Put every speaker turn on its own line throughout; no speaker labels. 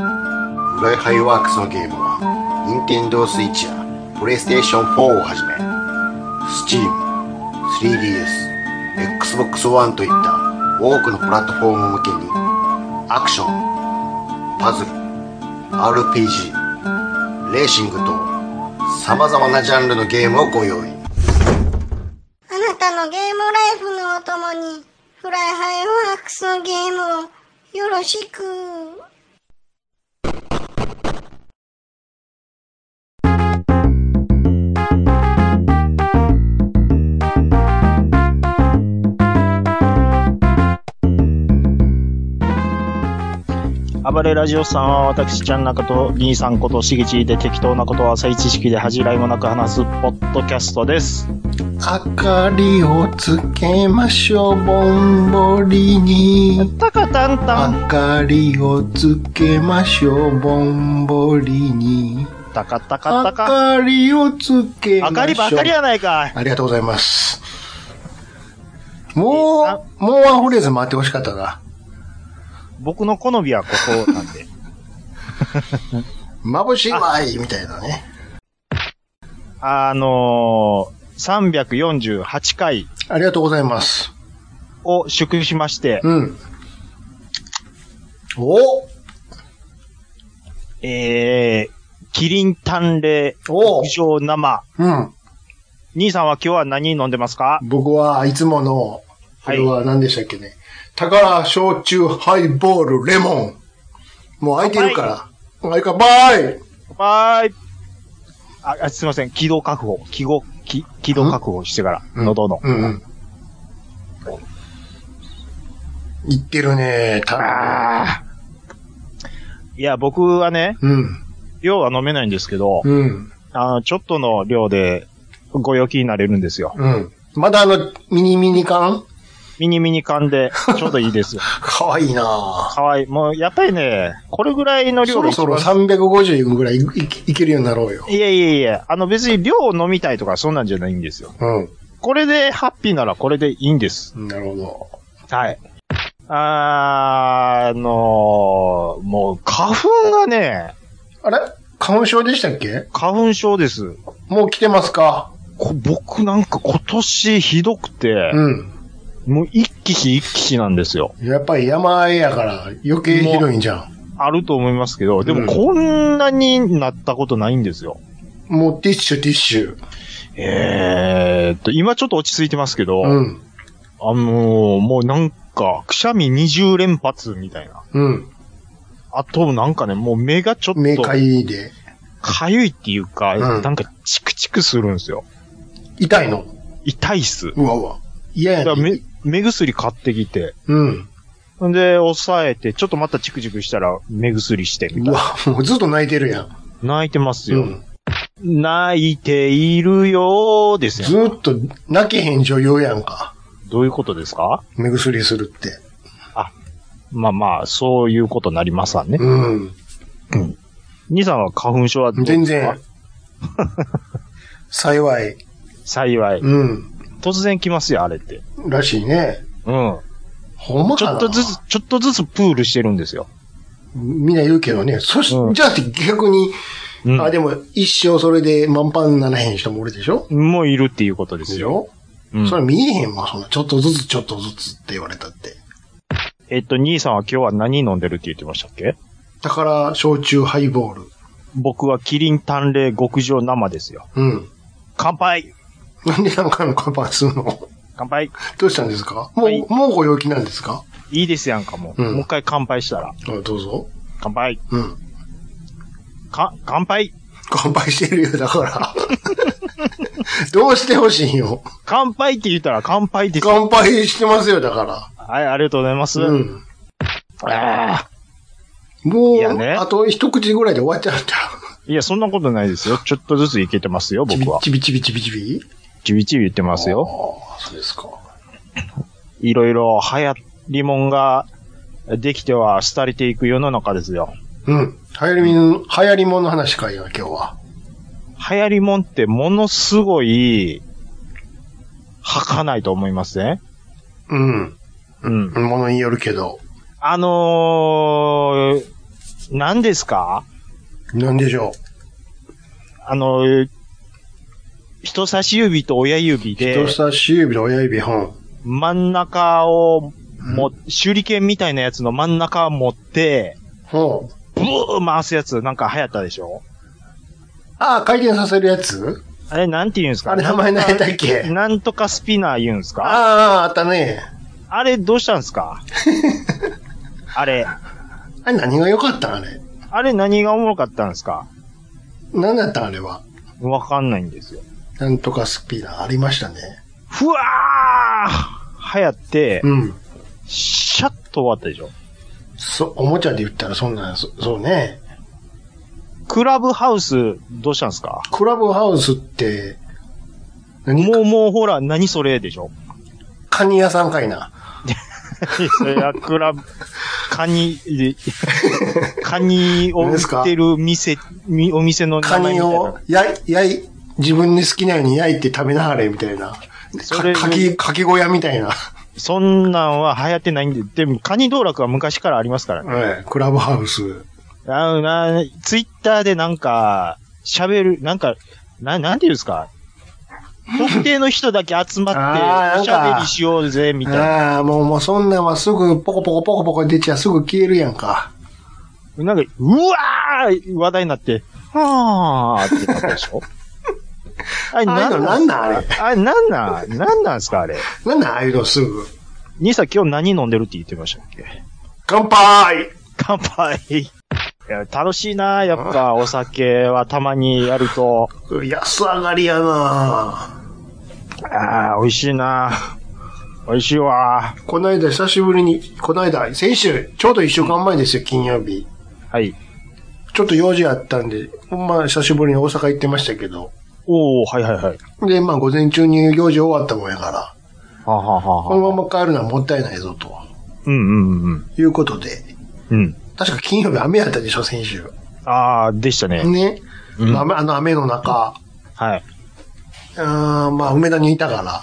ライハイワークスのゲームは、任天堂 Switch や PlayStation 4をはじめ、Steam、3DS、Xbox One といった多くのプラットフォーム向けに、アクション、パズル、RPG、レーシングと、様々なジャンルのゲームをご用意。
あなたのゲームライフのお供に、フライハイワークスのゲームをよろしく。
暴れラジオさんは私ちゃん中と兄さんことしげちで適当なことは浅い知識で恥じらいもなく話すポッドキャストです。
明かりをつけましょう、ぼんぼりに。
たかたんたん。
明かりをつけましょう、ぼんぼりに。
たかたか
明
たか。
かりをつけましょう。
明かりばっかりやないかい。
ありがとうございます。もう、もうワンフレーズ回ってほしかったな。
僕の好みはここなんで。
眩しいわいみたいなね。
あのー、348回
ありがとうございます。
を祝しまして、
うん。お
えー、キリン淡麗
おう
極上生。
うん。
兄さんは今日は何飲んでますか
僕はいつもの、これは何でしたっけね。宝焼酎ハイボールレモン。もう開いてるから。はい、乾杯
はーい。あ、あすいません。軌道確保。軌道、軌軌道確保してから、
うん
喉の。
うんうん。いってるねた
あいや、僕はね、
うん。
量は飲めないんですけど、
うん。
あの、ちょっとの量で、ご陽気になれるんですよ。
うん。まだあの、ミニミニ缶
ミニミニ缶 で、ちょうどいいですよ。
かわいいな
かわいい。もう、やっぱりね、これぐらいの量
そ
が
ろ
一
そろ
番。
350ぐらいいいいけるようになろうよ。
いやいやいや、あの別に量を飲みたいとかそんなんじゃないんですよ。
う
これでハッピーならこれでいいんです。
ん。なるほど。
はい。あーあのーもう花粉がね、
あれ花粉症でしたっけ
花粉症です。
もう来てますか
こ僕なんか今年ひどくて、
うん。
もう一騎士一騎士なんですよ。
やっぱり山あいやから余計ひどいんじゃん。
あると思いますけど、で
うん
もこんなになったことないんですよ。
もうティッシュティッシュ。
えーっと、今ちょっと落ち着いてますけど、
うん。
あのーもうなんか、くしゃみ20連発みたいな。
うん。
あと、なんかね、もう目がちょっ
目
と、
かいで。
かゆいっていうか、
うん
なんか、チクチクするんですよ。
痛いの。
痛いっす。
うわうわ。嫌
だから
やね
目、目薬買ってきて、
うん。
んで、抑えて、ちょっとまたチクチクしたら、目薬して、み
う
たいな。
わ、もうずっと泣いてるやん。
泣いてます
う
よ。
ん。
泣いているよーですよ。
ずっと泣けへん女優やんか。
どういうことですか
目薬するって。
まあまあ、そういうことになりますわね。
うん。
兄さんは花粉症はどうですか
全然。。幸い。
幸い。
うん。
突然来ますよ、あれって。
らしいね。
うん。
ほんま
ち
か
ょ
な
っとずつ、ちょっとずつプールしてるんですよ。
みんな言うけどね。そし、
うん
じゃあって逆に、
うん
あ、でも一生それで満帆にならへん人もおるでしょ
もういるっていうことで
ですし
よ。
ょ、
うん
それ見えへんわ、そんな。ちょっとずつちょっとずつって言われたって。
えっと、兄さんは今日は何飲んでるって言ってましたっけ
だから、焼酎ハイボール。
僕はキリン淡麗極上生ですよ。
うん。
乾杯
なんでなんかのカバーするの
乾杯
どうしたんですかもう、
はい
もうご陽気なんですか
いいですやんか、もう。
うん
もう一回乾杯したら。
あどうぞ。
乾杯
うん。
か、乾杯
乾杯してるよ、だから。 どうしてほしいんよ。
乾杯って言ったら乾杯ですよ。
乾杯してますよ、だか
はい、ありがとうございます。
ら。うん。
あ
も、
いうやね
あと一口ぐらいで終わっちゃうんだ。
ーいや、そんなことないですよ。ちょっとずついけてますよ、僕は。
ちびちびちびちびちび
ちびちび言ってますよ。
ああ、そうですか。
いろいろ流行りもんができては廃れていく世の中ですよ。
うん。流行りみん、流行りもんの話かいな、今日は。
流行りもんってものすごい、吐かないと思いますね。
うん。
うん。
ものによるけど。
あのー、何ですか
なんでしょ
あの、人差し指と親指
う。
で
人、差し指と親指本。
真ん中を、も、手裏剣みたいなやつの真ん中を持って、
ほう。
ブー回すやつ、なんか流行ったでしょ
ああ、回転させるやつ
あれ、なんて言うんですか
あれ名前何だっけ
なんとかスピナー言うんですか
ああ、あったね。
あれ、どうしたんです かあれ、
あれ何が良かったんあれ。
あれ何がおもろかったんですか
何だったんあれは。
わかんないんですよ。
なんとかスピナーありましたね。
ふわー流行って、
うん。
シャッと終わったでしょ
そ、おもちゃで言ったらそんなん、そそうね。
クラブハウス、どうしたんですか
クラブハウスって、何
もうもうほら、何それでしょ
カニ屋さんかいな。
それはクラブ、カニ、え カニを売ってる店、みお店の名
カ
前み
ニ
たいな
を、やい、やい、自分で好きなように焼いて食べなはれ、みたいな。
それ
か、かき、かき小屋みたいな。
そんなんは流行ってないんで、でもカニ道楽は昔からありますからね。
ええ、クラブハウス。
あのな、ツイッターでなんか、喋る、なんか、な、なんていうんですか。特定の人だけ集ま
あ
っ
ー
て、
なんか
おしゃべりしようぜ、みたいな。
ああ、もう、もうそんなんはすぐ、ポコポコポコポコ出ちゃすぐ消えるやんか。
なんか、うわー話題になって、はーってなったで しょあれ、
ああいうの
な
なんんなんあれ。
あれ、なんなん、なんなんすか、あれ。
なんなんああいうのすぐ。
兄さん、今日何飲んでるって言ってましたっけ
乾杯
乾杯。いや楽しいなやっぱ、お酒はたまにやると。
安上がりやな
ああ、美味しいな美味しいわ
こないだ久しぶりに、こないだ、先週、ちょうど一週間前ですよ、金曜日。
はい。
ちょっと用事あったんで、ほんま久しぶりに大阪行ってましたけど。
おおはいはいはい。
で、まあ午前中に用事終わったもんやから、
はあ、はあはあはあ
このまま帰るのはもったいないぞ、と
うんうんうん
いうことで。
うん。うん。
確か金曜日雨やったでしょ、先週。
ああ、でしたね。
ね。
うん
雨あの雨の中、
はい。
うーん、まあ梅田にいたから。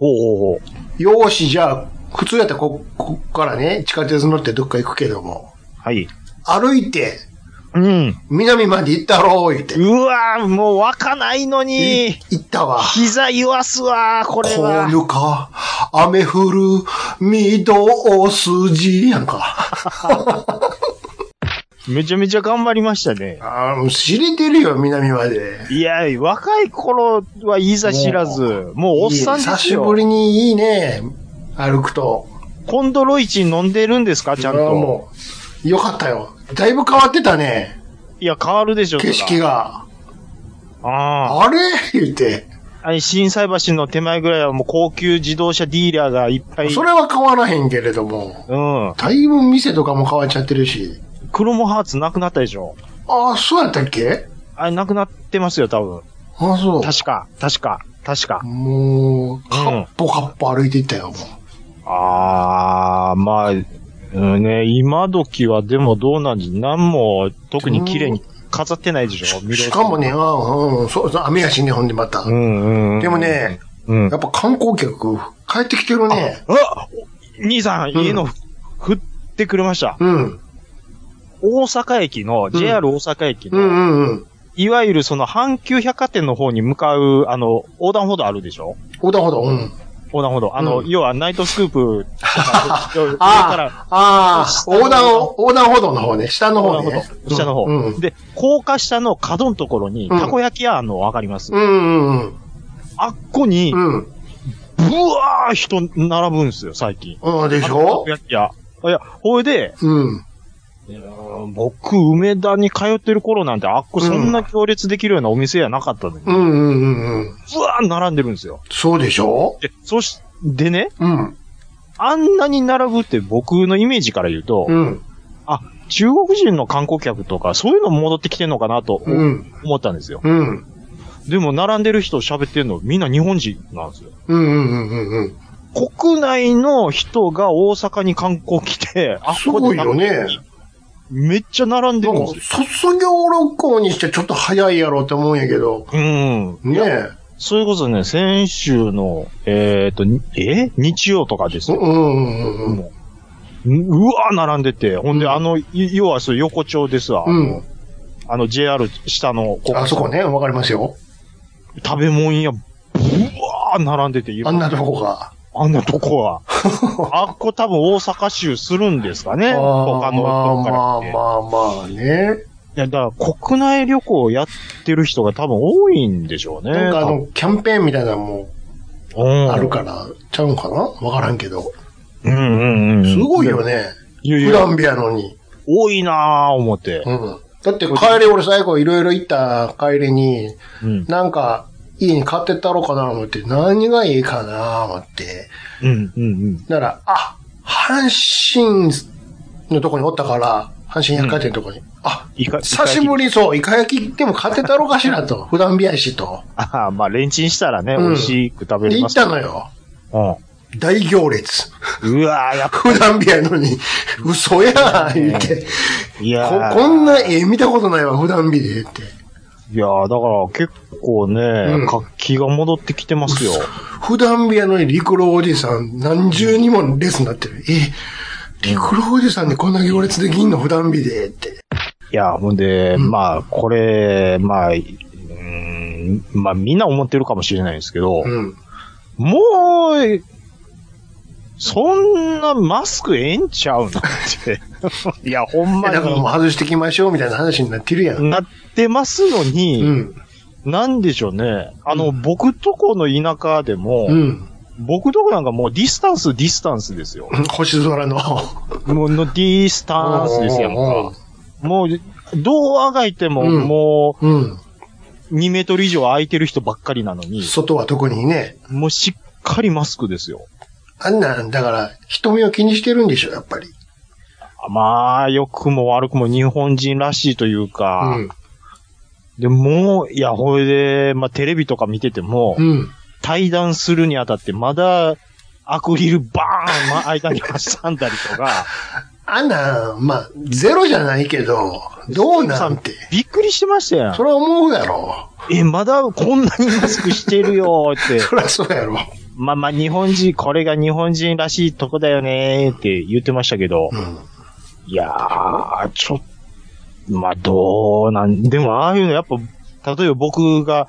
おうおうおう
よーし、じゃあ、普通やったらこ、こっからね、地下鉄乗ってどっか行くけども、
はい。
歩いて、
うん。
南まで行ったろう、言って。
うわーもう湧かないのに。
行ったわ。
膝言わすわーこれ
こ
は
う。ぬか、雨降る、御堂筋やんか。
めちゃめちゃ頑張りましたね。
あー知れてるよ、南まで。
いや、若い頃はいざ知らず、もうおっさんで
いい久
す
し
よ
ぶ。りにいいね、歩くと。
コンドロイチン飲んでるんですかちゃん
あー
と。
もう、よかったよ。だいぶ変わってたね、
いや、変わるでしょ、そ
景
ら
色が。
ああ。
あれ言って。
あれ、震災橋の手前ぐらいはもう高級自動車ディーラーがいっぱい。
それは変わらへんけれども、
うん。
だいぶ店とかも変わっちゃってるし。
クロモハーツなくなったでしょ
ああ、そうやったっけ
あれ、なくなってますよ、多分。
ああ、そう。
確か、確か、確か。
もう、カッポカッポ歩いていったよ、も
あー、まあ、うんね、今時はでもどうなんじ何も特に綺麗に飾ってないでしょ
う。しかもね、。うん、うん、そう、そう雨やしね、ほんでまた。
うんうんうん。
でもね、
うん。
やっぱ観光客、帰ってきてるね。
あ兄さん、
うん
家のふ、振ってくれました。
うん。
大阪駅の、JR 大阪駅
う
の、
んうんうん。
いわゆるその阪急百貨店の方に向かう、あの、横断歩道あるでしょ
ほだほだ、うん。
横断歩道。あの、
うん
要はナイトスクー プとか、上上から
ああ、ああ、
下の
横断を、横断歩道の方ね、下の
横断歩
方ね。
道、下の方。
うん。うん
で、高架下の角のところに、
うん
たこ焼き屋あんのわかります、
うんうん。
あっこに
う、ん。
ぶわー人並ぶんですよ、最近。
うん、で
で
した
こ
ょ
焼き屋。いや、ほいで、
うん。
いやー僕、梅田に通ってる頃なんて、あっこそんな行列できるようなお店やなかったのに、
うんうんうんうん。
ぶわー並んでるんですよ。
そうでしょ
で、そし、でね、
うん。
あんなに並ぶって僕のイメージから言うと、
うん。
中国人の観光客とか、そういうの戻ってきてんのかなと
うん。
思ったんですよ。
うん。
でも、並んでる人喋ってるの、みんな日本人なんですよ。
うんうんうんうんうん。
国内の人が大阪に観光来て、あ
すごいよ。
ここ
ね
で。めっちゃ並んで
な
るん
ん
で
か
すよ。、
卒業旅行にしてちょっと早いやろって思うんやけど。
うん。
ねえ。
それこそね、先週の、えっ、と、にえ日曜とかです
う
よ。
んうんうんうん。
もううわ、並んでて。ほんで、
うん
あの、い要はそう横丁ですわ。
うん。
あの JR 下の、こ
あそこね、わかりますよ。
食べ物屋、ぶわー並んでて、
あんなとこが。
あんなとこ は。あっこ多分大阪州するんですかね
あ
他
ー
の
まあ
とこか
ま
ら
あ
来て。
まあまあね。
いや、だから国内旅行をやってる人が多分多いんでしょうね。
なんかあの、キャンペーンみたいなのも
多分、
ある
か。
から、ちゃうんかなわからんけど。
うんうんうん。
すごいよね。
いやい
普
や、
段日やのに。
多いなぁ、思って。
うん。だって帰り、俺最後いろいろ行った帰りに、
うん。
なんか、家に買ってったろうかな思って、何がいいかな思って。
うんうんうん。
なら、あ、阪神のとこにおったから、阪神百貨店のとこに。あ、
いか
久しぶ
り。
りそう、イカ焼きでも買ってたろうかしらと。普段日やしと。
ああ、まあ、レンチンしたらね、
うん
美味しく食べ
で、
れ
行
ま
っ
すか
た
ら。
のよ。
うん。
大行列。
うわぁ、やっぱ
普段日やのに、嘘や言っ
い
て。こ、
やー
こんな絵見たことないわ、普段日でって。
いやーだから結構ね、
ん
活気が戻ってきてますよ。
普段日やのに陸路おじさん何十にも列になってる。え、陸路おじさんでこんな行列できんの普段日でって。
いや、ほんで、
ん
まあ、これ、まあ、うーん、まあ、みんな思ってるかもしれないですけど、
うん。
もう、そんなマスクええんちゃうの って。いや、ほん
い
ま
やだからもう
に。
外してきましょうみたいな話になってるやん。
なってますのに、
うん。
なんでしょうね。あの、僕とこの田舎でも、
うん。
僕とこなんかもうディスタンス、ディスタンスですよ。
星空の。
もうのディスタンスですよ。もう、どうあがいても、
うん
も
うんうん。
う、2メートル以上空いてる人ばっかりなのに、
外は特にね。
もうしっかりマスクですよ。
あんなん、だから、人目を気にしてるんでしょ、やっぱり。
まあ、良くも悪くも日本人らしいというか、
うん。
でもう、いや、ほいで、まあ、テレビとか見てても、
うん。
対談するにあたって、まだ、アクリルバーン、まあ、間に挟んだりとか、
あんなん、まあ、ゼロじゃないけど、 どうなんて。
びっくりしてましたやん
そ。れは思うやろ。
え、まだこんなにマスクしてるよって。
そりゃそうやろ。
まあまあ、日本人、これが日本人らしいとこだよねーって言ってましたけど
う、ん。
いやー、ちょっと、まあ、どうなん、でもああいうのやっぱ、例えば僕が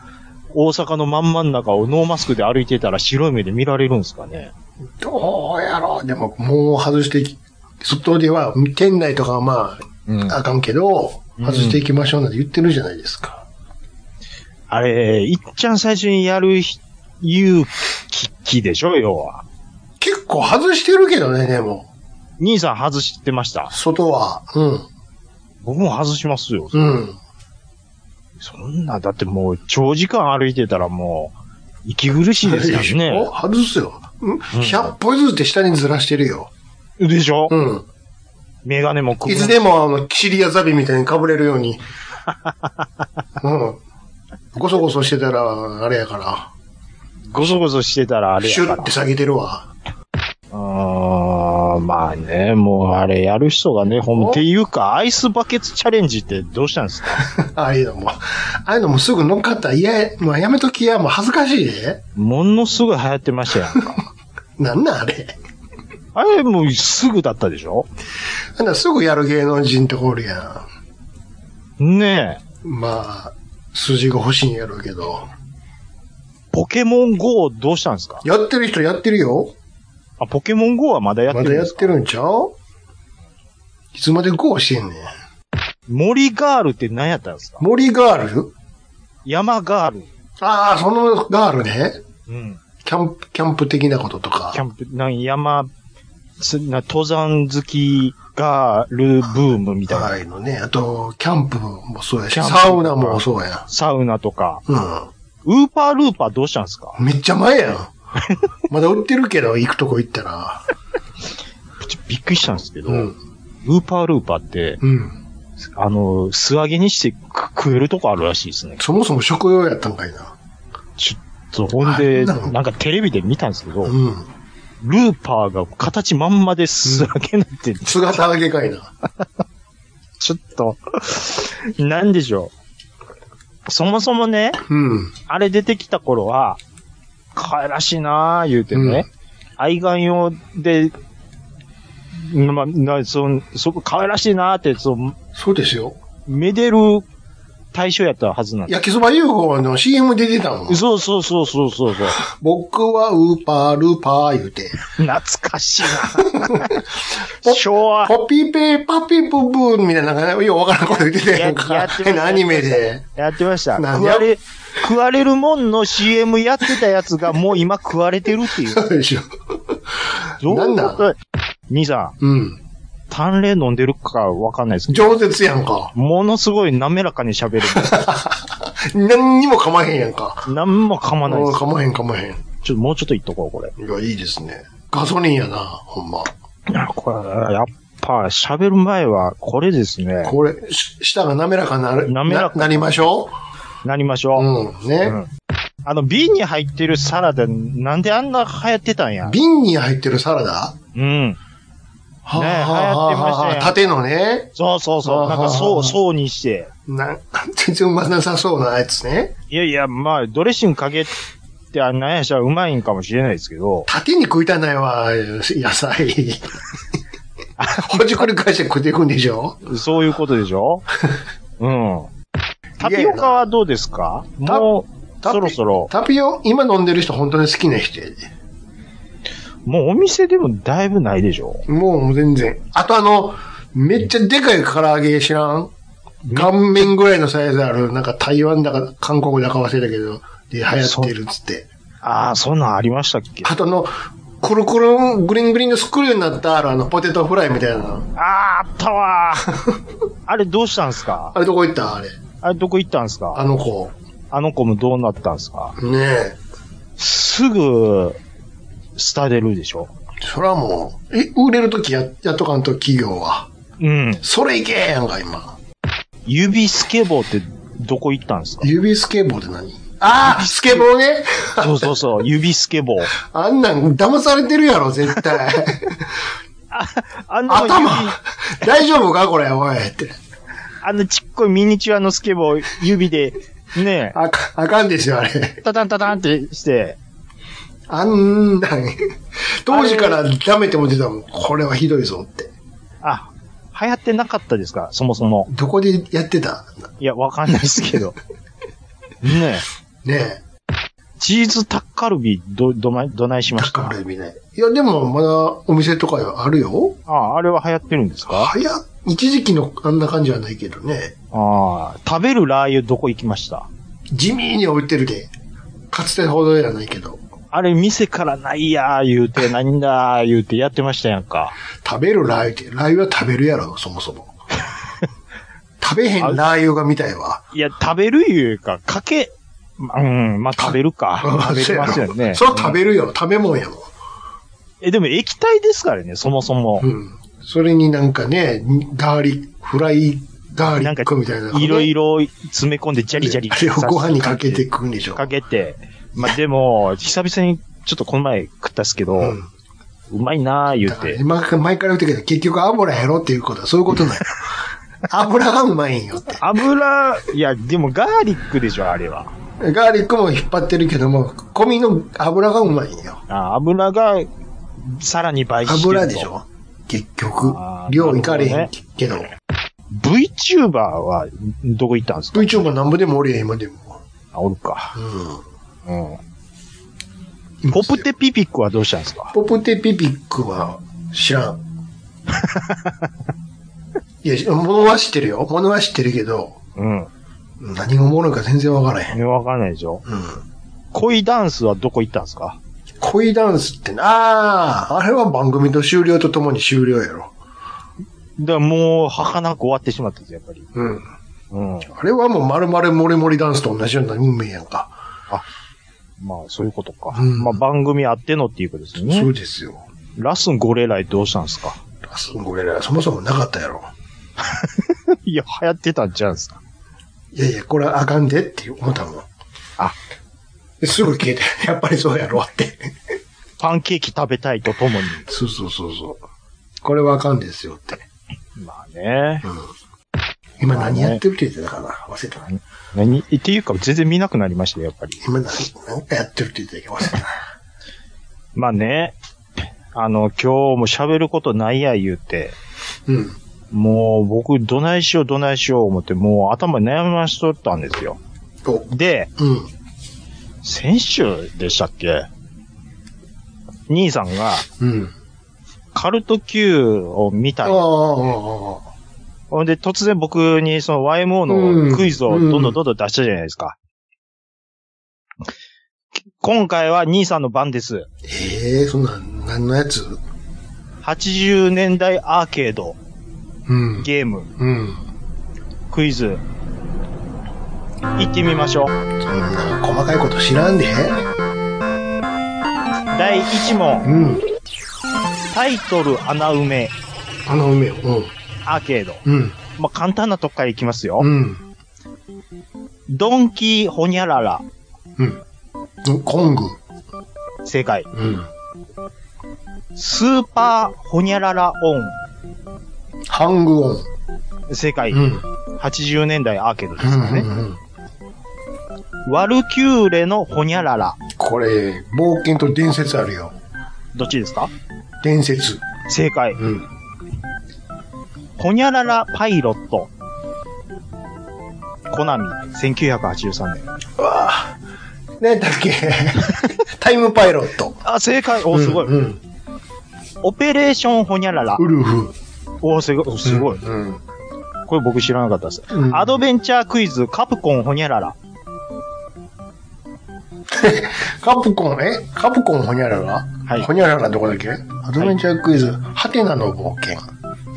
大阪のまん真ん中をノーマスクで歩いてたら白い目で見られるんですかね。
どうやろう。でも、もう外してき、外では、店内とかはま
うん
あ、あかんけど、外していきましょうなんて言ってるじゃないですか。
あれ、いっちゃん最初にやるひ、勇気でしょ、要は。
結構外してるけどね、でも。
兄さん外してました。
外は。うん。
僕も外しますよ。
うん。
そんな、だってもう長時間歩いてたらもう、息苦しいですからね。
お外すよ。ん ?100 歩ずつって下にずらしてるよ。
でしょ、
うん。
メガネもく
いつでもあの、キシリアザビみたいに被れるよ うに。うん。ごそごそしてたら、あれやか
ごそごそしてたらあ
ら、
れ
シ
や
ュ
から
ッて。下げてるわ。
あーまあね、もうあれやる人がね、ほん
お
っていうか、アイスバケツチャレンジってどうしたんですか
ああいうのも。ああいうのもすぐ乗っかったら、いや、まあ、やめときや、もう恥ずかしいで。
ものすごい流行ってました やんか。
なんなんあれ。
あれもうすぐだったでしょ
あんなすぐやる芸能人っておるや
ねえ、
ん。まあ、数字が欲しいんやろうけど。
ポケモン GO どうしたんですか
やってる人やってるよ。
あ、ポケモン GO はまだやって
ま
るん
だや
で
っ
すか
てるんちゃういつまでこうしてんねん。
森ガールって何やったんですか
森ガール
山ガール。
ああ、そのガールね。
うん。
キャンプ、キャンプ的なことと
キャ
か。
ンプ、なん山、すな登山好きガールブームみたいな。
ああいうのね。あと、キャンプもそうやし、
キャンプ
サウナもそうや。
サウナとか。
う
ウーパールーパーどうしたんですか
ん。めっちゃ 前やん。まだ売ってるけど、行くとこ行ったら。
ちょびっくりしたんですけど、
うん。
ウーパールーパーって、
うん。
あの、素揚げにしてく食えるとこあるらしいですね。
そもそも食用やったんかいな。
ちょっと、ほんで、
あそうなの
なんかテレビで見たんですけど、
うん。
ルーパーが形まんまで素揚げなんて、
姿揚げかいな。
ちょっと、なんでしょう。そもそもね、
うん。
あれ出てきた頃は、可愛らしいなぁ、言うてね。愛玩用で、まあ、な、その、そこ可愛らしいなぁって、その、
そうですよ。
めでる対象やったはずなんで
焼きそば UFO の CM 出てたもん
す。。そうそうそうそうそう そう。
僕はウーパールーパー言うて。
懐かしい な。昭和。
ポピペーパピプブーみたいな、なんかようわからんこと言ってたや
や
んか
やってま。した
変なアニメで。
やってました。
なん
食
で
われ、食われるもんの CM やってたやつがもう今食われてるっていう。
そうでしょ。
どう
なんだ
こと兄さん、
うん。
単麗飲んでるかわかんないですけど、
饒舌やんか。
ものすごい滑らかに喋る。
何にも噛まへんやんか。
なんも噛まない
うん
です。
噛まへん噛まへん。
ちょっともうちょっと言っとこう、これ。
いや、いいですね。ガソリンやな、ほんま。
あこれ、やっぱ喋る前はこれですね。
これ、し舌が滑らかになる、
滑らか
ななりましょ
なりまし
う。
ょう。
うん、ね。
うんあの、瓶に入ってるサラダ、なんであんな流行ってたんや。
瓶に入ってるサラダ
うん。
は
ね
あはあはあは
流行っ
あ
てましたよ
縦のね。
そうそう
あ
そう。
ー
なんか、
はー
そ
は
う、
ー
そうにして。
な、全然うまなさそうなやつね。
いやいや、まあ、ドレッシングかけて、あなんやしたらうまいんかもしれないですけど。
縦に食いたないわ、野 菜。ほじくり返して食っていくんでしょ
そういうことでしょうん。タピオカはどうですか
タ
もう、
タピ
そろそろ、
タピオ、今飲んでる人本当に好きな人やで。
もうお店でもだいぶないでしょ
もう全然。あとあの、めっちゃでかい唐揚げ知らん顔面ぐらいのサイズある、なんか台湾だか韓国だか忘れたけど、で流行ってるっつって。
ああ、そんなんありましたっけ
あとあの、くるくるん、グリングリンのスクリューになったあるあの、ポテトフライみたいなの。
ああー、あったわ ーあれどうしたんすか
あれどこ行ったあれ。
あれどこ行ったんすか
あの子。
あの子もどうなったんすか
ねえ。
すぐ、廃れるでしょ
そらもう、え、売れるときや、やっとかんと企業は。
うん。
それいけやんか、今。
指スケボーってどこ行ったんですか
指スケボーって何ああスケボーね
そうそう そう、指スケボー。
あんなん、騙されてるやろ、絶対。
あ、あの、
頭
指
大丈夫かこれ、おい。って。
あのちっこいミニチュアのスケボー、指で、ね、
あか、あかんですよ、あれ。
タタンタタンってして、
あんなん、当時からダメって思ってたもん。これはひどいぞって。
あ、流行ってなかったですかそもそも。
どこでやってた
いや、わかんないですけ ど。ね
ねえ。
チーズタッカルビ、ど、どま、どないしま
だ
した
から意味ない。いや、でも、まだお店とかあるよ。
あ、あれは流行ってるんですか
はや、一時期のあんな感じはないけどね。
ああ、食べるラー油どこ行きました
地味に置いてるで。かつてほどではないけど。
あれ、店からないやー言うて、なんだー言うてやってましたやんか。
食べるラー油って、ラー油は食べるやろ、そも そも。食べへんラー油が見たいわ。
いや、食べるいうか、かけ、うん、まあ、食べる か。食べれますよね。
そうやろそれは食べるよ。食べ物やもん。
え、でも液体ですからね、そもそも。
うん。それになんかね、ガーリック、フライガーリ
なん
ッ
か
クみたいな、
いろいろ詰め込んで、ジャリジャリ。
あれをご飯にかけて。食うんでしょ。
かけて。まあ、でも、久々に、ちょっとこの前食ったっすけど、
う。
うんまいなー言
だ
う
から
て。
今前から言ったけど、結局油やろっていうことはそういう ことなの。油がうまいんよって。
油、いや、でもガーリックでしょ、あれは。
ガーリックも引っ張ってるけども、込みの油がうまいんよ。
あ油が、さらに倍してると
油でしょ結局
あ。ー
量いかれへ
なる
ん
ほ
けど。
VTuber は、どこ行ったんですか
VTuber なんぼでもおりや、今でも。
あ、おるか。
う
うん。
ん。
ポプテピピックはどうしたんですか
ポプテピピックは知 らん。いや、物は知ってるよ。物は知ってるけど、
うん。
何がおもろいか全然わからへん。
ねわかんないでしょ
うん。
恋ダンスはどこ行ったんですか
恋ダンスってな、ああ、あれは番組の終了とともに終了やろ。
だからもう、儚く終わってしまったんですよ、やっぱり。
うん。
うん。
あれはもう丸々モリモリダンスと同じような運命やんか。
まあ、そういうことか。
うん
まあ、番組あってのっていうことですよ
そ
ね
う。ですよ。
ラスンゴレライどうしたんですか
ラスンゴレラはそもそもなかったやろ。
いや、流行ってたんちゃうんですか
いやいや、これはあかんでって思ったもん。
あ
ですぐ消えて、やっぱりそうやろって。
パンケーキ食べたいとともに。
そうそうそうそう。これはあかんですよって。
まあね。
うん。今何やってるって言ってたかな忘れたな。
何っていうか、全然見なくなりましたよ、やっぱり。
今何、何かやってるって言ってたか忘れたな。
まあね。あの、今日も喋ることないや言うて、
うん。
もう僕、どないしようどないしよう思って、もう頭悩ましとったんですよ。
お、
で、
うん。
先週でしたっけ兄さんが
うん。
カルト Q を見
あ
た
あ、あ
り
あ、ああ。
ほんで、突然僕にその YMO のクイズをどんどんどんどん出したじゃないですか。今回は兄さんの番です。
ええそんなん、何のやつ
80年代アーケード、
うん。
ゲーム、
うん。
クイズ。行ってみましょう。
そんな、細かいこと知らんで。
第1問、
うん。
タイトル穴埋め、
あの梅を。うん。
アーケード。
うん。
まあ、簡単なとこから行きますよ
う。ん。
ドンキーホニャララ、
うん。コング。
正解。
うん。
スーパーホニャララオ
ハングオン。
ン、正解。
うん。
80年代アーケードで
う
すから
ん。う
ね。
んうん。
ワルキューレのホニャララ。
これ、冒険と伝説あるよ。
どっちですか
伝説。
正解。
うん。
ホニャララパイロット。コナミ、1983年。
わあ。何やったっけ タイムパイロット。
あ、正解。お、すごい。
うんうん。
オペレーションホニャララ
ウ。ルフ。
お、すごい。すごい。
うん。
これ僕知らなかったです。
うん
アドベンチャークイズ、カプコンホニャララ。
カプコン、えカプコンホニャララ
はい
ホニャララどこだっけアドベンチャークイズ、ハテナの冒険。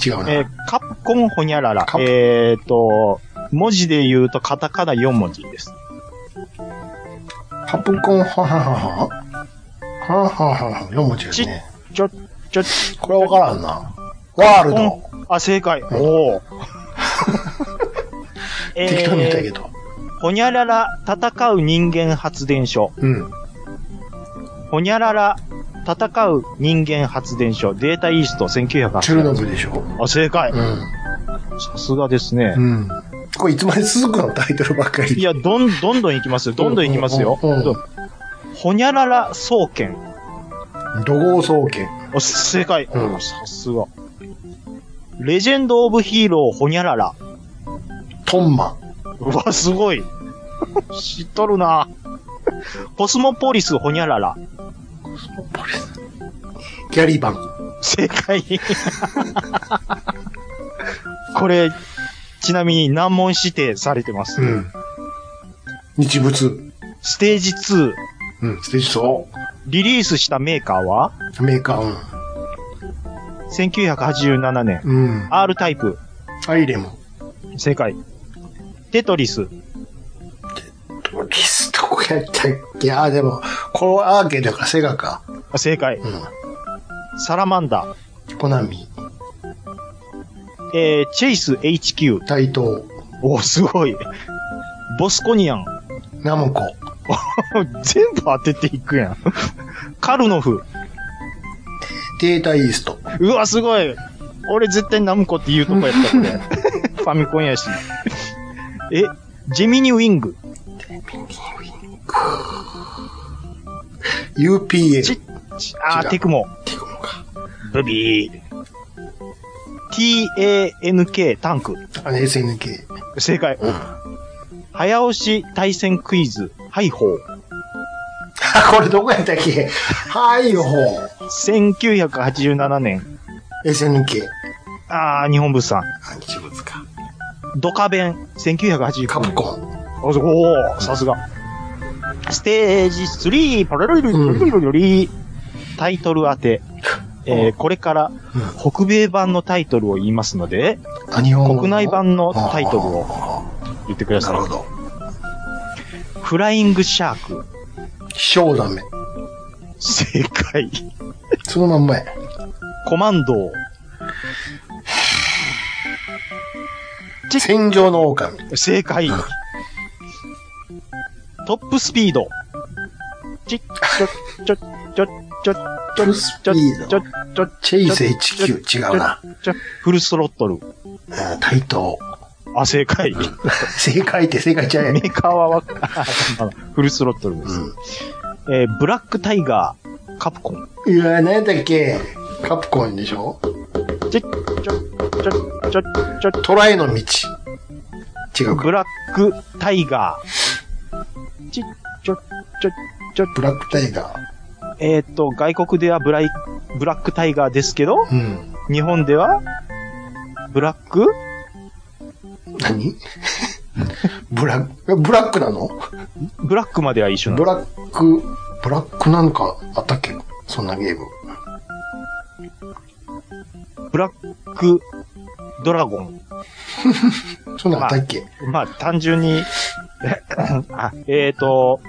違うな。
えーカプコンホニャララ
カ。プ
えーと、文字で言うとカタカナ4文字です。
カプコン、はははははははは4文字ですね。
ちょ、ちょ、
これはわからんな。ワールド。
あ、正解。 おお。え
適当に言ったけ
ー、
ど。
ほにゃらら戦う人間発電所。
うん。
ほにゃらら戦う人間発電所。データイースト
チェル
1908。
ノブイリでしょ
あ、正解
う。ん。
さすがですね
う。ん。これいつまで続くのタイトルばっか り。
いや、どん、どんどん行きますよ。どんどん行きますよ
うんうんうん。
ほにゃらら総研。
土豪総研。
お、正解。
うん
さすが。レジェンド・オブ・ヒーロー、ほにゃらら。
トンマ。
うわ、すごい。知っとるな。コスモポリス、ほにゃらら。
ギャリバン。
正解。これ、ちなみに難問指定されてます。
うん。日仏。
ステージ2、
うん。ステージそ
リリースしたメーカーは
う。メーカー、
1987年。
うん。うん。
R タイプ、
アイレム。
正解。テトリス、
ドキスどこやったっけあ、でも、このアーケードかセガか。
あ正解。
う
サラマンダ、
ん。コナミ、
えー、チェイス HQ。
台東、
お、すごい。ボスコニアン。
ナムコ、
全部当てていくやん。カルノフ。
データイースト、
うわ、すごい。俺絶対ナムコって言うとこやった、 これ。ファミコンやし。え、ジェミニウィング。
UPA、
ちちあ
違
ー、
う
テクモ。
テコムか。
ブビー。TANK タンク。
あ SNK、
正解。
うん。
早押し対戦クイズ。ハイホー。
これどこやったっけはいよ、
1987年。
SNK。
あー、日本物産。
あ、日物か。
ドカベン。1989
カプ
年。
コン。
おおさすが。ステージ3、パラルルルルルルリタイトル当て。えーこれから北米版のタイトルを言いますので、
あ、日本語
国内版のタイトルを
あ
言ってくだ
あな
さ
るほど。
い。フライングシャーク。
ショーダメ。
正解。
そのまんまや。
コマンドー。
戦場の狼。
正解。トップスピード。ちっちょ、ちょ、ちょ、ちょ、
トップスピー
ち
ド
ょ、。ちょ、
チェイス HQ。違うな。
ちょ、フルスロットル。
あ台東。
あ、正解。
正解って正解ちゃうやん
メーカーはわかフルスロットルです。えーブラックタイガー、カプコン。
うん。いや、何やったっけカプコンでしょ
ちょ、ちょ、ちょ、ちょ、ちょ、ちょ、
トライの道。違うか。
ブラックタイガー。ち、ちょ、ちょ、
ブラックタイガー。
えーっと、外国ではブライ、ブラックタイガーですけど、
うん。
日本では、ブラック
何ブラック、ブラックなの
ブラックまでは一緒な
ブ
の。
ラック、ブラックなんかあったっけそんなゲーム。
ブラックドラゴン。
そんなんあったっけ、
まあ、単純に、 あ、えーっと、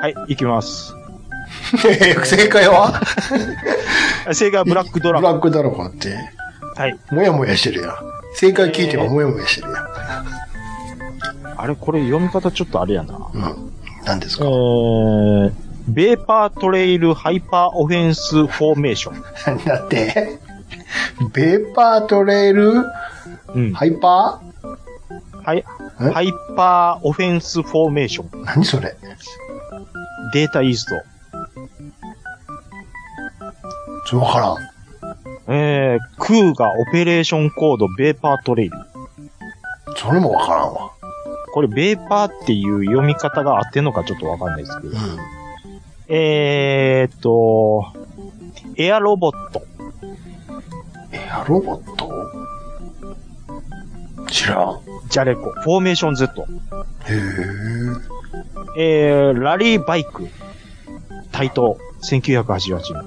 はい、いきます。
えー 正解は
正解はブラックドラ
ブ
ゴン。
ラックドラゴンって、
はい。
もやもやしてるやん。正解聞いてももやもやしてるやん。
あれ、これ読み方ちょっとあれやな。
うん。何です
え
か
ー、ベーパートレイルハイパーオフェンスフォーメーション。
何だって ベーパートレール
うん。
ハイパ
はい。
え
ハイパーオフェンスフォーメーション。
ー何それ
データイースト。
ちょ、わから
えー、クーガオペレーションコードベーパートレイル。
ん。それもわからんわ。
これ、ベーパーっていう読み方が合ってんのかちょっとわかんないですけど。
う
えーっと、エアロボット。
ん。エアロボット知らん。
ジャレコ。フォーメーション Z。
へえ。
えー、ラリーバイク。台頭。1988年。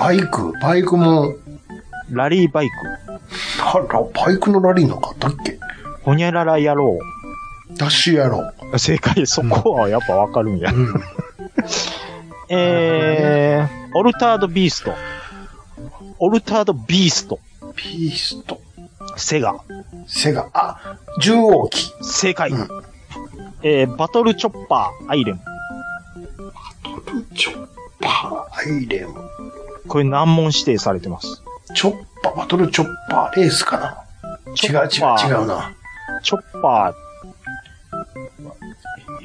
バイク、バイクも、
ラリーバイク。
あら、バイクのラリーなんかあったっけ
ほにゃらら野郎。
ダッシュやろ。
正解、そこはやっぱわかるんや。
うん。
えー、オルタードビースト。オルタードビースト。
ピースト、
セガ。
セガ、あ、重王機。
正解。
うん
えー、バトルチョッパー、アイレム。
チョッパー、アイレム。
これ難問指定されてます。
チョッパー、バトルチョッパー、レースかな
チ
違
ョ
う
ッパー
違う違うな。
チョッパー、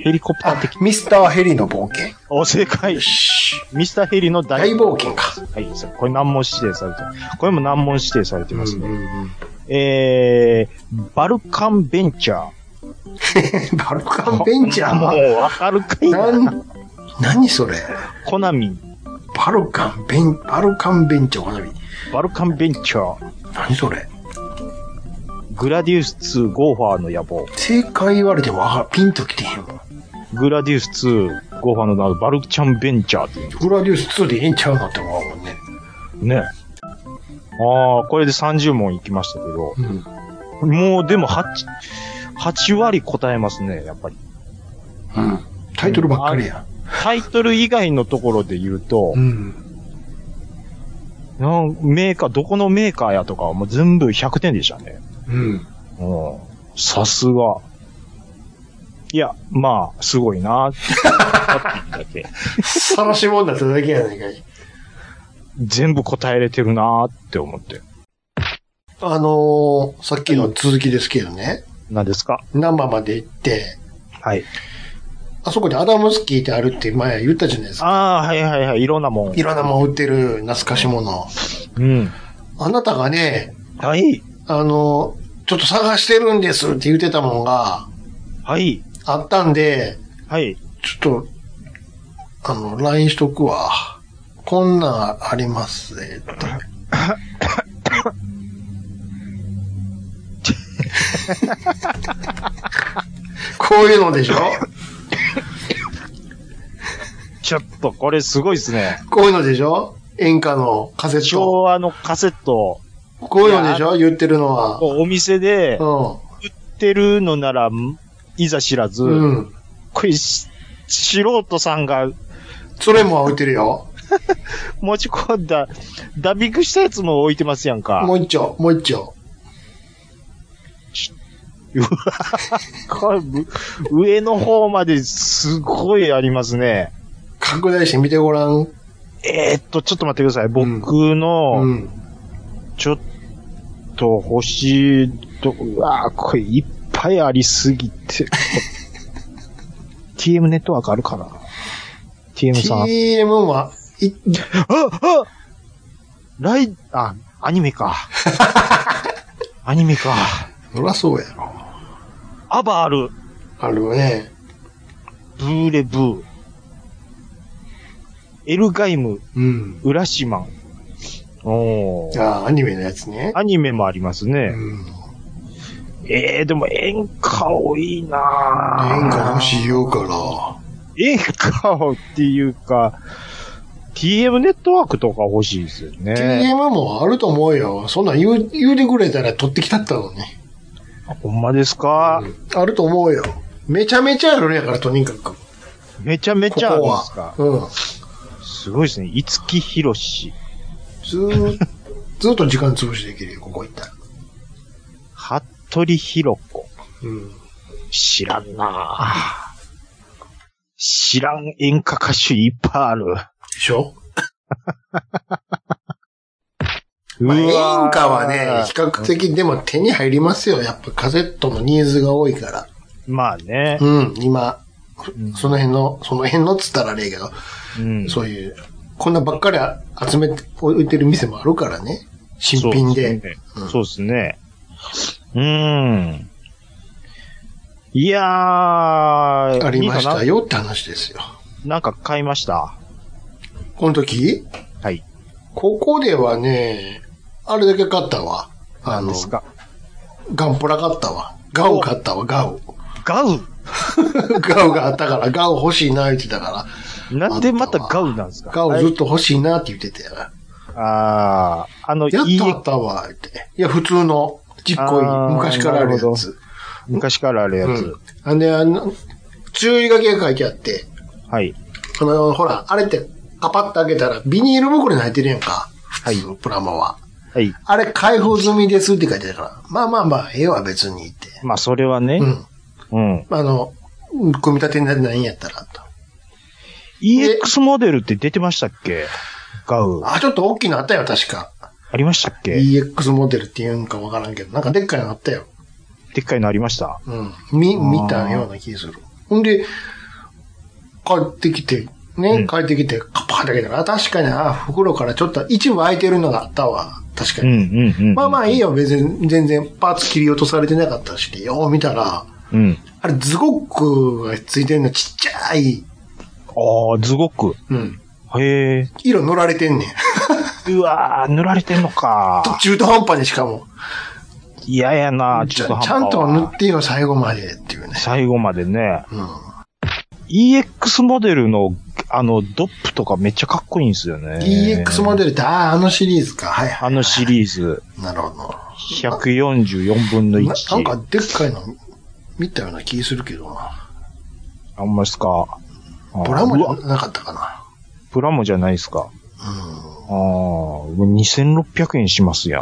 ヘリコプター
あ
的。、
ミスターヘリの冒険。
お、正解
よ。し。
ミスターヘリの大
大冒険か。
はい、そうこれ難問指定されてます。これも難問指定されてますね。
うん
えー、バルカンベンチャー。
バルカンベンチャー
も
も、
うわかるかいな。
なん、何それ
コナミン、
バルカンベン、バルカンベンチャー、おなみ。
バルカンベンチャー、
何それ
グラディウス2、ゴーファーの野望、
正解言われてもわかピンときてへんわ。
グラディウス2、ゴーファーの野望、バルチャンベンチャーっていう
グラディウス2でええんちゃうのって思うもんね。
ね。ああ、これで30問いきましたけど、
うん。
もうでも8、8割答えますね、やっぱり。
うん。タイトルばっかりや。
タイトル以外のところで言うと、
うん。
なんメーカー、どこのメーカーやとかはもう全部100点でしたね。
うん。
うん。さすが。いや、まあ、すごいな。だけ
さらしもんだっただけやないかい。
全部答えれてるなーって思って。
あのー、さっきの続きですけどね、
何ですか
難波まで行って、
はい。
あそこにアダムスキーってあるって前言ったじゃないですか。
ああ、はいはいはい。いろんなもん
い。ろんなもん売ってる懐かしもの。
うん。
あなたがね、
はい。
あのー、ちょっと探してるんですって言ってたもんが
はい。
あったんで、
はい。
ちょっと、あの、LINE しとくわ。こんなんありますね。ってこういうのでしょ
ちょっと、これすごいですね。
こういうのでしょ演歌のカセッ
昭
ト。
和のカセット、
こういうのでしょ言ってるのは。
お店で
う
売ってるのなら、いざ知らず、
ん。うん。
これし、素人さんが
それも売ってるよ。
持ち込んだ、ダビクしたやつも置いてますやんか。
もう一丁、もう一丁。
うわこれぶ上の方まですごいありますね。
拡大して見てごらん。
えー、っと、ちょっと待ってください。
ん
僕の、
うん。
ちょっと欲しいとこ、うわぁ、これいっぱいありすぎ て。TM ネットワークあるかな ?TM さん。あ
TM は、い
あ ライ、あ、アニメか。アニメか。
そらそうやろ。
アバある。
あるよね。
ブーレブー。エルガイム、
うん。
ウラシマン。おー
ああ、アニメのやつね。
アニメもあります
う
ね。
ん。
ええー、でも演歌多いなぁ
演歌欲しいよか
演歌をっていうか、TM ネットワークとか欲しいですよね。
ら。TM もあると思うよ。そんなん言う、言うてくれたら取ってきたったのね。
ほんまですか、
あると思うよ。めちゃめちゃあるんやから、とにかく。こ
めちゃめ
こ
ちゃあるんですか
は。うん。
すごいですね。五木ひろし。
ずー ずーっと時間潰しできるよ、ここ行ったら。
服部ひろ子。
うん。
知らんなぁ知らん演歌歌手いっぱいある。
でしょ
う
まあ、演
わぁ
歌はね、比較的でも手に入りますよ。やっぱカセットのニーズが多いから。
まあね。
うん、今、
うん
その辺の、その辺のっつったらあれやけど、
うん
そういう、こんなばっかり集めて、置いてる店もあるからね。新品で。うん
そうですね。うーん。いやー。
ありま
兄
し
さ
た
ん
よって話ですよ。
な。なんか買いました。
この時
はい。
ここではね、あれだけ買ったわ。あ
何
の
で、すか
ガンプラ買ったわ。ガウ買ったわ、ガウ。
ガウ
ガウがあったから、ガウ欲しいな言ってたか
なんでまたガウなんです
ら、
か
ガウずっと欲しいなって言ってたやな。
あー、あの、
やっ
EX
とあったわ、って。いや、普通の、ちっこい、
あー
昔からあるや
なるほ
つ。
昔からあるやつ。
あんで、あの、注意書きが書いてあって、
はい。
あの、ほら、あれって、カパッと開けたら、ビニール袋に入ってるやんか。普通のプラマは。
はい。
あれ、開封済みですって書いてあるから、まあまあまあ、ええわ、別にって。
まあ、それはね
う。ん。
うん。
あの、組み立てになないんやったら、と。
EX モデルって出てましたっけガウ。
あ、ちょっと大きいのあったよ、確か。
ありましたっけ
EX モデルって言うんかわからんけど、なんかでっかいのあったよ。
でっかいのありました。
うん。み、見たような気がする。ほんで、帰ってきて、
う
ね、
ん
帰ってきて、カパッと開けたら、あ確かに、あ、袋からちょっと一部開いてるのがあったわ。確か
うん
に。
うんうん。
まあまあいいよ、別に全然パーツ切り落とされてなかったし、よう見たら、
うん。
あれズゴックがついてんのちっちゃい、
ああ、ズゴック。
うん、
へえ。
色塗られてんねん。
うわー、塗られてんのか。
中途半端にしかも。
嫌やな、
ち
ちょっと
ゃちゃんと
半端
塗
は
ってよ、最後までっていうね。
最後までね。
うん。
EX モデルの、あの、ドップとかめっちゃかっこいいんですよね。
EX モデルって、ああ、あのシリーズか。はいはい。
あのシリーズ、
なるほど。
144分の
なな
1。
んかでっかいの見たような気するけどな。
あんまっすか。あー
ドラマ
う
じ
わ
ゃなかったかな。
プラモじゃないですか。
う
ああ、2600円しますや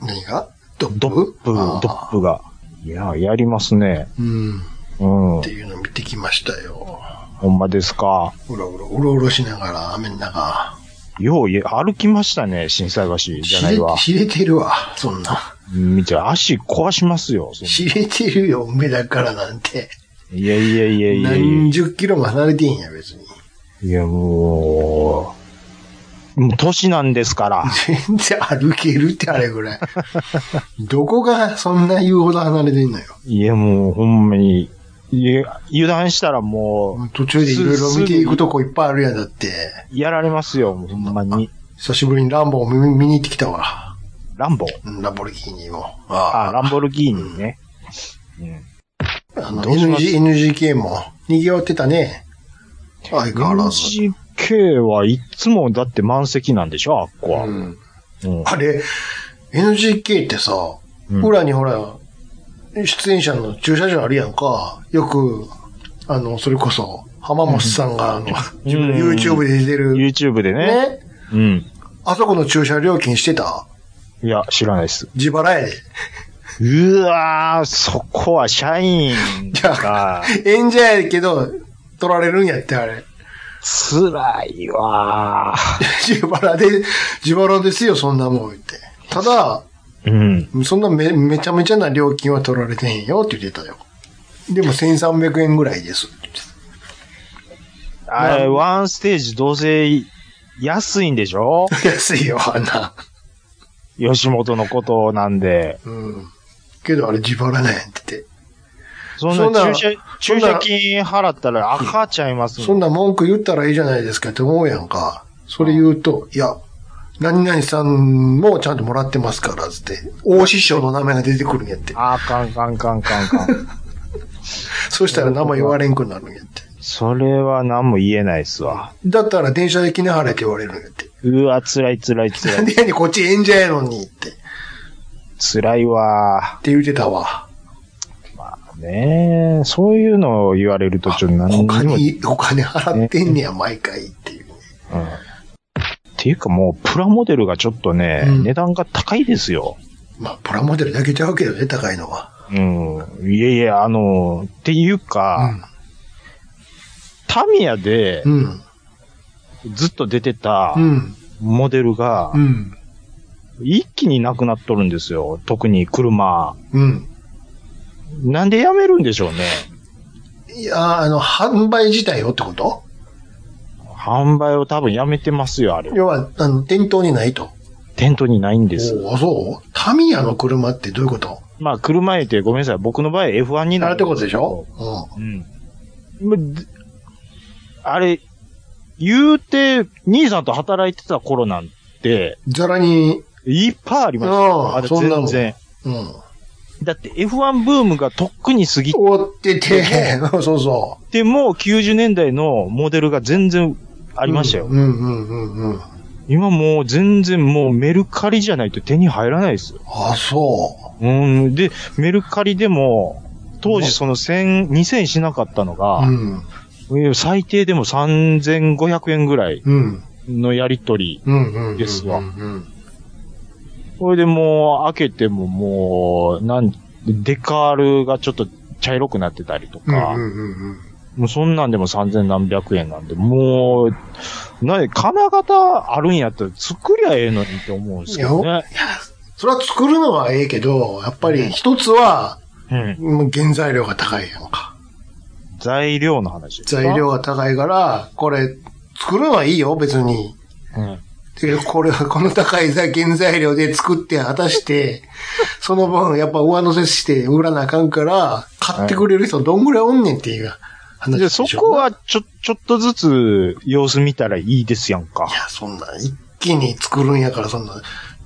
ん。
ん。何がドップ
ドップ、ド
ああ
ップが。いや、やりますね。
うん。っ
うん。
ていうの見てきましたよ。
ほんまですか。
うろうろ、うろうろしながら、雨の中。
ようや、歩きましたね、震災橋じゃ
知
ない
れ
わ。
知れてるわ、そんな。
見て、足壊しますよ。そん
知れてるよ、梅田からなんて。
いやいやいやいやい
何
や。
十キロも離れてんや、別に。
いや、もう、もう年なんですから。
全然歩けるってあれぐらい。どこがそんな言うほど離れてんのよ。
いや、もう、ほんまに、いや油断したらも
途中でいろいろ見ていくとこいっぱいあるやんだって。
う、やられますよ、ほんまに。
久しぶりにランボを見見に行ってきたわ。
ランボー。
うんランボルギーニも。
あ、
あ
ランボルギーニね。うん。
あ、あの
どうします
NG NGK も賑わってたね。相変わらず。
NGK はいつもだって満席なんでしょ、あっこは。
うん
うん
あれ、NGK ってさ、
うん
裏にほら、出演者の駐車場あるやんか。よく、あの、それこそ、浜本さんが、あの、自分の YouTube で出てる、
YouTube でね。
ね。
うん。
あそこの駐車料金してた
いや、知らないです。
自腹やで。
うわー、そこは社員が、
演者やけど、取られるんやって、あれ。
辛いわ
自腹で、自腹ですよ、そんなもん言って。ただ、
ー。うん。
そんなめ、めちゃめちゃな料金は取られてへんよって言ってたよ。でも1300円ぐらいですって言ってた。
あれ、ワンステージどうせ安いんでしょ
安いよ、あんな。
吉本のことなんで。
うん。けどあれ自腹なんやってて。
そ
そん
ん
な
な注射、注射金払ったら赤ちゃいます
そんな文句言ったらいいじゃないですかって思うやんか。それ言うと、いや、何々さんもちゃんともらってますから、つって。大師匠の名前が出てくるんやって。
あかんかんかんかんかん。
そしたら名前言われんくなるんやって。
それは何も言えないっすわ。
だったら電車で来なはれって言われるんやって。
うわ、辛い辛い辛
なん
い。
でやねん、こっち演者やのにって。っ
辛いわ。
て言うてたわ。
ねえ、そういうのを言われるとちょっと何
他
も。
に、お金払ってんねや、毎回っていう。
うんっていうかもう、プラモデルがちょっとね、
うん
値段が高いですよ。
まあ、プラモデルだけちゃうけどね、高いのは。
うん。いやいや、あの、っていうか、
う
タミヤで
ん。うん。
ずっと出てた
うん。
モデルが
う、ん。
一気になくなっとるんですよ。特に車。
うん。
なんでやめるんでしょうね。
いや、あの、販売自体をってこと
販売を多分やめてますよ、あれ。
要は、あの、店頭にないと。
店頭にないんです。
おお、そうタミヤの車ってどういうこと
まあ、車言ってごめんなさい。僕の場合 F1 にな
あれ
る。
ってことでしょ
うん。まずあれ、言うて、兄さんと働いてた頃なんて、
うん。ざらに、
いっぱいありました
うん
あれ
そんなも
全
ん
然。
うん。
だって F1 ブームがとっくに過ぎ
追ってて、 そうそ
ても、90年代のモデルが全然あ
う。
りましたよ。
うんうんうんうんうん。
今もう全然もうメルカリじゃないと手に入らないですよ。
あ、そ
うん。で、メルカリでも、当時その1000、2000しなかったの
う。
が
う、ん。
最低でも3500円ぐらい
うん。
のやりとり。
うんうん。
ですわ
うんうん。
これでもう、開けてももう、なん、デカールがちょっと茶色くなってたりと
うんう
か、
んうん
もうそんなんでも3000何百円なんで、もう、なに、金型あるんやったら作りゃええのにって思うんですけどね。
それは作るのはええけど、やっぱり一つは、
うん。
もう原材料が高いやんか。
材料の話ですか
材。料が高いから、これ、作るのはいいよ、別に。
うん。
でこれは、この高い材原材料で作って、果 たして、その分、やっぱ上乗せして売らなあかんから、買ってくれる人どんぐらいおんねんっていう話
で、
で
そ
しょ
こ、は、ちょ、ちょっとずつ、様子見たらいいですやんか
い。や、そんな、一気に作るんやから、そんな、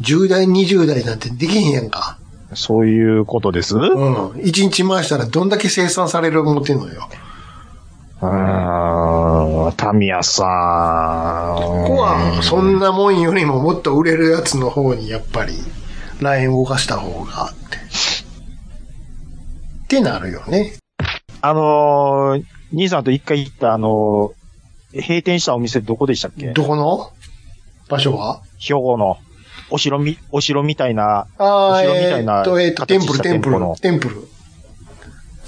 10代、20代なんてできへんやんか。
そういうことですう
うん。1日回したらどんだけ生産される思ってんのよ。
ーん、タミヤさん。
ここは、そんなもんよりももっと売れるやつの方にやっぱり、ラインを動かした方がって。ってなるよね。
あのー、兄さんと一回行った、あのー、閉店したお店どこでしたっけ
どこの場所は
兵庫の。お城み、お城みたいな、
ああ、
後ろみた
え
い
ー
な
っと、えーっと、テン
形
プ
し
ル、
た
テンプ
店舗
ル
の、
テンプル。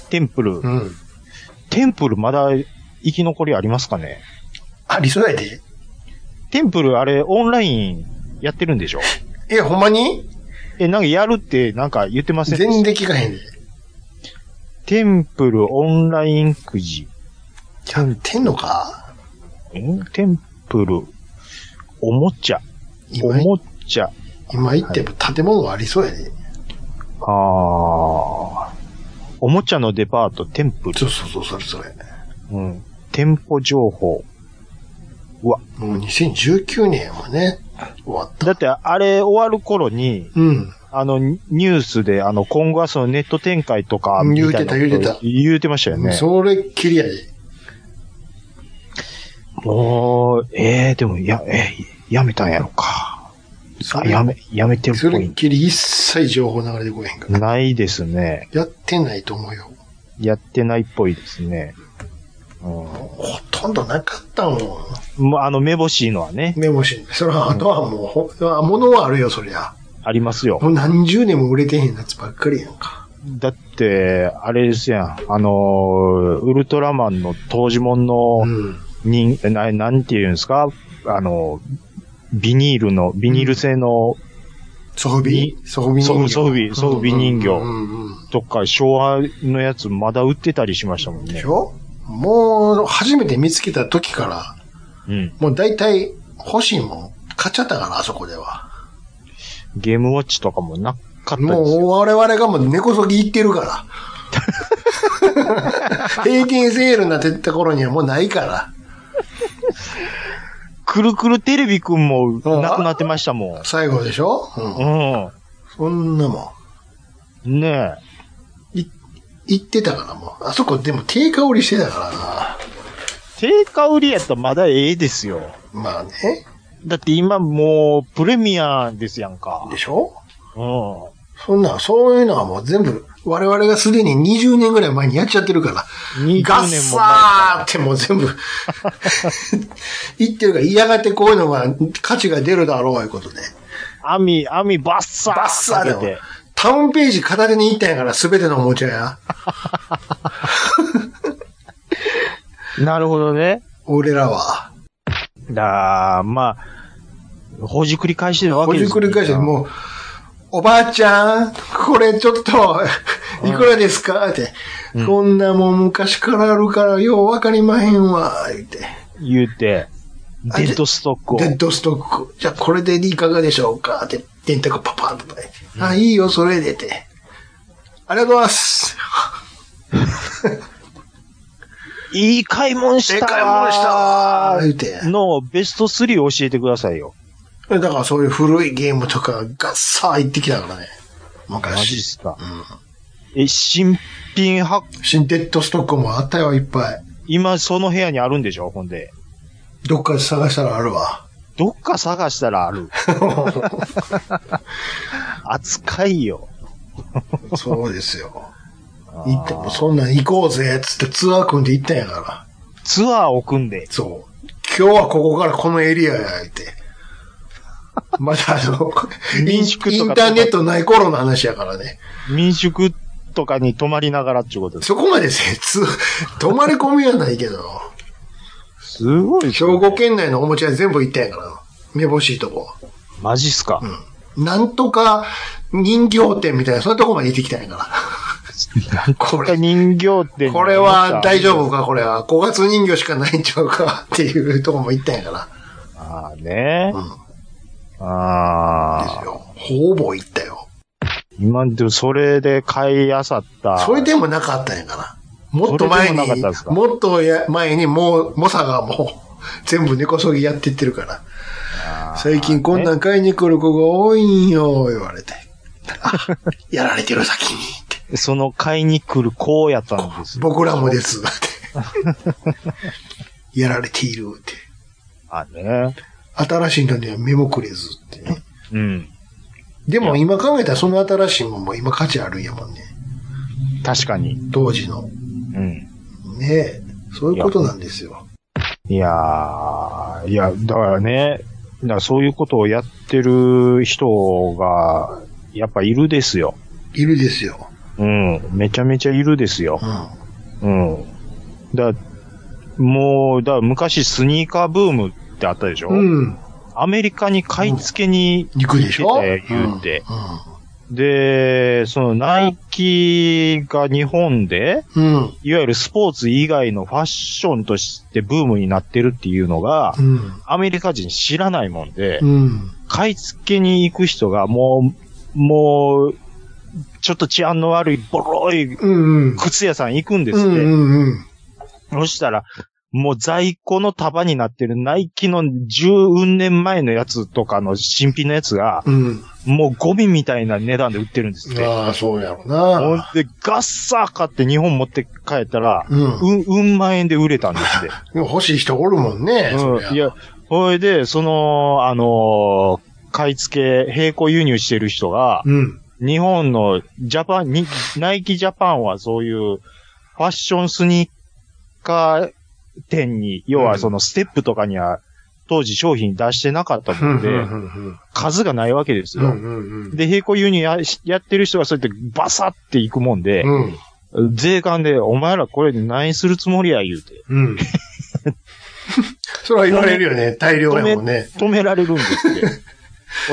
テンプル。
うん。
テンプルまだ生き残りありますかね
あ、理想やで。
テンプルあれ、オンラインやってるんでしょ
え、ほんまに
え、なんかやるってなんか言ってませんでした
全然聞かへんで。い
テンプルオンラインくじ。
やってんのか
んテンプル、おもちゃ、お
今、
もちゃ。
今行っても建物はありそうやで。
あー。おもちゃのデパート、テンプル。
そうそうそう、それそれ。
うん。店舗情報。
もう2019年はね、終わった。
だって、あれ終わる頃に、
うん。
あの、ニニュースで、あの、今後はそのネット展開とか、
うん言う
み
て
い
た
なこと
言うてた
言うてましたよね。
それっきりやで。
もう、ええでも、や、えーやめたんやろか。
そ
あ
れ
やめ、やめてるっ
そ
ぽ
れっ
い。
きり一切情報流れてこへんから。
ないですね。
やってないと思うよ。
やってないっぽいですね。うん
ほとんどなかったもん。
もう、あの、目星のはね、
メモし、それはあとはもうほ、あ物はあるよ、そりゃ。
ありますよ。
もう何十年も売れてへんやつばっかりやんか。
だって、あれですやん。あのーウルトラマンの当時もんの、
うん。
に、な、なんて言うんですかあの、ビニールの、ビニール製の
ソフビソフビ人
ソ
形。
フソフビ、ソフビ人
うん
形
うんうん。
とか、昭和のやつまだ売ってたりしましたもん
で
ね
し。ょもう、初めて見つけた時から、
うん。
もう大体欲しいもん、買っちゃったから、あそこでは。
ゲームウォッチとかもなかった
も
ですよ。
う我々がもう根こそぎ行って るから。平均セールになってった頃にはもうないから。
くるくるテレビくんも
うん
なくなってましたもん。
最後でしょ、うん
う
そんなも
ん。ね
ん。い、行ってたからもう。あそこでも定価売りしてたか
え。定価売りやったらまだええですよ。
らな。まあね。
だって今もうプレミアですやんか
で。しょ
うん。
そんな、そういうのはもう全部、我々がすでに20年ぐらい前にやっちゃってるから。
20年も前か
ガ
ら
ッサーってもう全部、言ってるから、やがてこういうのが価値が出るだろういうことで。
網、網バッサー
バッサー
かけ
で
て。。
タウンページ片手に行ったんやから、すべてのおもちゃや。
なるほどね。
俺らは。
だーまあ、ほじくり返してるわ
ほ
け
じ
です
くり返して、もう、おばあちゃん、これちょっと、いくらですかって。こんなもん昔からあるから、ようわかりまへんわ。言って。
言うて、デッドストックを。
デッドストック。じゃあこれでいかがでしょうかって、電卓パパンと叩いて。あ、いいよ、それでて。ありがとうございます。
いい買い物し
正
た
解もんしたわー言うて。
のベスト3を教えてくださいよ。
だからそういう古いゲームとかガッサー行ってきたからね。
マジっ
昔。
すか。
うん。
え、新品発、
新デッドストックもあったよ、いっぱい。
今その部屋にあるんでしょほんで。
どっかで探したらある わ。
どっか探したらあ る。扱いよ。
そうですよ。行ってもそんなん行こうぜ、つってツアー組んで行ったんやから。
ツアーを組んで。
そう。今日はここからこのエリアや、って。まだあの、イン
民宿とか
インターネットない頃の話やからね。
民宿とかに泊まりながらっていうことです。
そこまでせ、つ、 泊まり込みはないけど、
すごいです
兵
ね
庫県内のおもちゃ屋全部行ったんやから、目星いとこ。
マジっすか。
なんとか人形店みたいな、そういうとこまで行ってきたんや から。こ
他
れ、
人形って。
これは大丈夫かこれは。五月人形しかないんちゃうかっていうとこも行ったんやから。
ああね。
うん。です
ああ。
よ。ほぼ行ったよ。
今でもそれで買いあさった。
それでもなかったんやから。もっと前に
それでもなかったんです、か
もっとや前にもう、モサがもう、全部根こそぎやってってるから。
あー
最近こんなん買いに来る子が多いんよ、言わ れて。あやられてる先にって。
その買いに来る子やったんですよ。
僕らもで す。って。やられている。って。
あね。
新しいのには目もくれず。ってね。
うん。
でも今考えたらその新しいもんも今価値あるんやもんね。
確かに。
当時の。
うん。
ねえ。そういうことなんですよ。
いやー、いや、だからね、だからそういうことをやってる人が、やっぱいるですよ。
いるですよ。
うん。めちゃめちゃいるですよ
う。ん。
うん。だ、もう、だ昔スニーカーブームってあったでしょ、
うん。
アメリカに買い付けに、
行くでしょ
行ってたよ言うて。
う
で、そのナイキが日本で、
ん。うん。
いわゆるスポーツ以外のファッションとしてブームになってるっていうのが、
うん。
アメリカ人知らないもんで
う、ん。
買い付けに行く人がもう、もう、ちょっと治安の悪いボロい
うん。
靴屋さん行くんです
う
って。
ん。うん。
そしたら、もう在庫の束になってるナイキの10年前のやつとかの新品のやつが、
うん。
もうゴミみたいな値段で売ってるんですって。
ああ、そうやろ
ほん
な。
で、ガッサー買って日本持って帰ったら、
うん。
うん、うん万円で売れたんです って。
欲しい人おるもんね。そりゃ
うん、いや、ほいで、その、あのー買い付け、並行輸入してる人が、
うん。
日本のジャパン、にナイキジャパンはそういうファッションスニーカー店に、要はそのステップとかには当時商品出してなかった
うん
ので、数がないわけです
うん。う
よ。
ん。
で、並行輸入ややってる人がそうやってバサっていくもんで、
うん。
税関で、お前らこれ何するつもりや言うて、
うん。それは言われるよね。大量やもんね。
止められるんです って。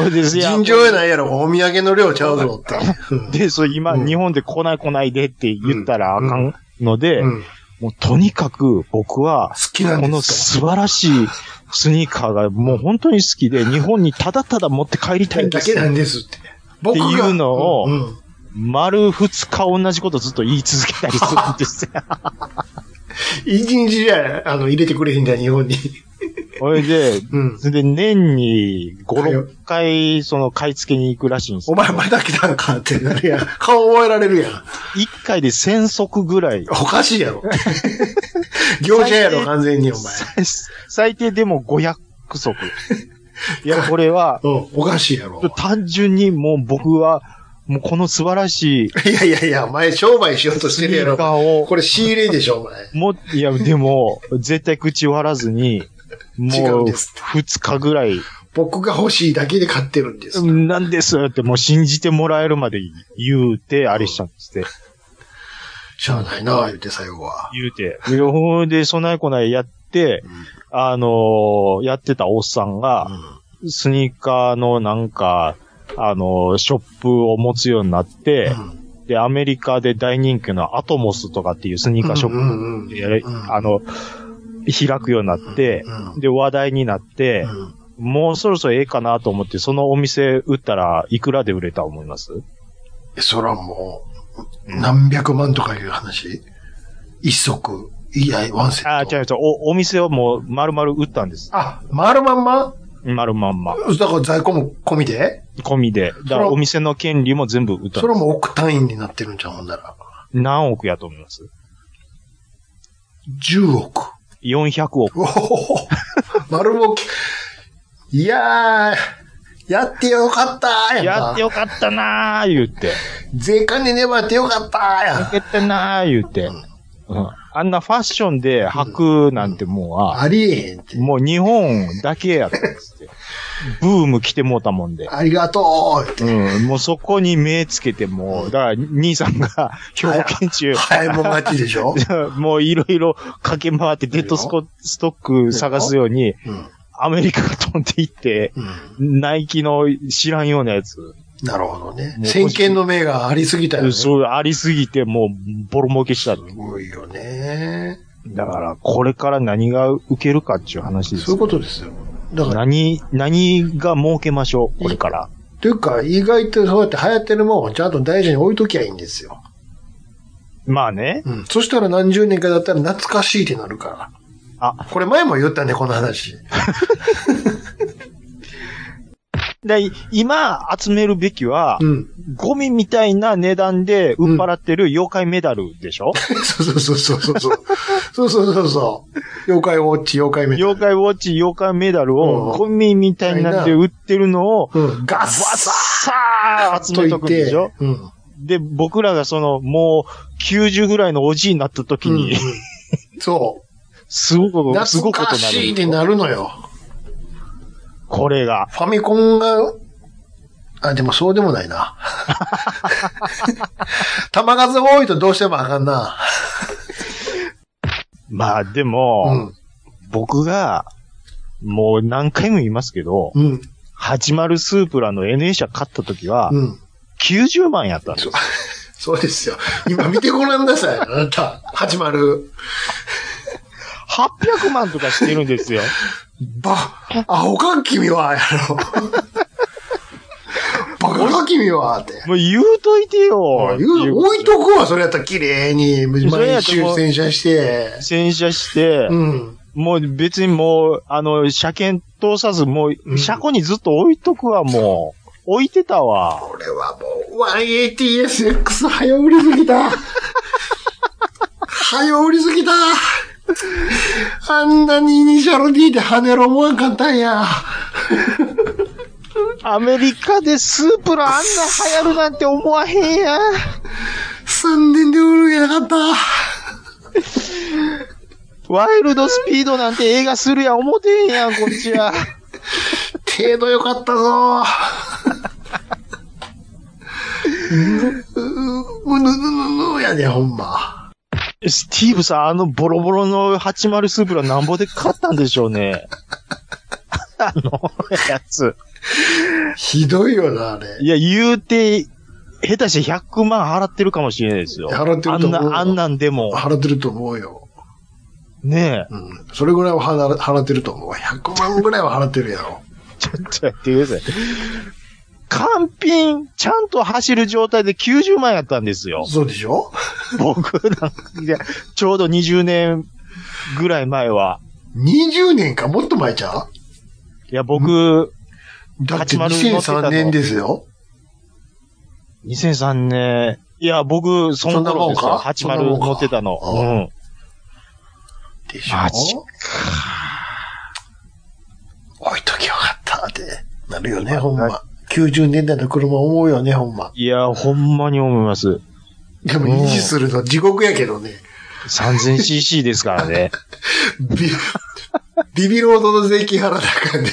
俺ですや
尋常やないやろ、お土産の量ちゃうぞって。
で、そう今、
うん
日本で来ない来ないでって言ったらあかんので、
うん。好
もうとにかく僕は、
きなん
この
です
素晴らしいスニーカーがもう本当に好きで、日本にただただ持って帰りたい
と。
んで
だ
す
け。なんですって。僕が
っていうのを
うんうん
丸二日同じことずっと言い続けたりするんですよ。
一日じゃ、あの、入れてくれへんじゃん、日本に。
それで、
うん。
それで年に5、6回、その買い付けに行くらしいんです
お
よ。
前まだ来たんかってなるやん。顔覚えられるやん。
1回で1000足ぐらい。
おかしいやろ。業者やろ、完全に、お前。
最最低でも500足。 いや、これは、
うん、おかしいやろ。
単純にもう僕は、もうこの素晴らしい
いやいやいや、お前商売しようとし
ス
て
ニ
るや
ー
ろ。
カーを、
これ仕入れでしょ、お前。
も、いや、でも、絶対口を割らずに、
違う
も
ん
う、
です
二日ぐらい、
僕が欲しいだけで買ってるんです。
なんですって、もう信じてもらえるまで言うて、あれしたんですって。
しゃあないな、言うて最後は。
言うて。両方で、そないこないやって、あのーやってたおっさん
う
が、
ん
スニーカーのなんか、あのーショップを持つようになって、
うん
で、アメリカで大人気のアトモスとかっていうスニーカーショップ
うんうんうん
やれ、
うん
あの、開くようになって、
うん
で、話題になって
う、ん
もうそろそろええかなと思って、そのお店売ったらいくらで売れた思います
そらもう、何百万とかいう話一足、いや、ワンセット。
あ、違う違う、お、お店をもう丸々売ったんです。
あ、回るまんま
丸まんま。
だから在庫も込みで
込みで。だか
それ
らお店の権利も全部売ったん
そ
で
れ
す。
も億単位になってるんじゃん、ほんなら。
何億やと思います
10億。
?400 億。
おお 丸儲け。いやー、やってよかったーやんか
やってよかったなー言って。
税関に粘ってよかったーや
や
ん。
けてなー言って。うん。あんなファッションで履くなんてもうは、
ありえへんって。
もう日本だけやったんですって。ブーム来てもうたもんで。
ありがとう って。
うん、もうそこに目つけてもう、だから兄さんが表現中、
早いもん勝ちでしょ
もういろいろ駆け回ってデッドスコストック探すように、
うん。
アメリカが飛んでいって、
うん。
ナイキの知らんようなやつ、
なるほどね。
もう
先見の目がありすぎたよね。
そうありすぎてもうボロ儲けしたって。
すごいよね。
だから、これから何が受けるかっていう話で
そう
す
いう。ことですよ。だから、
何、何が儲けましょう、これから。
というか、意外とそうやって流行ってるもんをちゃんと大事に置いときゃいいんですよ。
まあね。
うん。そしたら何十年かだったら懐かしいってなるから。
あ、
これ前も言ったね、この話。
で、今集めるべきは、
うん。
ゴミみたいな値段で売っ払ってる妖怪メダルでしょ、
そうそうそうそう そう。そうそうそうそう。妖怪ウォッチ、妖怪メ
妖怪ウォッチ、妖怪メダル
う
を
ん
ゴミみたいなんで売ってるのを、
うん。ガ
バ
ッ
ッ
サ
サー
ー
集めとくんでしょ
うん。うん
で、僕らがその、もう90ぐらいのおじいになった時に、
うんそ
すご
う。
く、すごく
懐
ことにな
かし
る
いっ
んで
て
すよ。
なるのよ。
これが。
ファミコンが、あ、でもそうでもない な。弾数多いとどうしてもあかんな。
まあで
う
も、
ん。
僕が、もう何回も言いますけど、
うん。
80スープラの NA 社買った時は、
うん。
90万やったんですよ。
そうですよ。今見てごらんなさ い。あなた、始まる。
800万とかしてるんですよ。
ば、アホか君は、やろ。 バカか君は、って。
もう言うといてよ。
言う置いとくわ、それやったら綺麗に、
それやったら
毎週
もう
洗車して。
洗車して、
うん。
もう別にもう、あの、車検通さず、も
う
う、
ん
車庫にずっと置いとくわ、もう。置いてたわ。
これはもう、180SX 早売りすぎ た。早売りすぎた。あんなにイニシャル D で跳ねろもん簡単や。
アメリカでスープラあんな流行るなんて思わへんや。
3年で売るんやなかった。
ワイルドスピードなんて映画するや思てへんやん、こっちは。
程度良かったぞ。う、う、ぬぬぬぬやで、ほんま。
スティーブさん、あのボロボロの80スープラなんぼで買ったんでしょうね。 あの、やつ。
ひどいよな、あれ。
いや、言うて、下手して100万払ってるかもしれないですよ。
払ってると思う
あんな、あんなんでも。
払ってると思うよ。
ねえ。
うん。それぐらいは払払ってると思う。100万ぐらいは払ってるやろ。
ちょっとやってください。完品、ちゃんと走る状態で90万やったんですよ。
そうでしょ
僕なんかで、ちょうど20年ぐらい前は。
?20 年か、もっと前ちゃ
いや、僕、
うだって
80乗ってた
2003
の
年ですよ。
2003年、いや、僕、その頃ですよ。
そんなもんかそんなも
80
んか
乗ってたの。
あ
う
あ
ん。
でし
マジ
ょ置いときゃよかったってなるよね、ほんま。90年代の車思うよね、ほんま。
いや、ほんまに思います。
でも
うん
維持するの地獄やけどね。
3000cc ですから ね。
ビビビロードの税金払わなあかんで、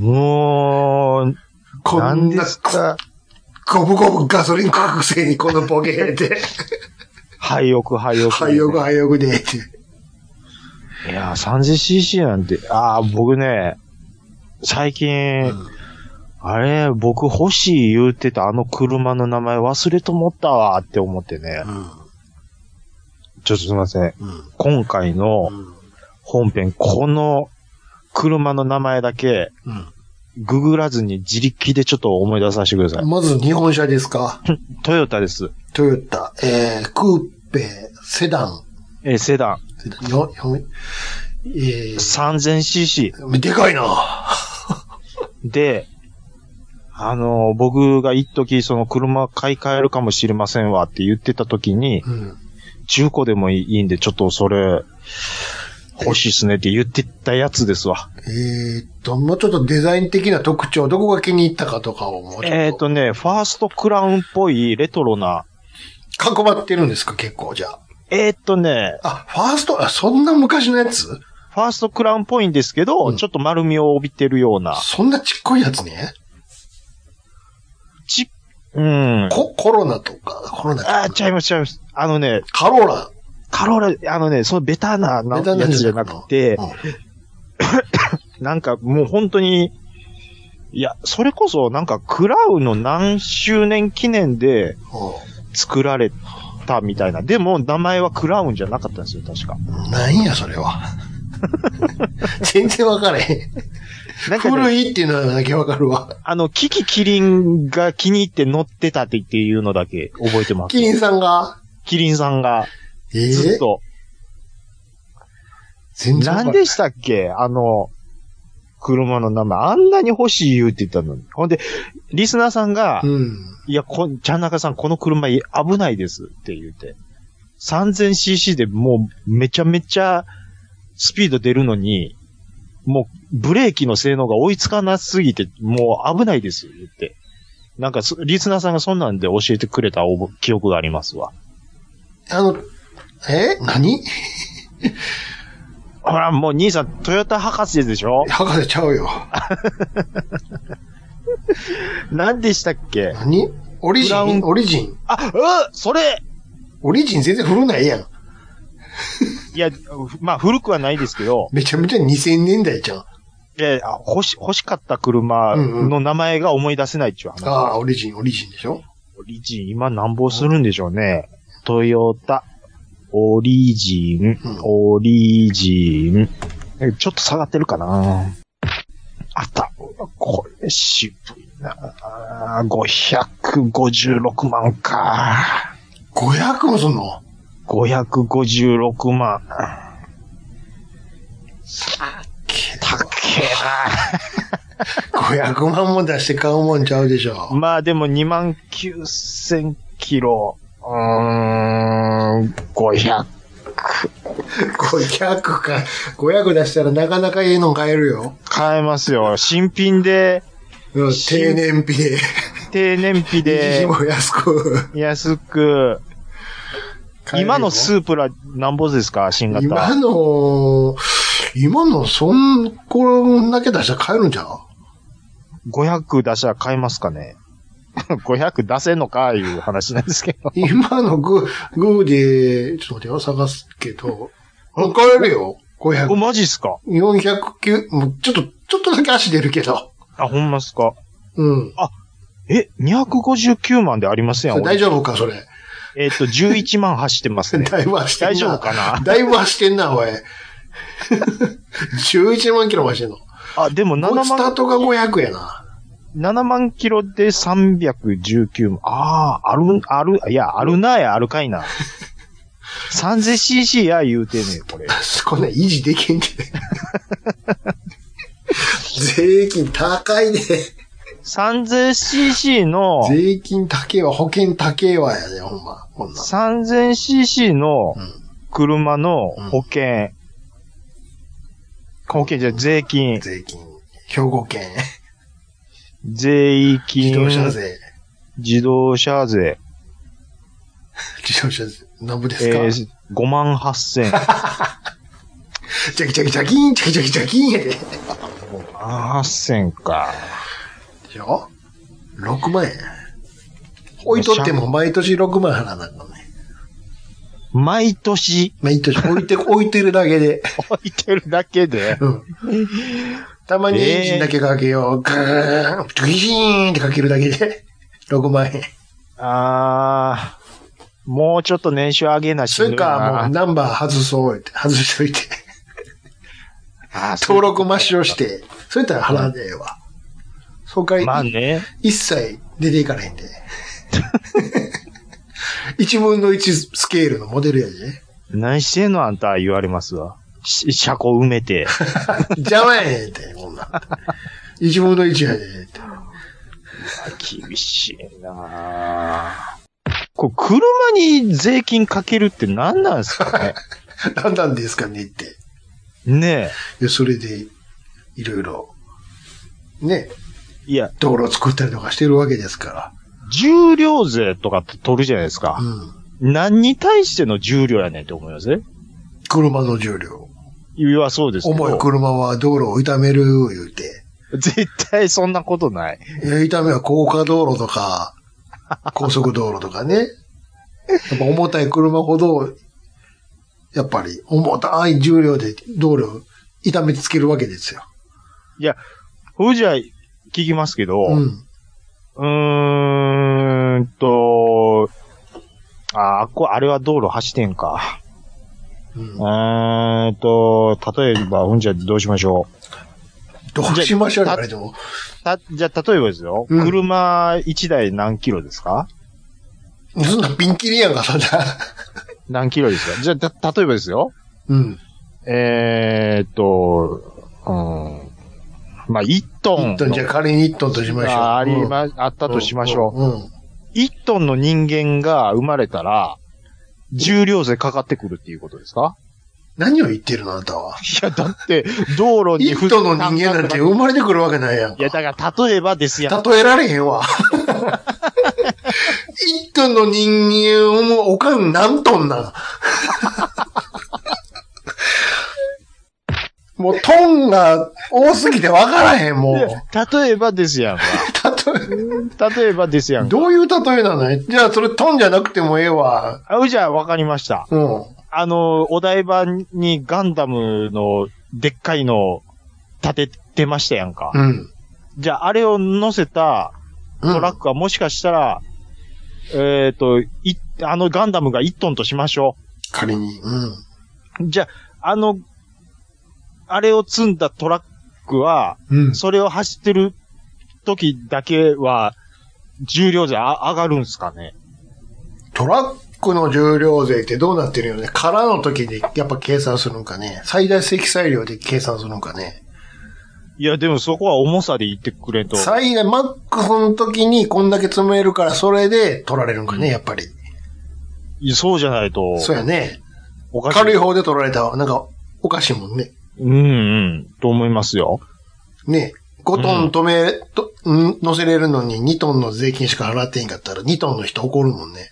もう、
こ
何
ん
で
な
すか。
ゴブゴブガソリン価格制にこのボケーって、
廃屋、廃屋。
廃屋廃屋でって。
いや、30cc なんて、ああ、僕ね、最近、あれ、僕欲しい言うてたあの車の名前忘れと思ったわって思ってね
う。ん。
ちょっとすいません。
うん。
今回の
うん。
本編、この車の名前だけ、ググらずに自力でちょっと思い出させてくださ
う
い
ん。。まず日本車ですか
トヨタです。
トヨタ、えー、クーペ、セダン、
えーセダン。
セダン、よ、よ、え
3000cc。
ー、でかいな
で、あのー僕が一時その車買い替えるかもしれませんわって言ってた時に、
うん。
中古でもいいんで、ちょっとそれ、欲しいっすねって言ってたやつですわ。
えーっと、もうちょっとデザイン的な特徴、どこが気に入ったかとかをもうちょっと。
えっ、とね、ファーストクラウンっぽいレトロな、
囲まってるんですか、結構、じゃあ。
えっ、とね、
あ、ファースト、あ、そんな昔のやつ
ファーストクラウンっぽいんですけど、
うん
ちょっと丸みを帯びてるような、
そんなちっこいやつね。
ち、うん。
コ、コロナとか、コロナとか
あ、ちゃいます、ちゃいます。あのね、
カローラ。
カローラ、あのね、そのベタなな
ベタな
や
ん
つじ
じ
ゃ
ゃ
な
な
く
く
て、
うん
なんかもう本当に、いや、それこそなんかクラウンの何周年記念で作られたみたいな。でも名前はクラウンじゃなかったんですよ、確か。
うん。なんや、それは。 全然わからへん。
なんかね、
古いっていうのだけわかるわ。
あの、キキキリンが気に入って乗ってたって言っていうのだけ覚えてます。
キリンさんが、
キリンさんが
ええ
ずっと。
全然わか
何
らへん
でしたっけあの、車の名前。あんなに欲しい言うてたのに。ほんで、リスナーさんが、
うん。
いや、こん、ちゃんなかさん、この車い危ないですって言うて。3000cc でもうめちゃめちゃスピード出るのに、もうブレーキの性能が追いつかなすぎて、もう危ないです言って。なんかそ、リスナーさんがそんなんで教えてくれた覚記憶がありますわ。
あの、え何
ほら、もう兄さん、トヨタ博士でしょ
博士ちゃうよ。
何でしたっけ
何オリジ
ブラウン
ンオリジン
あ、うそれ
オリジン全然古ないやん。
いや、まあ、古くはないですけど、
めちゃめちゃ2000年代じゃん。
いやあ欲し、欲しかった車の名前が思い出せないっていう話。
ああ、オリジン、オリジンでしょ
オリジン、今なんぼするんでしょうね。トヨタ、オリジン
ん、
オリジン。えちょっと下がってるかなあった。これ渋いな。あー556万か。
500もそんの
556万。たっけえ
?500 万も出して買うもんちゃうでし
な。
ょ。
まあでも2万9000キロ。うーん、500。
500か。500出したらなかなかいいの買えるよ。
買えますよ。新品で、
うん低燃費で、
低燃費
維持
で、
も安く。
安く、今のス
ー
ープラ、なんぼですか新型。
今の、今の、そん、こんだけ出したら買えるんちゃう
500出したら買えますかね ?500 出せんのかいう話なんですけ ど。
今のグー、グーで、ちょっと待ってよ、探すけど、買えるよ。
お、
500、
マジっすか
409、もうちょっと、ちょっとだけ足出るけど。
あ、ほんまっすか
うん。
え、259万でありません
それ大丈夫か、それ。
えっと、11万走ってます ね。
だいぶ走って
大
んな。
丈夫か な
だいぶ走ってんな、おい。11万キロも走ってんの。
あ、でも7
スター
万、
トが500やな。
7万キロで319万。ああ、ある、ある、いや、あるなや、あるかい な。3000cc や、言うてね、これ。
そ こね、維持できんじゃない税金高いね。
3000cc の、
税金高えわ、保険高えわやで、ほんま。こんなん
3000cc の
うん
車の保険。保険じゃ、税金、
税金。兵庫県。
税金、
自動車税。
自動車税、
自動車税。なんぼで
え
すか、
ー、5万8000。
チャキチャキチャキン、チャキチャキチャキンやで。で
8000か。
しょ ?6 万円。置いとっても毎年6万払わなあかんね。
毎年
毎年置いて、置いてるだけで。
置いてるだけで、
うん。たまにエンジンだけかけよう。ガーン、チョキシーンってかけるだけで。6万円。
あー、もうちょっと年収上げなし
それか、もう
な。
ナンバー外そうって、外しといて。
あー
登録抹消して。それやったら払わねえわ。そっか
そうまあ
らい、
ね。
一切出ていかないんで。一分の一スケールのモデルやでね。
何してんのあんた言われますわ。し車庫埋めて。
邪魔やねんって、こんなん。一分の一やでって。
厳しいなぁこれ、車に税金かけるって何なんですか ね
何なんですかねって。
ね
で、それで、いろいろ、ね、
え。いや、
道路作ったりとかしてるわけですか
重量税とかって取るじゃないです
ら。
か
う。ん。
何に対しての重量やねんって思いますね。
車の重量。
いや、そうですけど
重い車は道路を痛める、言うて。
絶対そんなことない。
いや、痛めは高架道路と か、高速道路とかね。やっぱ重たい車ほど、やっぱり重たい重量で道路を痛めつけるわけですよ。
ほいじゃ、聞きますけど、
う。
うんーんと、あ、こあれは道路走ってんか。
うん
う、ーんと、例えば、ほんじゃ、どうしましょ
どうしましょう
じ
ね、
ゃあ
あれでも。
う。た、じゃあ、例えばですよ。
うん
車1台何キロですか
そんなピンキリやんか、そんな。
何キロですかじゃあ、た、例えばですよ。
うん。
えーっと、うん。まあ、1トン
1トンじゃあ仮に1トンとしましょう。
があり
うん
ま、あったとしましょう。
うん。うん
1トンの人間が生まれたら、重量税かかってくるっていうことですか
何を言ってるの、あなた
い
は。
や、だって、道路に
1トンの人間なんて
い
生まれてくるわけないやんか。
や、だから、例えばですやん。
例えられへんわ。一トンの人間もおかん何トン なん。もうトンが多すぎてわからへん、もう。
例えばですやんか。
例
例えばですや
え、
んか。
どういう例えなのじゃあそれトンじゃなくてもええわ。
あ、じゃあ、わかりました。
うん。
あの、お台場にガンダムのでっかいの立ててましたやんか
う。ん。
じゃあ、あれを乗せた
うん
トラックはもしかしたら、えっ、と、い、あのガンダムが1トンとしましょう。
仮に。うん。
じゃあ、あの、あれを積んだトラックは、
うん。
それを走ってる時だけは、重量税あ上がるんすかね
トラックの重量税ってどうなってるよね空の時にやっぱ計算するんかね最大積載量で計算するんかね
いや、でもそこは重さで言ってくれんと。
最大、マックスの時にこんだけ積めるから、それで取られるんかね、やっぱり。
いやそうじゃないと。
そうやね。
おかしい。
軽い方で取られたわ。なんか、おかしいもんね。
うんうん。と思いますよ。
ね。5トン止め、と、ん、乗せれるのに2トンの税金しか払ってへんかったら、2トンの人怒るもんね。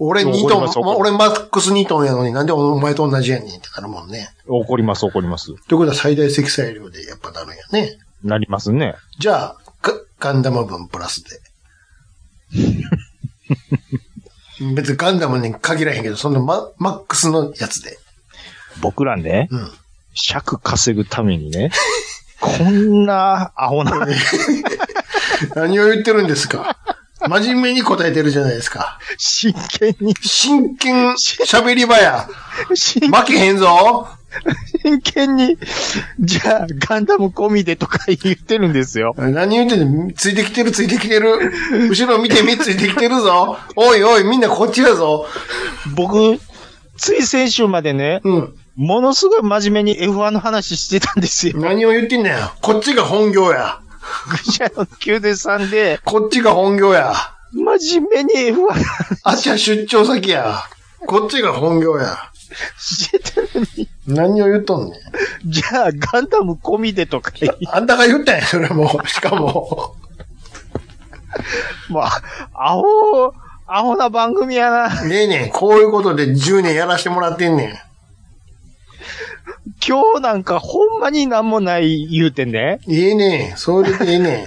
俺
怒り
2トン、
ます怒
ま
り
俺マックス2トンやのになんでお前と同じやねんってなるもんね。
怒ります、怒ります。
ということは最大積載量でやっぱなるんやね。
なりますね。
じゃあ、ガガンダム分プラスで。 別にガンダムに限らへんけど、そのママックスのやつで。
僕らね、
うん。
尺稼ぐためにね、こんなアホな、
何を言ってるんですか真面目に答えてるじゃないですか。
真剣に、
真剣喋り場や。
真剣に
負けへんぞ
真剣に、じゃあ、ガンダム込みでとか言ってるんですよ。
何言ってんのついてきてる、ついてきてる。後ろ見てみ、ついてきてるぞ。おいおい、みんなこっちやぞ。
僕、つい先週までね、
うん。
ものすごい真面目に F1 の話してたんですよ。
何を言ってんねん。こっちが本業や。
グジャの宮殿さんで、
こっちが本業や。
真面目に F1 の話
あっちは出張先や。こっちが本業や。
してたのに、
何を言っとんねん。
じゃあ、ガンダム込みでとか言い
あんたが言ったんや、それも。しかも。
もう、アホ、アホな番組やな。
ねえねえ、こういうことで10年やらしてもらってんねん。
今日なんかほんまになんもない言うてね。
ええねえ、それでええね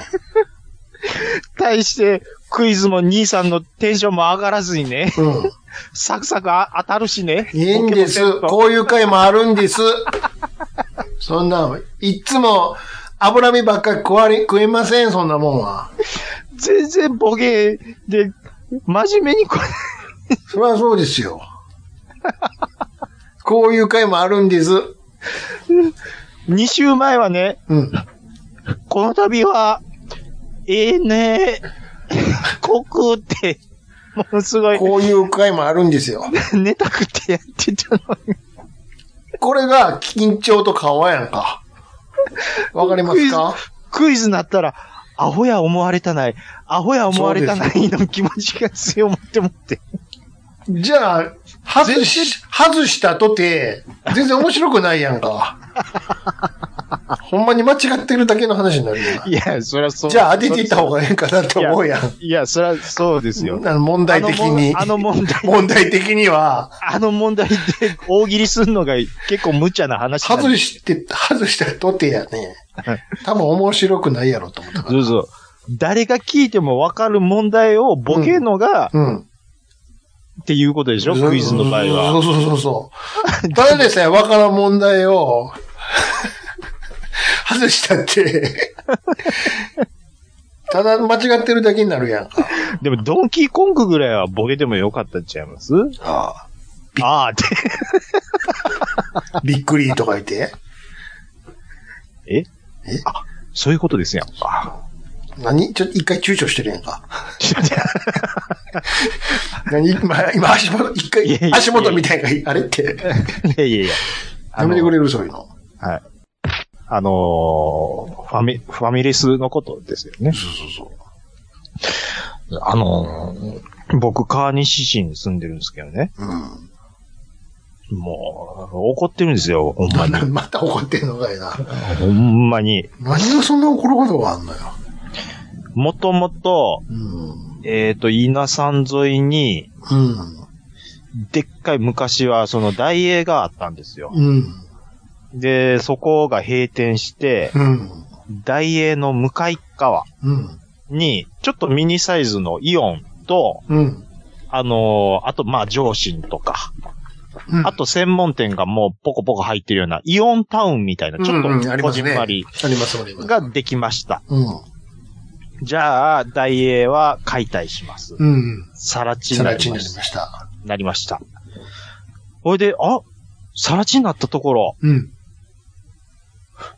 対して、クイズも兄さんのテンションも上がらずにね。
え。うん。
サクサクあ当たるしね。
いいんです
ボケもせ。と
こういう回もあるんです。そんな、いっつも脂身ばっかり食われ、食えません、そんなもんは。
全然ボケで、真面目にこれ、
そりゃそうです よ。こういう回もあるんです。
2週前はね、
うん。
この度は、ええね 航空って、ものすごい、
こういう回もあるんですよ。
ネタくってやってたのに。
これが緊張と緩和やんか。わかりますか
クイズになったら、アホや思われたない、アホや思われたないの気持ちが強まってもって。
じゃあ、外し、外したとて、全然面白くないやんか。ほんまに間違ってるだけの話になるよな。
いや、そりゃそう。
じゃあ当てていった方がいいかなって思うやん。
いや、そりゃそうですよ。
あの問題的に。
あのもんあの問題
問題的には、
あの問題で大喜利するのが結構無茶な話なんで
外して、外したとてやね。多分面白くないやろと思ったか
そうそう。誰が聞いてもわかる問題をボケのが、
ら。うん。
っていうことでしょクイズの場合は。
そうそうそうそう。ただでさえわからん問題を、 外したって、 ただ間違ってるだけになるやんか。
でも、ドンキーコングぐらいはボケてもよかったんちゃいます
あ
ああ、で、
あびっくりとか言って。
そういうことですよ。
何ちょっと一回躊躇してるやんか。何今、今足元、
い
一
やいやい
回、
や
足元みたいな、あれって。
いやいやいや。あ
や
の
めてくれる、そういうの。
はい。あのーファミ、ファミレスのことですよね。
そうそうそう。
あのー僕、川西市に住んでるんですけどね。
うん。
もう、怒ってるんですよ、ほんま に。
また怒ってんのかいな。
ほんまに。
何がそんな怒ることがあんのよ。
もともと、
うん。
えっ、と、稲山沿いに、
うん。
でっかい昔は、その大英があったんですよ。
うん。
で、そこが閉店して、
うん。
大英の向かい側
うん。
に、ちょっとミニサイズのイオンと、
うん。
あのーあと、まあ、上信とか、
うん
あと専門店がもうポコポコ入ってるような、イオンタウンみたいな、ちょっ
うんうんあ
と、
り
こ
ま
じ
す
ん
ね
まり
あります、あります。
ができました。
うん。
じゃあ、大英は解体します。
うん。
さら地に
さ
な
ら
り
ち
ま
になり
し
ました。
た。なりました。ほいで、あ、さら地になったところ、
うん。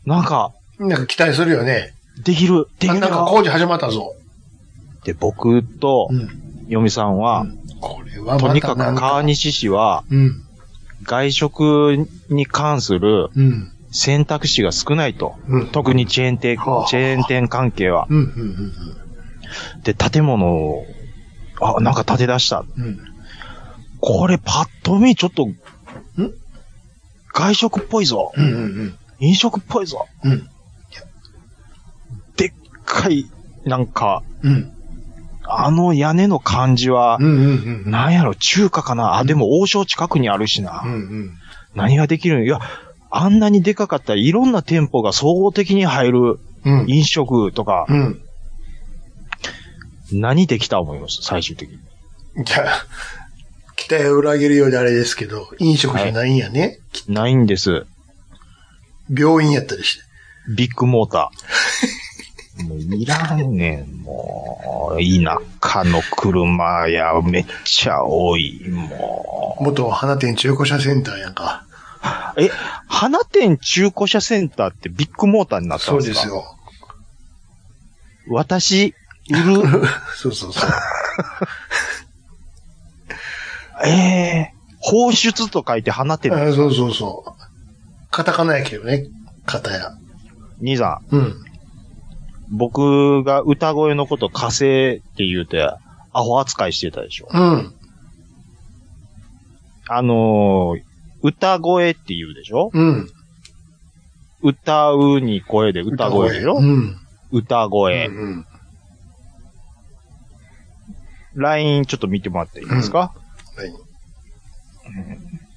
なんか、
なんか期待するよね。
できる、でき
な
る
なんか
な。
工事始まったぞ。
で、僕と
う、ん。
嫁さんは、
これはまた
とにかく
なん
川西市は、
うん。
外食に関する
うん。
選択肢が少ないと。
うん。
特にチェーン店、チ
はあ
ェーン店関係は。
うん。うん。
で、建物を、あ、なんか建て出した。
うん。うん。
これパッと見ちょっと、ん外食っぽいぞ。
うん。うん。
飲食っぽいぞ。
うん。
でっかい、なんか、
うん。
あの屋根の感じは、
うん。うん。
なんやろ、中華かなあ、でも王将近くにあるしな。
うん。
何ができるんいや、あんなにでかかったらいろんな店舗が総合的に入る
うん。
飲食とか、
うん。
何できた思います最終的に。
じゃあ、期待を裏切るようであれですけど、飲食じゃないんやね。
ないんです。
病院やったりして。
ビッグモーター。 もういらんねん、もう。田舎の車やめっちゃ多い、もう。
元花店中古車センターやんか。
え、花店中古車センターってビッグモーターになったん
そう
です
で
か
すよ。
私、売る、
そうそうそう。
ええ放出と書いて花店。
あそうそうそう。カタカナやけどね。カタや。
兄さ
うん。
ん、僕が歌声のこと火星って言うて、アホ扱いしてたでしょ。
うん。
あのー歌声って言うでしょ
うん。
歌うに声で歌声でしょ
うん。
歌声。
うん。
LINE ちょっと見てもらっていいですか、
はい。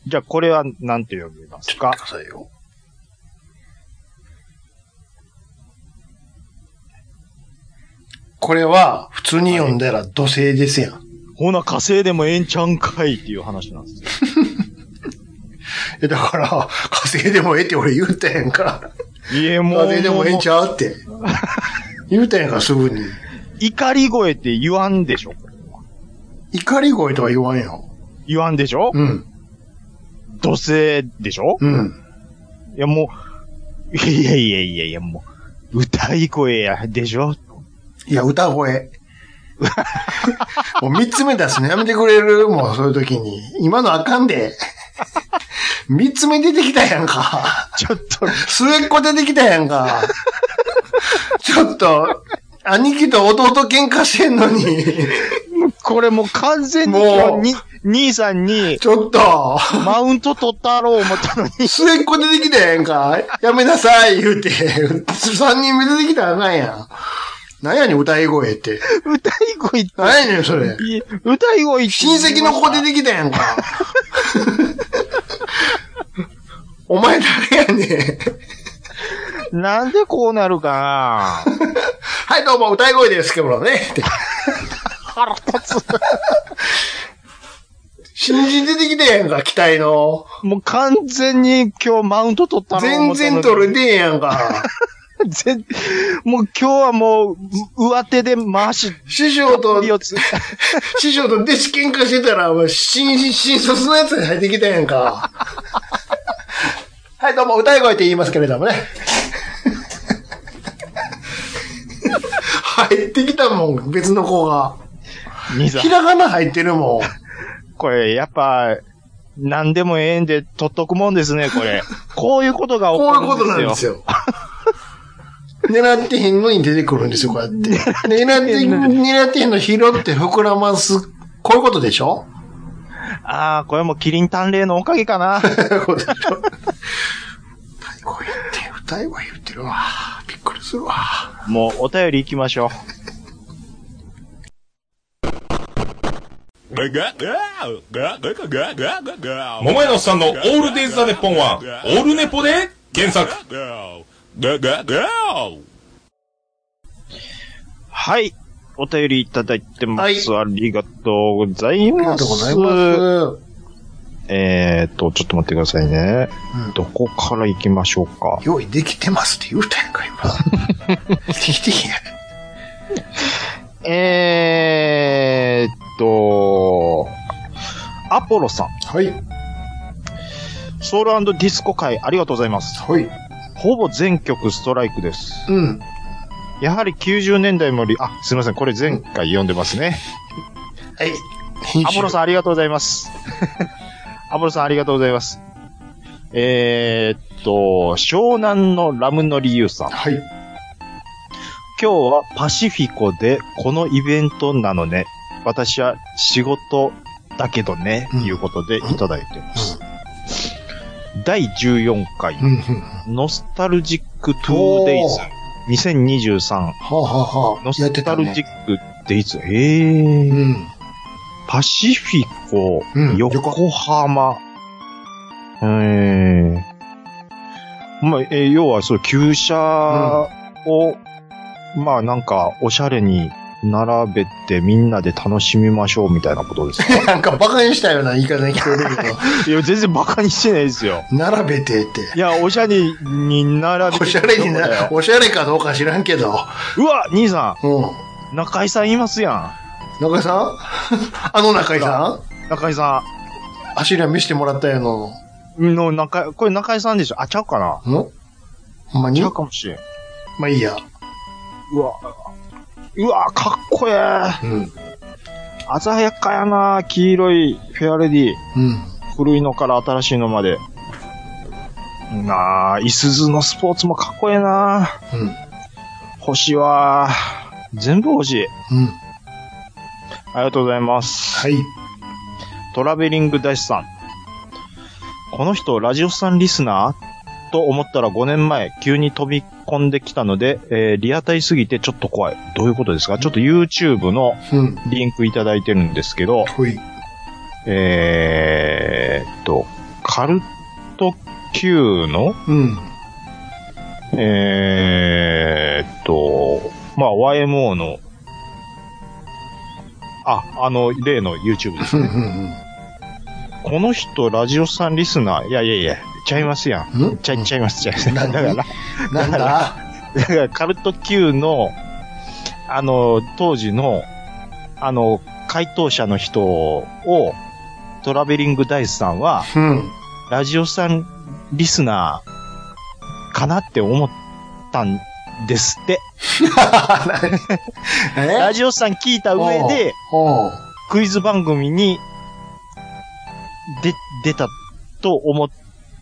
見
じゃあこれは何て呼びます
て
か
くださいよ。これは、普通に読んだら土星ですやん。
ほな火星でもええんちゃうんかいっていう話なんですよ。
え、だから、 稼いでもええって俺言うたやんか。
いえ、もう。
稼いでもええんちゃうって。言うたやんか、すぐに。
怒り声って言わんでしょ
怒り声とは言わんよ。
言わんでしょ
うん。
土星でしょ
うん。
いや、もう、いやいやいやいや、もう、歌い声や、でしょ
いや、歌声。 もう三つ目出すのやめてくれるもう、そういう時に。今のあかんで。三つ目出てきたやんか。
ちょっと、
末っ子出てきたやんか。ちょっと、兄貴と弟喧嘩してんのに。
これもう完全に
も
今
う
日に、兄さんに、
ちょっと。
マウント取ったろう思ったのに、
末っ子出てきたやんか。やめなさい、言うて。三人目出てきたらあかんやん。何やねん、 歌い声って。
歌い声って、
何やねん、それ。
い歌い声って
親戚の子出てきたやんか。お前誰やねん。
なんでこうなるかな
はい、どうも、歌い声ですけどね。って
腹立つ。
新人出てきたやんか、期待の。
もう完全に今日マウント取ったろう思
全
ったのに
然取れてへんやんか。
全もう今日はもう、う上手で回し、
師匠と、
首をつ、
師匠と弟子喧嘩してたら、お前新、新卒のやつが入ってきたやんか。はい、どうも、歌い声って言いますけれどもね。入ってきたもん、別の子が。
兄さん
ひらがな入ってる もん。
これ、やっぱ、何でもええんで、取っとくもんですね、これ。こういうことが起
こ
こ
うい
るん
う
ですよ。
ことなんです よ。狙ってへんのに出てくるんですよ、こうやって。狙って、狙ってへんの拾って膨らます。こういうことで しょ
ああ、これもキリン短麗のおかげかな。
こうでしょ歌い声って、歌い声言ってるわ。びっくりするわ。
もう、お便り行きましょう。
桃
桃
井
屋のおっさんのオールデイズ・ザ・ネッポンは、オールネポで原作。
はい。お便りいただいてます。
は
ありがとうござい
あり
ます。
がとうございます。
えーっと、ちょっと待ってくださいね。
うん
どこから行きましょうか。
用意できてますって言うたやんか、 今。できてへんやん。
えーっと、アポロさん。
はい。
ソウルディスコ会、ありがとうございます。
はい。
ほぼ全曲ストライクです。
うん。
やはり90年代もり、あ、すいません、これ前回読んでますね。
はい。編
アポロさんありがとうございます。アポロさんありがとうございます。えーっと、湘南のラムノリユウさん。
はい。
今日はパシフィコでこのイベントなのね。私は仕事だけどね、
うん
いうことでいただいてます。第14回、
うん、うん。は
ノスタルジックトゥーデイズ2023
あ、はあはあ、
ノ
やっ
ス
て
タ
た
ル
ね
ジックデイズ。え
う
ー、
ん。
パシフィコ、
うん
横浜。えー、まあ、えー要は、そう、旧車を、まあ、なんか、おしゃれに並べてみんなで楽しみましょうみたいなことですか
なんかバカにしたような言い方に聞こえるけど、
いや、全然バカにしてないですよ。
並べてって。
いや、おしゃれに並べて。
おしゃれにな、おしゃれかどうか知らんけど。
うわ、兄さ
うん。
ん、中井さんいますや
中井さん あの中井さん
ん。中井さん。
足ら見してもらったやの。
の中、これ中井さんでしょあ、ちゃうかな
うんほんまに
ちゃ
ま
うかもしれん。
あいいや。
うわ、うわ、かっこええ。
うん。
鮮やかやな黄色いフェアレディ。
うん。
古いのから新しいのまで。なあ、いすずのスポーツもかっこええな
うん。
星は、全部欲しい。
うん。
ありがとうございます。
はい。
トラベリング大師さん。この人、ラジオさんリスナーと思ったら5年前、急に飛び込んできたので、えーリアタイすぎてちょっと怖い。どういうことですかちょっと YouTube の
うん。
リンクいただいてるんですけど、
ほい。
えーっと、カルト Q の、
うん。
えーっと、まあ、YMO の、あ、あの、例の YouTube です
うん。う
ね。
ん。
この人、ラジオさんリスナー、いやいやいや、ちゃいますやん。
うん。ん
ちゃい、ちゃいます、ちゃいます。だ
何
から、だ
なんだ
から、カルト Q の、あの、当時の、あの、回答者の人を、トラベリングダイスさんは、
うん。
ラジオさんリスナーかなって思ったんですって。ラ
え
ジオさん聞いた上で、
おう
クイズ番組に、で、出たと思っ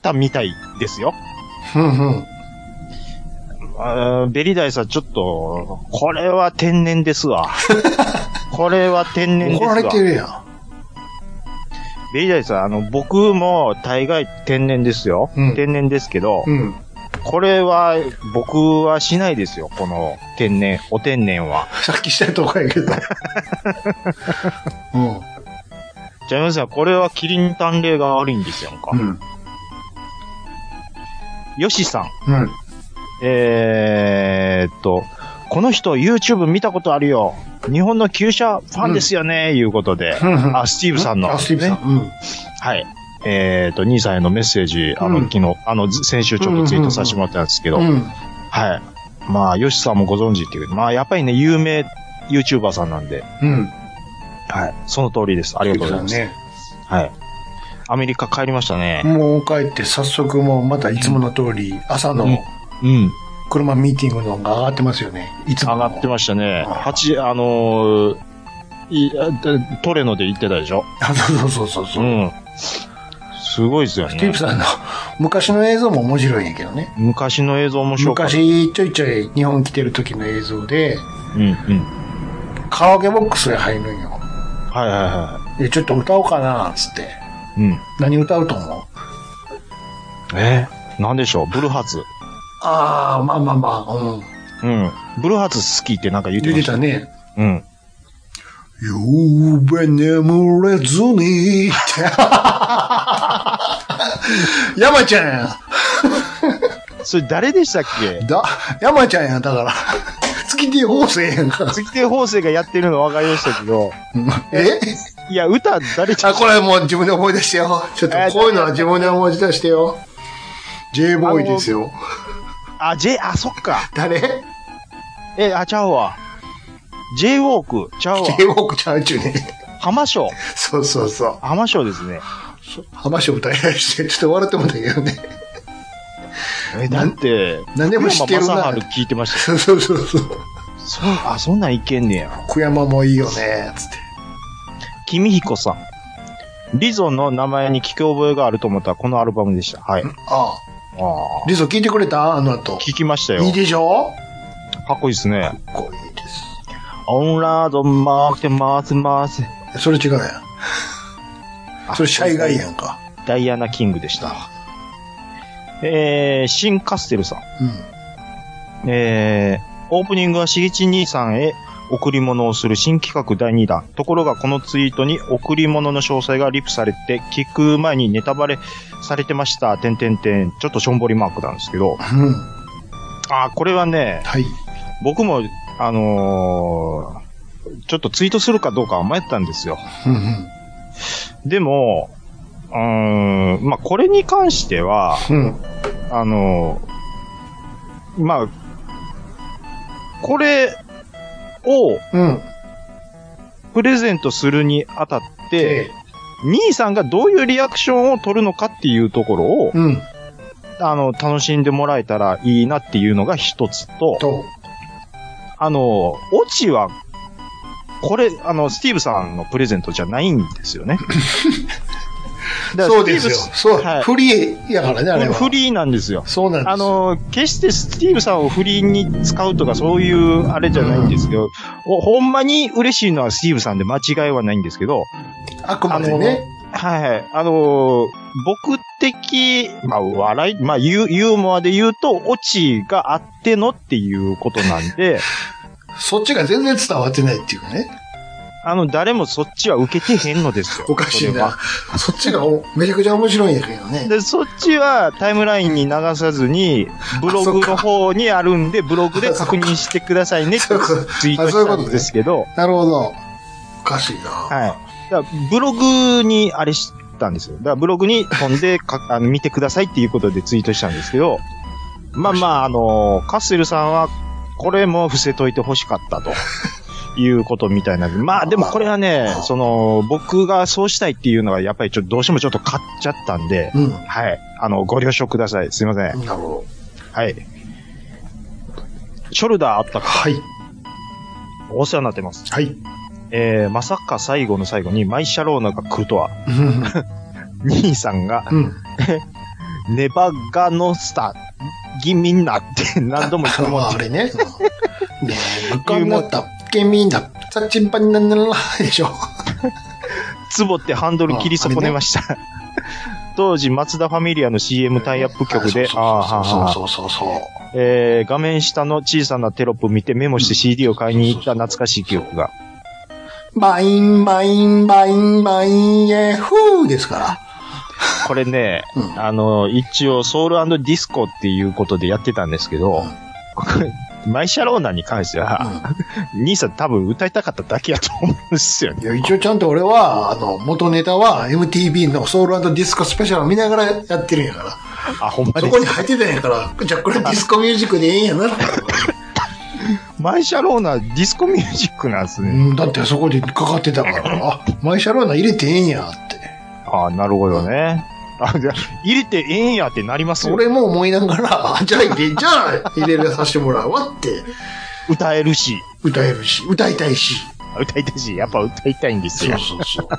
たみたいですよ。
うんうん。
あーベリダイさん、ちょっと、これは天然です わ。これは天然です
怒
わ
ら。れてるやん。
ベリダイさん、あの、僕も大概天然ですよ。
うん
天然ですけど、
うん。
これは僕はしないですよ。この天然、お天然は。
さっきしたいとこ やけど。うん。
じゃあ皆さん、これはキリン探麗が悪いんですよ。
う
か
ん。
ヨシさん。
うん。
えーっと、この人 YouTube 見たことあるよ。日本の旧車ファンですよね、いうことで。
うん
あ、スティーブさんの。
あ、スティーブさ
ね
ん。うん。
はい。えっ、と、兄さんへのメッセージ、あの、
うん
昨日、あの、ず先週ちょっとツイートさせてもらったんですけど、
うん。
はい。まあ、ヨシさんもご存知っていう。まあ、やっぱりね、有名 YouTuber さんなんで、
うん。
はい。その通りです。あ
あ
りがとうございます。
ね。
はい。アメリカ帰りましたね。
もう帰って早速もうまたいつもの通り朝の
うん。
車ミーティングのが上がってますよね。いつも
上
の。
がってましたね。八あのーいあだトレノで行ってたでしょ
あそうそうそう
う
そう。
ん。すごいですよ
スティー
ね
ブ。さんの 昔の映像も面白いんやけどね。
昔の映像面白かった。
昔ちょいちょい日本来てる時の映像で、
うんうん。
カラオケボックスへ入るんよ。
はいはいは
で、ちょっと歌おうかな、つって。
い。うん。
何歌うと思う
えー、なんでしょうブルーハーツ。
ああ、まあまあまあ、うん。
うん。ブルーハーツ好きってなんか言って
出
ま
て
した。
たね。
うん。
ゆうべ眠れずに。 山ちゃんや。
それ誰でしたっけ
だ、山ちゃんや、だから。月で法制やんか。
月亭法生がやってるの分かりましたけど、
え
いや、歌誰ちゃ
あ、これもう自分で思い出してよ。ちょっとこういうのは自分で思い出してよ。J ボーイですよ。
あ、J、あ、そっか。
誰 ?J
え、あ、ちゃうわ。J ウォーク、ちゃうわ。
ボーイちゃうちゅうね。
浜章。
そうそうそう。
浜章ですね。
浜章歌い出して、ちょっと笑ってもんだけどね。
え、だって、
何でも知ってるな
福山雅治聞いてましたよ。
そうそうそうそう。
そう、あ、そんなんいけんねや。
福山もいいよね、つって。
君彦さん。リゾの名前に聞き覚えがあると思ったらこのアルバムでした。はい。あ
ああ。
あ。
リゾ聞いてくれたあの後。
聞きましたよ
いい。でしょ
かっこいいですね。
こういいです。
オンラードマークてますます。
それ違うやん。それシャイガイやんか。
ダイアナ・キングでした。えー、シン・カステルさ
う
ん。
ん。
えー、オープニングはしげち兄さんへ贈り物をする新企画第2弾。ところがこのツイートに贈り物の詳細がリプされて、聞く前にネタバレされてました。てんてんてん。ちょっとしょんぼりマークなんですけど。
うん。
あー、これはね、
はい。
僕も、あのーちょっとツイートするかどうかは迷ったんですよ。
うんうん。
でも、うーん、まあ、これに関しては、
うん。
あの、まあ、これを
うん。
プレゼントするにあたって、兄さんがどういうリアクションを取るのかっていうところを、
うん。
あの、楽しんでもらえたらいいなっていうのが一つと、
と、
あの、オチは、これ、あの、スティーブさんのプレゼントじゃないんです よね。だから
そうですよ。
スティーブ
そう、
はい
フリーやからね、あれは。
フリーなんですよ。
そうなんですよ。
あの、決してスティーブさんを不倫に使うとかそういうあれじゃないんですけど、おほんまに嬉しいのはスティーブさんで間違いはないんですけど、
あくまでね。
はいはい。あのー僕的、まあ、笑い、まあ、ユーユーモアで言うと、オチがあってのっていうことなん で、
そっちが全然伝わってないっていうね。
あの、誰もそっちは受けてへんのですよ。
おかしい
それは
な。。そっちがおめちゃくちゃ面白いんやけどね。
で、そっちはタイムラインに流さずに、ブログの方にあるんで、ブログで確認してくださいねって
そうか
ツイートしたんですけど、
なるほど。おかしいな。
はい。だからブログにあれしたんですよ。だからブログに飛んでか あの見てくださいっていうことでツイートしたんですけど、まあまあ、あのカッセルさんは、これも伏せといて欲しか ったと。いうことみたいなんで。まあでもこれはね、その、僕がそうしたいっていうのはやっぱりちょっとどうしてもちょっと買っちゃったんで、
うん。
はい。あの、ご了承ください。すいません。
なるほど。
はい。ショルダーあったか。
はい。
お世話になってます。
はい。
えー、まさか最後の最後にマイシャローナが来るとは、
うん
兄さんが、
うん。
ネバガノスタ、ギミンナって何度も言っても
あ
らっ
あ
て
れね。うんねえ、物価になった。県民だ。サチンパになんならないでしょ。
ツボってハンドル切り損ねました。当時、松田ファミリアの CM タイアップ曲で、あーはーはー
そうそうそうそうそうそう。
えー画面下の小さなテロップ見てメモして CD を買いに行った懐かしい記憶が。
バイン、バイン、バイン、バイン、えふーですから。
これね、
うん
あの、一応ソウルディスコっていうことでやってたんですけど、
うん
これマイシャローナに関しては、兄さん多分歌いたかっただけやと思うんですよね
うん。いや、一応ちゃんと俺は、あの、元ネタは MTV のソウルディスコスペシャルを見ながらやってるんやから。
あ、ほんま
そ
に
こ。に入ってたんやから、じゃあこれディスコミュージックでええんやな。
マイシャローナディスコミュージックなんです
う
ね。
ん、だってそこでかかってたから、あ、マイシャローナ入れてええんやって。
あなるほどね。あ、じゃあ入れてええんやってなりますよ。
俺も思いなが ら、じゃあ入れ、じゃあ入れさせてもらうわって、
歌えるし、
歌えるし、歌いたいし。
歌いたいし、やっぱ歌いたいんです
そ
よ
う。そうそう。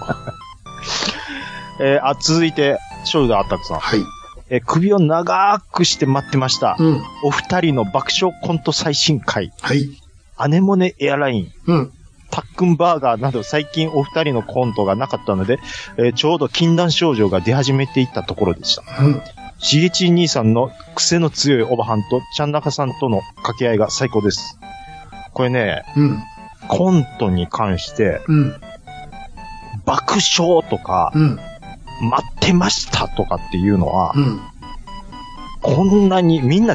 えーあ、続いて、ショルダーアタックさん。
はい。
えー首を長くして待ってました。
うん。
お二人の爆笑コント最新回、
はい。
アネモネエアライン、
うん。
タックンバーガーなど最近お二人のコントがなかったので、えーちょうど禁断症状が出始めていったところでした。
うん。
しげち兄さんの癖の強いおばはんと、ちゃんなかさんとの掛け合いが最高です。これね、
うん。
コントに関して、
うん。
爆笑とか、
うん。
待ってましたとかっていうのは、
うん。
こんなにみんな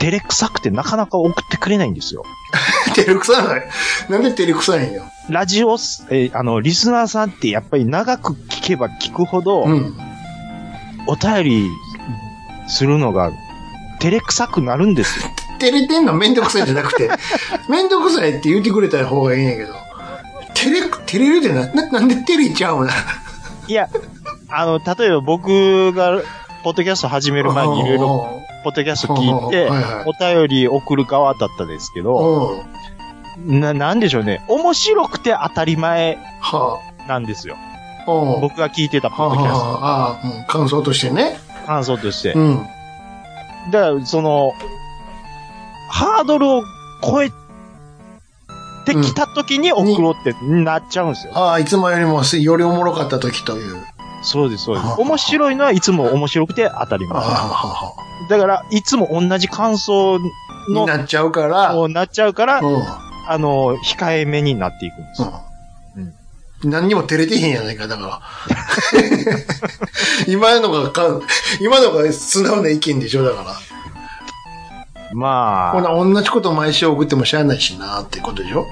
照れくさくてなかなか送ってくれないんですよ。
照れくさない。なんで照れくさいんよ。
ラジオス、えーあの、リスナーさんってやっぱり長く聞けば聞くほど、
うん。
お便りするのが照れくさくなるんですよ。
照れてんのめんどくさいじゃなく て、めんどくさいって言ってくれた方がいいんやけど、照れ、照れるでな、な、なんで照れちゃうな。
いや、あの、例えば僕が、ポッドキャスト始める前にいろいろポッドキャスト聞いて
はいはい、
お便り送る側だったですけ
うん。
ど、
うん。
な、なんでしょうね。面白くて当たり前
は
なんですよ。
あ。うん。
僕が聞いてたポ
は
ッ
あ
ドキャス
はあ、ああ、うん、感想としてね。
ト、感想として。
うん。
だから、その、ハードルを超えてきた時に送ろうってなっちゃうんですよ。
ああ、いつもよりもよりおもろかった時という。
そうです、そうです
は。あ
面白いのはいつも面白くて当たり
ああ、は
前。
あ、は
だから、いつも同じ感想
あ。に
の、
なっちゃうから、
こうなっちゃうから、
うん。
あの、控えめになっていくんですよ。
うん。何にも照れてへんやないか、だから。 今のがかん、今のが素直な意見でしょ、だから。
まあ。
ほな、同じこと毎週送ってもしゃあないしな、ってことでしょ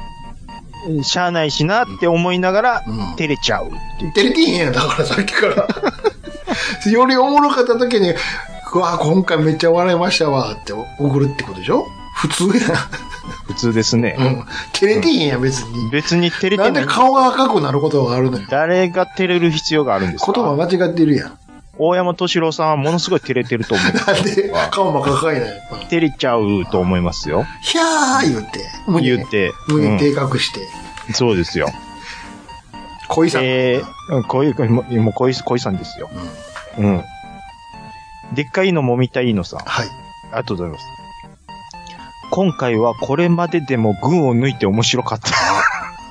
しゃあないしなって思いながら、
うん
照れちゃうっていう。
照れてへんやん、だから さっきから。よりおもろかった時に、うわあ、今回めっちゃ笑いましたわ、って送るってことでしょ普通やん。
普通ですね。
うん。照れてへんやん、別に。
別に照れ
な
て
ん
な
で
い。
顔が赤くなることがあるのよ。
誰が照れる必要があるんですか
言葉間違ってるや ん。
大山敏郎さんはものすごい照れてると思う。
なんで顔も赤いのよ。やっぱ
照れちゃうと思いますよ。
ひゃー言って。胸
言って。
胸に
う
手隠して。
んそうですよ。
恋さん。
えー、こういう、もうもうこいつ、こいさんですよ。うん。でっかいのもみたいのさん。
はい。
ありがとうございます。今回はこれまででも群を抜いて面白 かった。
あり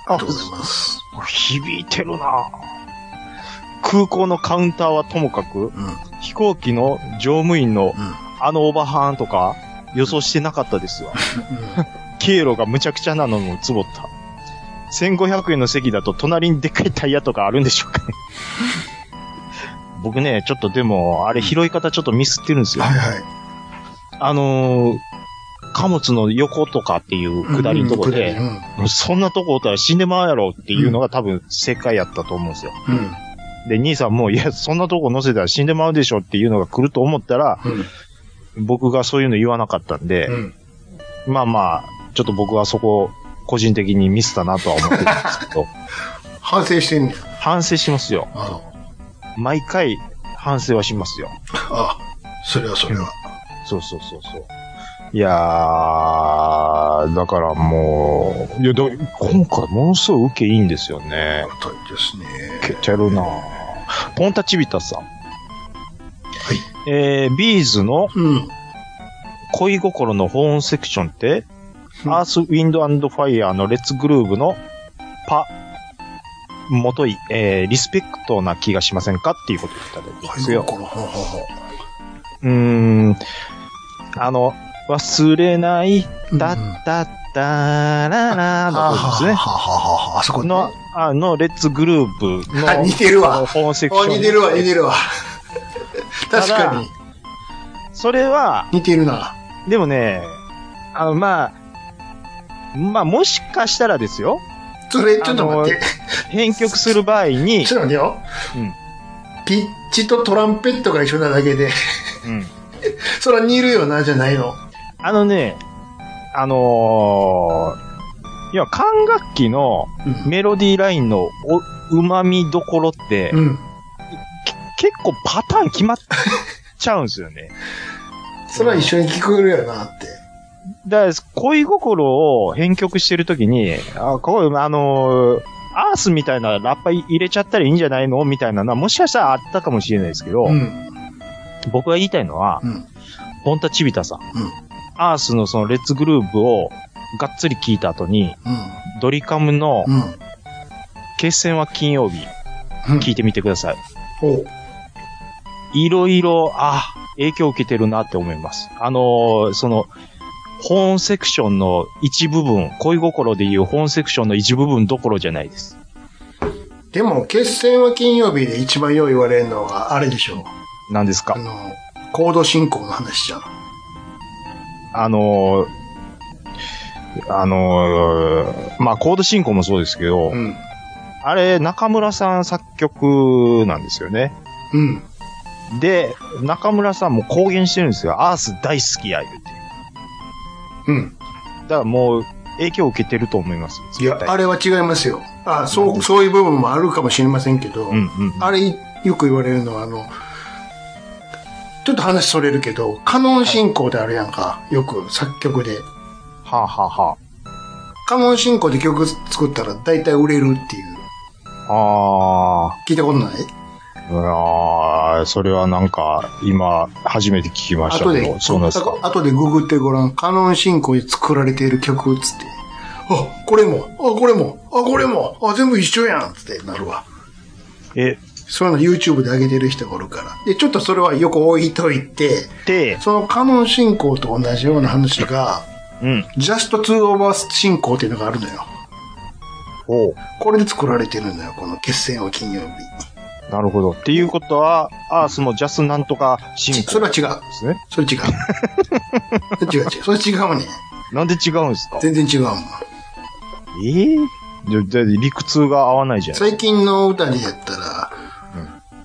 がとうございます。
響いてるな空港のカウンターはともかく、
うん。うん。
飛行機の乗務員のあのオバハーンとか予想してなかったですわ。経路がむちゃくちゃなのもつぼった。1500円の席だと隣にでっかいタイヤとかあるんでしょうかね。僕ね、ちょっとでも、あれ拾い方ちょっとミスってるんですよ。
はいはい。
あのー貨物の横とかっていう下りのとこで、
うんうん
そんなとこおったら死んでまうやろっていうのが多分正解やったと思うんですよ。
下り。
で、兄さんも、いや、そんなとこ乗せたら死んでまうでしょっていうのが来ると思ったら、
うん。うん。
僕がそういうの言わなかったんで、
うん。
まあまあ、ちょっと僕はそこ、個人的にミスったなとは思ってるんですけ ど、
反省してんねん。
反省しますよ。
あ
毎回反省はしますよ。
あ。それはそれは。
そうそうそうそう。いやー、だからもう、いや、でも今回ものすごい受けいいんですよね。
本当にですね。
受けてるなぁポンタチビタさん。はい。えー、ビーズの
うん。
恋心の保温セクションって、
うん
アース、ウィンドファイヤーのレッツグルーブのパ、元い、えー、リスペクトな気がしませんかっていうことをいただいてます
恋
よ。
心。ほうほうほう
うーん。あの、忘れない、
うん
だったったららだとです
は
ね。
ははははあそこね
の、あの、レッツグループ
あ
の、
似てるわ
あの保温セクシ
あ、
ョン。
似てるわ、似てる わ。確かに。
それは、
似てるな。
でもね、あの、まあ、まあ、もしかしたらですよ。
それ、ちょっと待って。
編曲する場合に
ち、ょっと待ってよ。
うん
ピッチとトランペットが一緒なだけで、
うん
それは似るよな、じゃないの。
あのね、あのー、いや、管楽器の
うん。
メロディーラインのお旨味どころって、
うん。
結構パターン決まっちゃうんですよね。
それは一緒に聞こえるよなって。
だから、恋心を編曲してるときに、あ、ここ、あのーアースみたいなラッパ入れちゃったらいいんじゃないのみたいなのは、もしかしたらあったかもしれないですけど、
うん。
僕が言いたいのは、
うん。
ポンタチビタさん。
うん
アースのそのレッツグループをがっつり聞いた後に、
う
ドリカムの
ん。うん。
決戦は金曜日、
うん。
聞いてみてください。
お
いろいろ、あ、影響を受けてるなって思います。あのーその、ホーンセクションの一部分、恋心でいうホーンセクションの一部分どころじゃないです。
でも、決戦は金曜日で一番よう言われるのが、あれでしょう。
何です
あ
か
の、コード進行の話じゃん。
あのーあのーまあ、コード進行もそうですけど、
うん。
あれ、中村さん作曲なんですよね。
うん。
で、中村さんも公言してるんですよ。アース大好きや、言うて。
うん。
だからもう、影響を受けてると思います。
いや
絶、対
あれは違いますよ。あ、そう、そういう部分もあるかもしれませんけど、
うんうん。
あれ、よく言われるのは、あの、ちょっと話それるけど、カノン進行であるやんか、よく作曲で。
はあ、はあは
カノン進行で曲作ったら大体売れるっていう。
あ、あ
聞いたことない
あ、あーそれはなんか、今、初めて聞きました
後
け
で、
ど、そうなんですか。
後でググってごらん。カノン進行で作られている曲っつって。あ、これも、あ、これも、あ、これも、あ、全部一緒やんっつってなるわ。
え、
そういうの YouTube で上げてる人がおるから。で、ちょっとそれはよく置いといて、
で、
そのカノン進行と同じような話が、
うん。
ジャストツーオーバー進行っていうのがあるのよ。
おう
これで作られてるのよ、この決戦を金曜日。
なるほど。っていうことは、アースもジャスなんとか進
そ
行
れ
で
は違う。
すね。
それ 違う。それ違う違う。それ違うね。
なんで違うんですか
全然違うもん。
ええじゃ、じゃ理屈が合わないじゃない
最近の歌でやったら、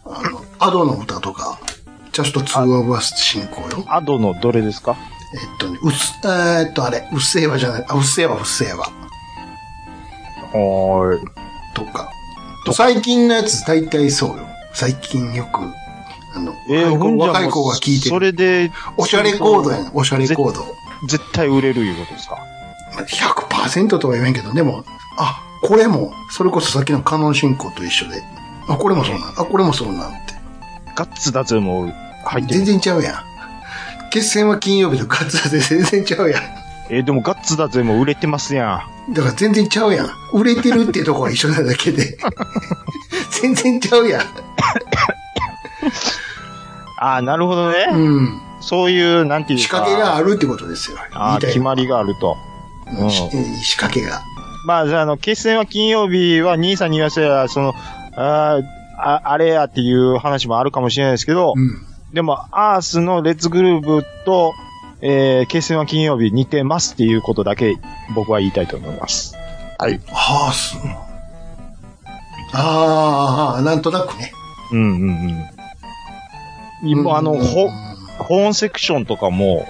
あの、アドの歌とか、ジャストツーオーバー進行よ。
アドのどれですか
えっとね、うっす、えーっと、あれ、うっせぇわじゃない、あ、うっせぇわ、うっせぇわ。
はーい。
とか。と最近のやつ大体そうよ。最近よく、あの、
えー、ほんじゃ
若い子が聞いて
それ
る。
で、
おしゃれコードやん、おしゃれコード。
絶対売れるいうことですか。
100%とは言えんけど、でも、あ、これも、それこそさっきのカノン進行と一緒で、あ、これもそうなん、あ、これもそうなんって。
ガッツだぜも入って
全
る。
然ちゃうやん。決戦は金曜日と ガッツだで全然ちゃうやん。
えーでもガッツだぜも売れてますや
だから全然ちゃうやん。売れてるっていうところは一緒なだけで。 全然ちゃうやん。
ん。ああ、なるほどね、
うん。
そういう、なんていうか。
仕掛けがあるってことですよ。
ああ、
言いたい
決まりがあると。うん
し仕掛けが。
まあ、じゃあ、あの、決戦は金曜日は兄さんに言わせたら、その、あーあ、あれやっていう話もあるかもしれないですけど、
うん。
でも、アースのレッツグルーブと、えー、決戦は金曜日似てますっていうことだけ僕は言いたいと思います。はい。
はあ、すんの。あーあー、なんとなくね。
うんうんうん。今、あの、
うん
ほ、ホーンセクションとかも、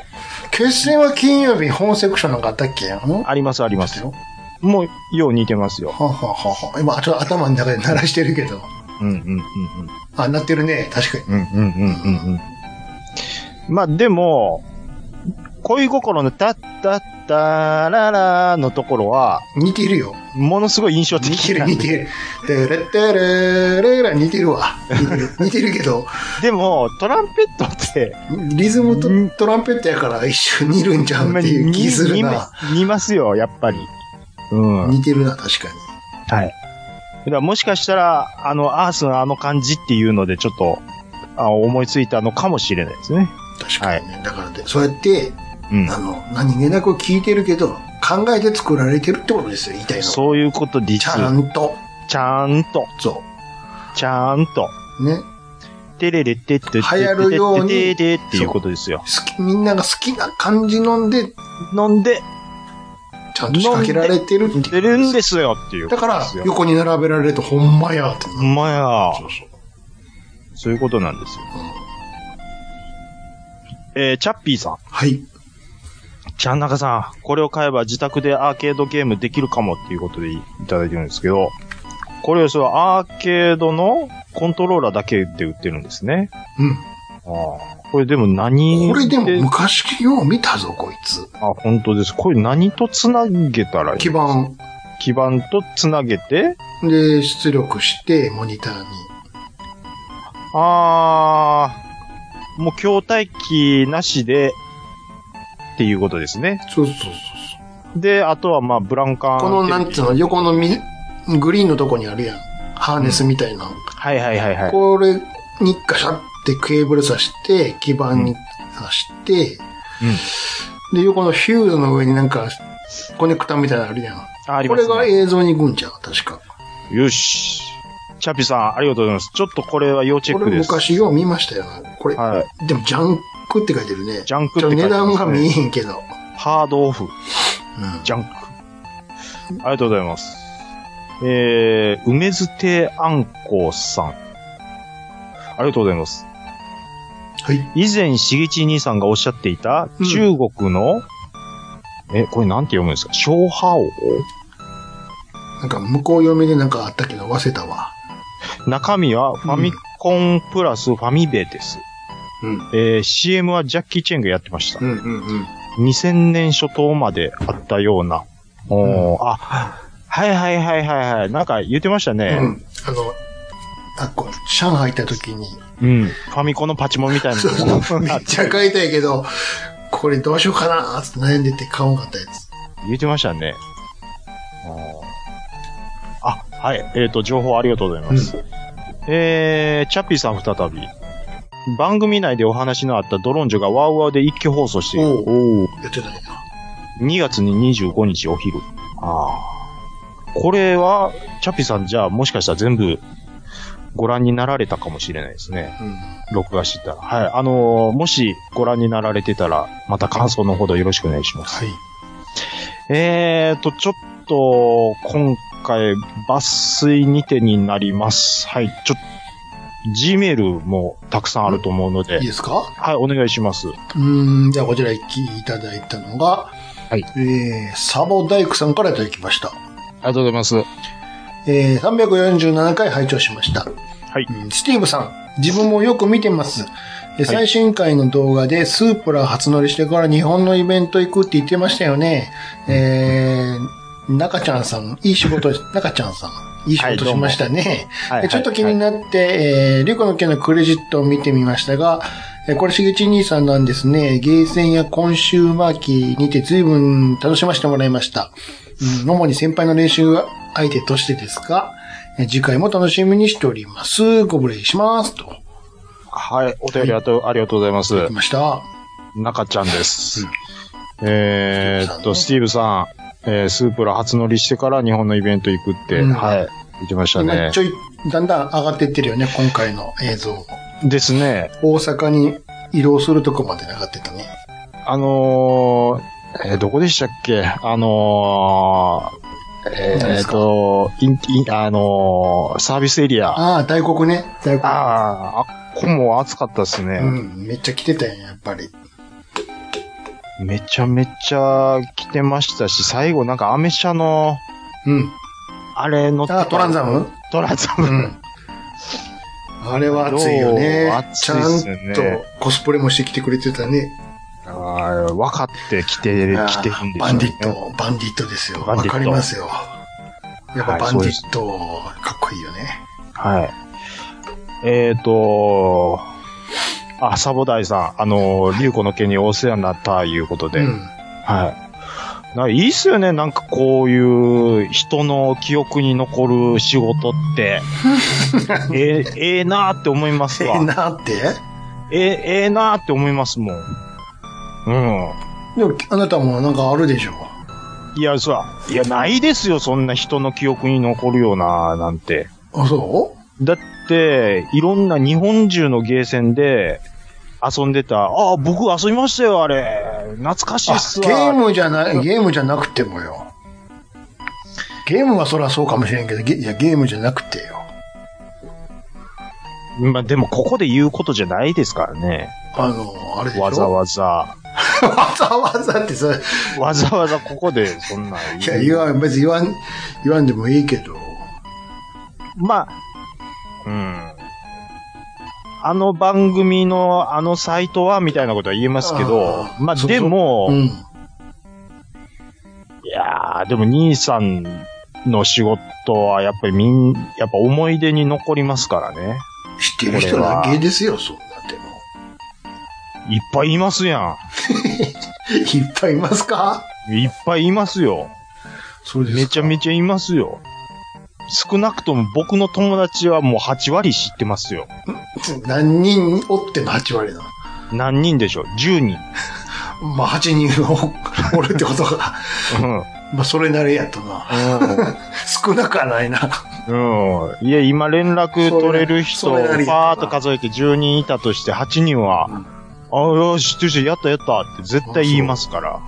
決戦は金曜日本セクションなんかあったっけやん
ありますあります。
よ。
もう、よう似てますよ。
はあ、はあはあはあ、今、ちょっと頭の中で鳴らしてるけど。
うんうんうんうん。
あ、鳴ってるね。確か
う
に。
んうんうんうんうん。まあでも、恋心のタッタッタララのところは、
似てるよ。
ものすごい印象
似
的
て
な
る、
んで
似てる。てれってれれれ似てるわ。似てる似てるけど、
でも、トランペットって、
リズムとトランペットやから一緒にいるんじゃんっていう気するな。
似似ますよ、やっぱり。うん。はい。
似てるな、確かに。
だからもしかしたら、あの、アースのあの感じっていうので、ちょっと、あ思いついたのかもしれないですね。
確かにね。だからで、そうやって、
うん。
あの、何気なく聞いてるけど、考えて作られてるってことですよ、言いたいの。ち
そういうことです。
ゃんと。
ちゃんと、
そ
ちゃんと。
う。ね。
てれれてってって。ててっていうことですよ
好。き、みんなが好きな感じ飲んで、
飲んで、
ちゃんと仕掛けられてるっていうこと
出るんですよっていう。
だから
です、よ
横に並べられると、ほんまや、ってな
ほんまや。
そうそう。
そういうことなんですよ。えー、チャッピーさん。
はい。
ちゃん中さん、これを買えば自宅でアーケードゲームできるかもっていうことでいただいてるんですけど、これをそのアーケードのコントローラーだけで売ってるんですね。
う
ああこれでも何
ん。これでも昔よう見たぞ、こいつ。
あ、本当です。これ何とつなげたらいい
基盤
基板とつなげて、
で出力して、モニターに。
あー、もう筐体機なしで、っていうことですね。
そうそうそう
で、あとはまあ、ブランカー。
そう。この、なんつうの、横のみ、グリーンのとこにあるやん。ハーネスみたいな。
はいはいはいはい。
これにガシャってケーブル挿して、基板に挿して、で、横のヒューズの上になんか、コネクタみたいなのあるやん。
ああり
こ
ま
れ
す、
が
ね。
映像に行くんじゃん、確か。
よし。チャピさん、ありがとうございます。ちょっとこれは要チェッ
こ
ク
れ
です。
昔よう見ましたよな。これ、
は
でもジャンクって書いてるね。
い。ジャンク
ち
って
ょ
書
っと
いて
値段
ます
が見え
ね。
へんけど。
ハードオフ、
うん。
ジャンク。ありがとうございます。えー、梅津亭あんこうさん。ありがとうございます。
はい。
以前、しげち兄さんがおっしゃっていた、
うん
中国の、え、これなんて読むんですか小覇王
なんか向こう読みでなんかあったけど忘れたわ。
中身はファミコンプラスファミベです。
うん。
えー CM はジャッキー・チェンがやってました
う。んうんうん。
2000年初頭まであったような。おーあ、はいはいはいはいはい。なんか言ってました
う
ね。
ん。あの、あ、こう、上海行った時に、
うん。ファミコンのパチモンみたいな
そうそ
の
うめ
が
っちゃ買いたいけど、これどうしようかなーって悩んでて買おうかったやつ。
言ってましたね。おーあ、はい。えっ、と、情報ありがとうございます。えー、チャッピーさん再び。番組内でお話のあったドロンジョがワウワウで一挙放送している。
お
おー
言ってたんや。
2月に25日お昼。ああ。これは、チャピさんじゃあもしかしたら全部ご覧になられたかもしれないですね。
うん。
録画してたら。はい。あのーもしご覧になられてたら、また感想のほどよろしくお願いします。
はい。
えーと、ちょっと、今回、抜粋にてになります。はい。ちょっ G メールもたくさんあると思うので
いい、ですか
はい、お願いします。
うーん、じゃあこちら一気いただいたのが、
はい
えー、サボ大工さんからいただきました。
ありがとうございます。
えー、347回拝聴しました。
はい
うんスティーブさん、自分もよく見てます。えー
はい
最新回の動画でスープラ初乗りしてから日本のイベント行くって言ってましたよね。えー、中ちゃんさん、いい仕事、中ちゃんさん、いい仕
はい
事
どう
し
も
ましたね。
はい
でちょっと気になって、えー、リコの件のクレジットを見てみましたが、えーこれ、しげち兄さんなんですね。ゲーセンやコンシューマーキーにて随分楽しませてもらいました。うん、主に先輩の練習相手としてですが、えー次回も楽しみにしております。ご無礼します。と、
はい、お便りあと、ありがとうございます。
来ました。
中ちゃんです。
うん
えーっと、
ス
スティーブさん、えースープラ初乗りしてから日本のイベント行くって、
うん
はい、言ってました
今
ね
ち。ょい、だんだん上がってってるよね、今回の映像も。
ですね。
大阪に移動するとこまで上がってたね。
あのー、えーどこでしたっけあのー、
何で
えー
す
っ
か
と、イン、イン、あのー、サービスエリア。あ
ああ、大黒ね。大黒。
あー、あっこも暑かったですね。
うん、めっちゃ来てたよね、やっぱり。
めちゃめちゃ来てましたし、最後なんかアメ車の、
うん。
あれ乗ってた
あ、トランザム
トランザ
う
ム。
ん。あれは熱いよね。
熱
ち
い
ゃ
っ
ん
すよね
とコスプレもしてきてくれてたね。
あー分かってきてる、来てるんでしょうね
バンディット、バンディットですよ。
バン
わ
ディット
かりますよ。やっぱ
はい
バンディ
そ
ット、かっこいいよね。
はい。えっ、と、あ、サボダイさん、あの、リュウコの件にお世話になったいうことで、
うん。
はい。なんかいいっすよね、なんかこういう人の記憶に残る仕事 って。ええええなーって思います
え
わ
え。なって
ええええなーって思いますもん。うん。
でも、あなたもなんかあるでしょ。
いや、そう。いや、ないですよ、そんな人の記憶に残るような、なんて。
あ、そ
だって、いろんな日本中のゲーセンで遊んでた、ああ、僕遊びましたよ、あれ。懐かし
う
い
あ
っすわ。
ゲームじゃない、ゲームじゃなくてもよ。ゲームはそりゃそうかもしれんけど、ゲいやゲームじゃなくてよ。
まあ、でもここで言うことじゃないですからね。
あの、あれでしょ。
わざわざ。
わざわざってそれ、
わざわざここで、そんなん
いや、言わん、別に言わん、言わんでもいいけど。
まあ、うん。あの番組のあのサイトは、みたいなことは言えますけど
あ、ー
まあ、
そうそう
でも、
うん。
いやー、でも兄さんの仕事はやっぱりみん、やっぱ思い出に残りますからね。
知ってる人だけですよ、そんなでも。
いっぱいいますや
いっぱいいますか
ん。いっぱいいますよ。
そうですか。
めちゃめ
ち
ちゃいますよ。少なくとも僕の友達はもう8割知ってますよ。
ゃ。何人おっての8割なの
何人でしょう ?10 人。
まあ、8人 おおるってことが、まあ、それなりやとな。 少なくはないな。
うん。うん。いや、今連絡取れる人
そ
を
れなりや
パーッと数えて10人いたとして8人は、
うん
ああ、よし、知ってる人やったやったって絶対言いますから。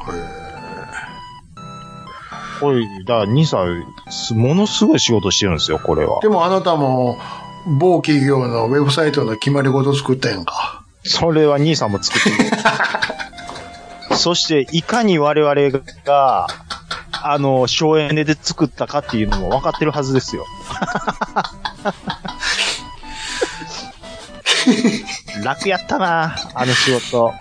これ、だから兄さん、すものすごい仕事してるんですよ、これは
で。もあなたも、某企業のウェブサイトの決まり事作ったやんか。
それは兄さんも作 ってる。そして、いかに我々が、あの、省エネで作ったかっていうのも分かってるはず ですよ。楽やったな、あの仕事。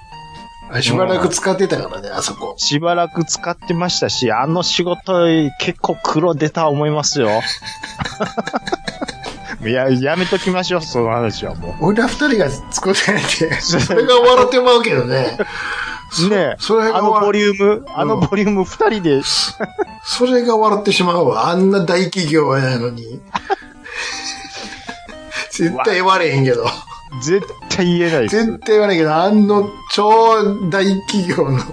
しばらく使ってたからね、あそこ。
しばらく使ってましたし、あの仕事結構黒出た思いますよ。 いや、やめときましょう、その話はもう。
俺ら二人が作ってないって、それが笑ってまうけどね。
ねえ
それが
あのボリューム、あの
うん
ボリューム二人で、
それが笑ってしまうわ。あんな大企業やのに。絶対言われへんけど。
絶対言えないです。
絶対言われへんけど、あの超大企業
う
の、
ん。
ね、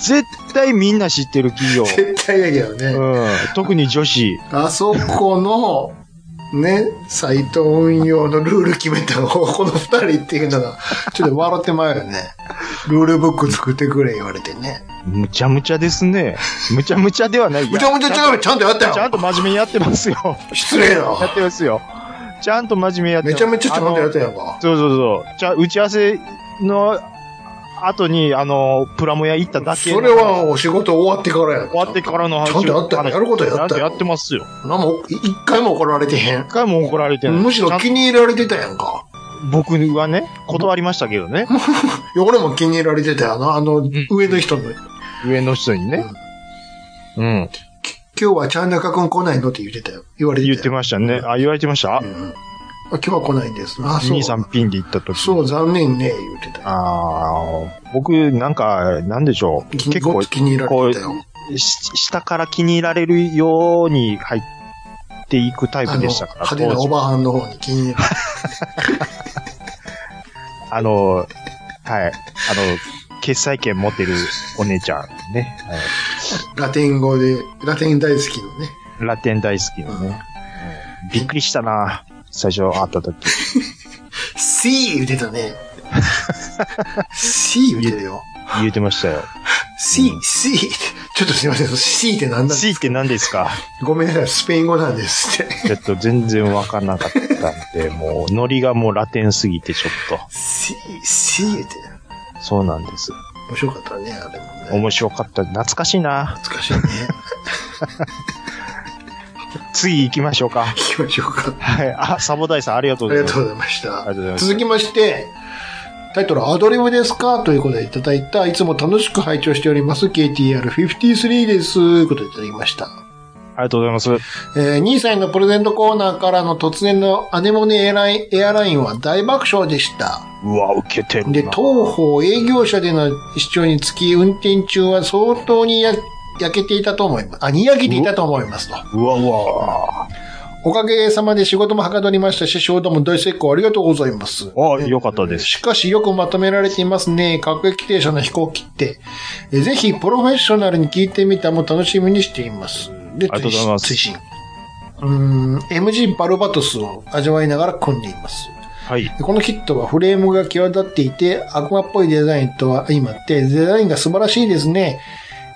絶対みんな知ってる企 業。
絶対やけどね。
うん。特に女子。
あそこの、ね、サイト運用のルール決めたのをこの二人っていうのが、ちょっと笑ってまうよね。ルールブック作ってくれ言われてね。
むちゃむちゃですね。むちゃむちゃではない。
むちゃむちゃちゃうよちゃんとやった
ちゃん
よ
と真面目にやってますよ。
失礼
やっ
だ。
てますよ。ちゃんと真面目やって
めちゃめちゃちゃんとやった
よ。
やんか。
そうそうそう。じゃあ打ち合わせの後に、あの、プラモ屋行っただけ。
それはお仕事終わってからやん。
終わってからの話
ちゃんとやったよ
話
やることやったよ
ちゃんやってますよ。
なんも、い一回も怒られてへん
一。回も怒られてない。
むしろ
ちゃん
気に入られてたやんか。
僕はね、断りましたけどね。
いや俺も気に入られてたよな。あの
ん、
上の人の、今
上の人にね。うん。
日はちゃん中くん来ないのって言ってたよ。言われてた
言
よ。
ってましたね。あ、言われてました
うんあ今日は来ないんです。あ、そう
兄。さんピンで行った時。
そう、残念ね、言ってたよ。
ああ、僕、なんか、なんでしょう。
結
結構
構、気に入られてたよ。
し下から気に入られるように入っていくタイ
あ
プ
の、
でしたから。
派手な
当
お
時
ばはんの方に気に入られて
あの、はい。あの、決済権持ってるお姉ちゃんね。はい
ラテン語で、ラテン大好きのね。
ラテン大好きのね。うんびっくりしたな。最初会った時。
C 言ってたね。C 言ってるよ。
言うてました よ。
C、C って、ちょっとすいません。C って何なんだ
C って何ですか
ごめんなさい、スペイン語なんですって。
ちょっと全然わかんなかったんで、もう、ノリがもうラテンすぎてちょっ
C、C 言って。
と。そうなんです。
面白かったね、あれもね。
面白かった。懐かしいな。
懐かしいね。
次行きましょうか。
聞きましょうか。
はい。あ、サボダイさんありがとう
あ
ご
り
ざい
が
ます
と。うご
あり
ざいまし
がとうござい
た。
ます
続きまして、タイトル、アドリブですかということでいただいた、いつも楽しく拝聴しております、KTR53 です。ということでいただきました。
ありがとうございます。
えー、兄さんへのプレゼントコーナーからの突然のアネモネエアラインエアラインは大爆笑でした。
うわ、ウケてるな。
で、東方営業者での主張につき、運転中は相当にや焼けていたと思います。あ、にやけていたと思いますと。
うわうわ。
おかげさまで仕事もはかどりましたし、仕事も大成功ありがとうございます。
あ、よかったです。
しかしよくまとめられていますね。各駅停車の飛行機って。えぜひ、プロフェッショナルに聞いてみたも楽しみにしています。で、
ありがとうございます
追伸。うーん、MG バルバトスを味わいながら組んでいます。
はい。
このキットはフレームが際立っていて、悪魔っぽいデザインとは相まって、デザインが素晴らしいですね。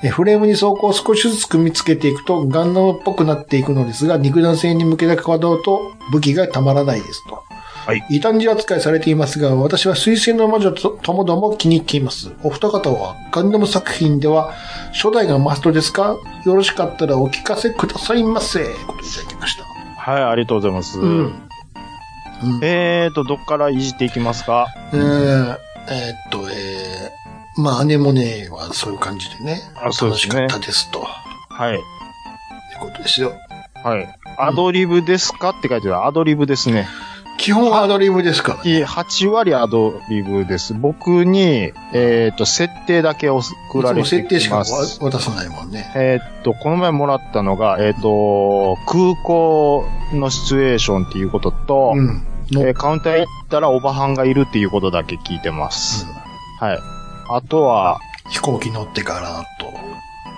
えフレームに装甲を少しずつ組み付けていくと、ガンダムっぽくなっていくのですが、肉弾戦に向けた稼働と武器がたまらないですと。
はい。
異端児扱いされていますが、私は水星の魔女とともども気に入っています。お二方はガンダム作品では初代がマストですかよろしかったらお聞かせくださいませ。こといただきました。
はい、ありがとうございます。
うん。うん
えーと、どっからいじっていきますか
えーえーっと、えー、まあ、アネモネはそういう感じでね、
あそうですね
楽しかったですと、いう
はい。
ことですよ。
はい。アドリブですかって書いてる。アドリブですね。
基本アドリブですからね。
8割アドリブです。僕に、えっ、と、設定だけ送
い
ら
つ
れ
も
て
設定し
き
か
ま
わ
す。
渡さないもんね。
えっと、この前もらったのが、えっ、と、空港のシチュエーションっていうことと、
うん。の
えーカウンター行ったらおばはんがいるっていうことだけ聞いてます。はい。あとは、
飛行機乗ってか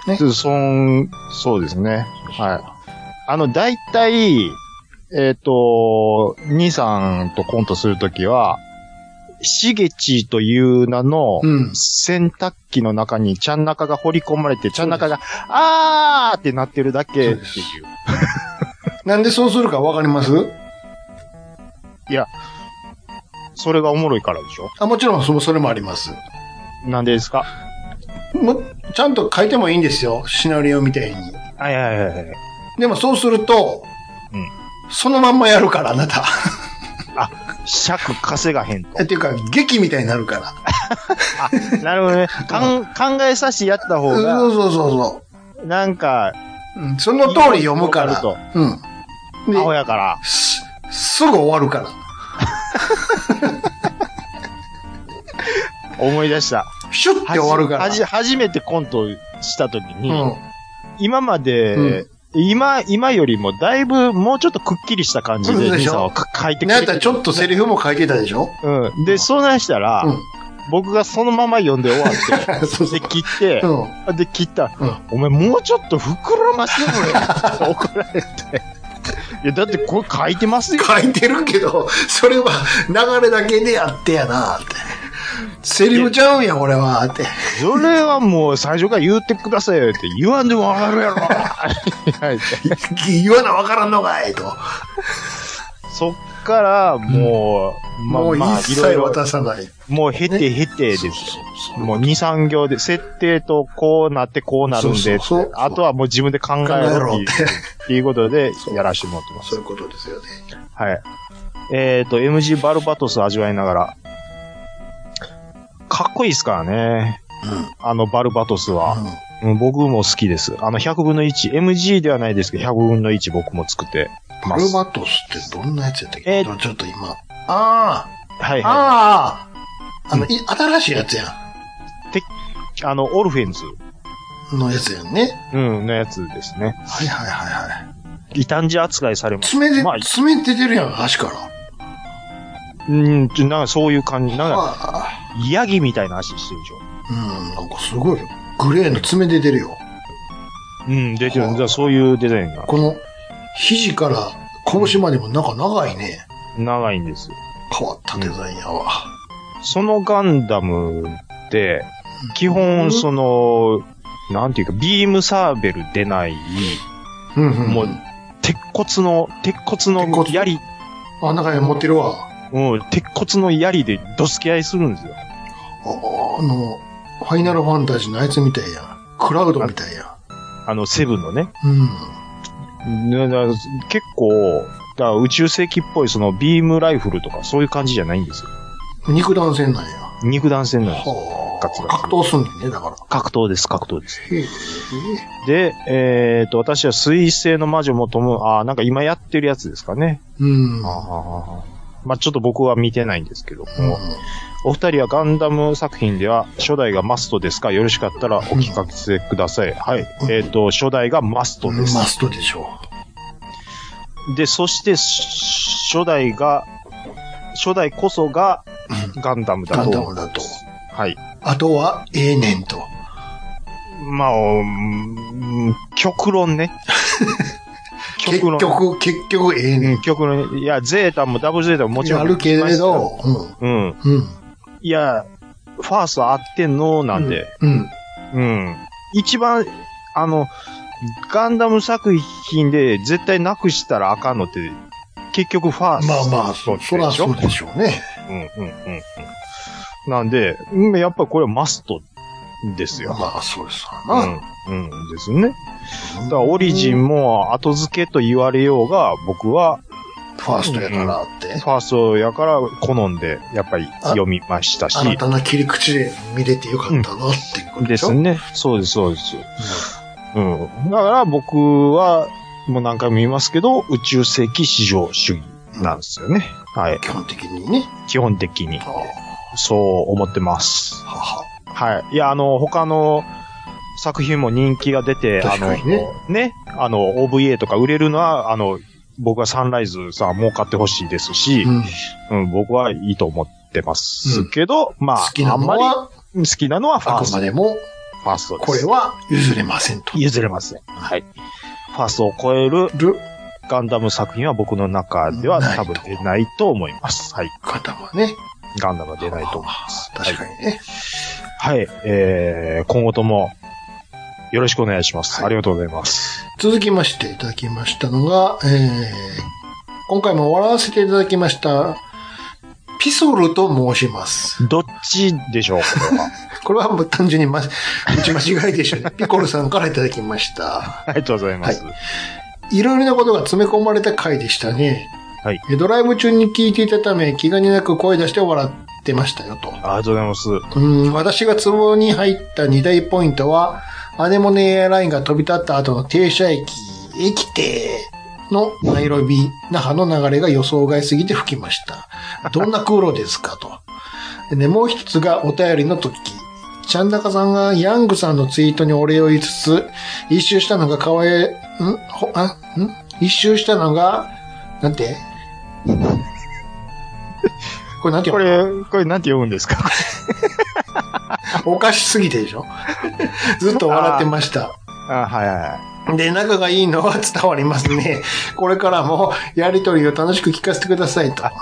らと。
そん、そうですね。はい。あの、大体、えっ、と、兄さんとコントするときは、しげちという名の
うん
洗濯機の中にちゃん中が掘り込まれて、ちゃん中が、あーってなってるだけっていう。
そうなんでそうするかわかります
それがおもろいからでしょ
あ、もちろんそ、それもあります。
なんでですか
もちゃんと書いてもいいんですよ。シナリオみたいに。
はいはいはいはい。
でもそうすると、
うん
そのまんまやるから、あなた。
尺稼がへんと
え。っていうか、劇みたいになるから。
あ、なるほどね。かん考えさせてやった方
そう
が、
そうそうそう。
なんか、
うんその通り読むから。
と
うん。で
ア、ホやから。
す、すぐ終わるから。
思い出した。
シュッて終わるから。
はじ、初めてコントした時に、
うん。
今まで、今、今よりもだいぶもうちょっとくっきりした感じ
そう
で、
でし
兄
ょ
さんはか書いてく
なんや
れ
った
て
らちょっとセリフも書いてたで しょ
うん。で、相談したら、
うん
僕がそのまま読んで終わっ
そうそ
て、で、。
う
切って
う、ん。
で、切ったら、
うん
お前もうちょっと膨らませろよっ て怒られて。いや、だってこれ書いてますよ。
書いてるけど、それは流れだけでやってやなって。セリフちゃうんや、俺は、って。
それはもう最初から言ってくださいよって言わんでもわかるや ろはい
言わなわからんのかい、と。
そっから、もう、まあ
もう
まあ
一切渡さない。
もう減って減ってです
そう
よ。
そうそう
もう2、3行で、設定とこうなってこうなるんで
そうそうそう
あとはもう自分で考え
考え
ろ
ろ
っ
ってて
いう、っていうことでやらせてもらってます
そうい。うことですよね。
はい。えっ、と、MG バルバトス味わいながら。かっこいいですからね。あの、バルバトスは。うん僕も好きです。あの、100分の1。MG ではないですけど、100分の1僕も作って
うん。
ま
バル
す。
バトスってどんなやつやったっけ、
え
ちょっと今。あ
はい
あ、
は
ああ、あの、い新しいやつや
い。あの、オルフェンズ。
ん。のやつやんね。
うん、のやつですね。
はいはいはいはい。
異端児扱いされます。
爪で、
まあ、
爪出てるやん、足から。
うん、ちょなんかそういう感じ。なんか、
ああ
ヤギみたいな足してるでしょ。
うん、なんかすごいよ。グレーの爪出てるよ。
うん、出てる。
はあ
じゃあそういうデザインが
この、肘から拳までもなんか長いね。
長いんですよ。
変わったデザインやわ。
そのガンダムって、基本、その、なんていうか、ビームサーベル出ない、
うん、うん、
も
も
う
う、
鉄骨の、鉄骨
鉄
の
骨
槍、
あ、なんか持ってるわ。
うん、鉄骨の槍でドスき合いするんですよ。
あの、ファイナルファンタジーのあいつみたいやん。クラウドみたいやん。
あの、セブンのね。
うん。
なな結構、だから宇宙世紀っぽいそのビームライフルとかそういう感じじゃないんですよ。
肉弾戦なんや。
肉弾戦なんですよ。
は
ガツガ
あ。
ツ
格闘すんねんね、だから。
格闘です、格闘です。
へえ。
で、えっ、と、私は水星の魔女もとも、ああ、なんか今やってるやつですかね。
うん。
まあちょっと僕は見てないんですけども、お二人はガンダム作品では初代がマストですかよろしかったらお聞かせください。はい。えっ、と、初代がマスト
うん。マ
です。
ストでしょ
で、そして、し初代が、初代こそがガンダム
う。ガ
だ
ン
と。
ダムだと。
はい。
あとは、ええねんと。
まあ、うん極論 ね。
結局、結局、ええね。
うんん極論。いや、ゼータもダブルゼータももちろん。
あるけれ。ど、
うん。
うん。うん。
いや、ファーストあってのなんで。
うん。
うん。一番、あの、ガンダム作品で絶対なくしたらあかんのって、結局ファースト。
まあまあ、そ、そらそうでしょうね。
うんうんうんうん。なんで、うんやっぱりこれはマストですよ。
まあ、そうです
う
わ
ん。うんですね。だか
な。
らオリジンも後付けと言われようが、僕は
ファーストやからって。
ファーストやから好んで、やっぱり読みましたし。
新たな切り口で見れてよかったなっていうこと
で
でしょ
すね。そうです、そうです。うん。だから僕は、もう何回も言いますけど、宇宙世紀至上主義なんですよね。はい。
基本的にね。
基本的に。
ああ
そう思ってます。
はは。
はい。いや、あの、他の作品も人気が出て、あ
確
の
かにね、
ね、あの、OVA とか売れるのは、あの、僕はサンライズさん儲かってほしいですし
う、ん。
うん、僕はいいと思ってますけど、まあ
好、きな
あん
の
まり
は、
好きなのはファ
あ
ー
く
ス
ま
ト。
でも、
ファーストです。
これは譲れませんと。
譲れません。はい。ファーストを超える
る
ガンダム作品は僕の中では
ない
多
と
分出ないと思います。はい。
方はね。
ガンダムは出ないと思います。
確かにね。
はい。はい。えー、今後ともよろしくお願いします。
はい
ありがとうございます。
続きましていただきましたのが、えー、今回も笑わせていただきました、ピソルと申します。
どっちで しょうこれは。
これはもう単純にま、打ち間違いでしょうね。 ピコルさんからいただきました。
ありがとうございます。
いろいろなことが詰め込まれた回でしたね。
はい
え。ドライブ中に聞いていたため、気兼ねなく声出して笑ってましたよ
ありがとうございます。
と。うん、私が壺に入った2大ポイントは、アネモネエアラインが飛び立った後の停車駅、駅停のナイロビ、那覇の流れが予想外すぎて吹きました。どんな空路ですかと。でね、もう一つがお便りの時。ちゃん中さんがヤングさんのツイートにお礼を言いつつ、一周したのがかわい、んほ、あ、ん一周したのが、なんてこれなんて
こ
読む
れ、これなんて読むんですか
おかしすぎてでしょ ずっと笑ってました。
あはいはいは
で、仲がいいのは伝わりますね。これからもやりとりを楽しく聞かせてくださいと。
あ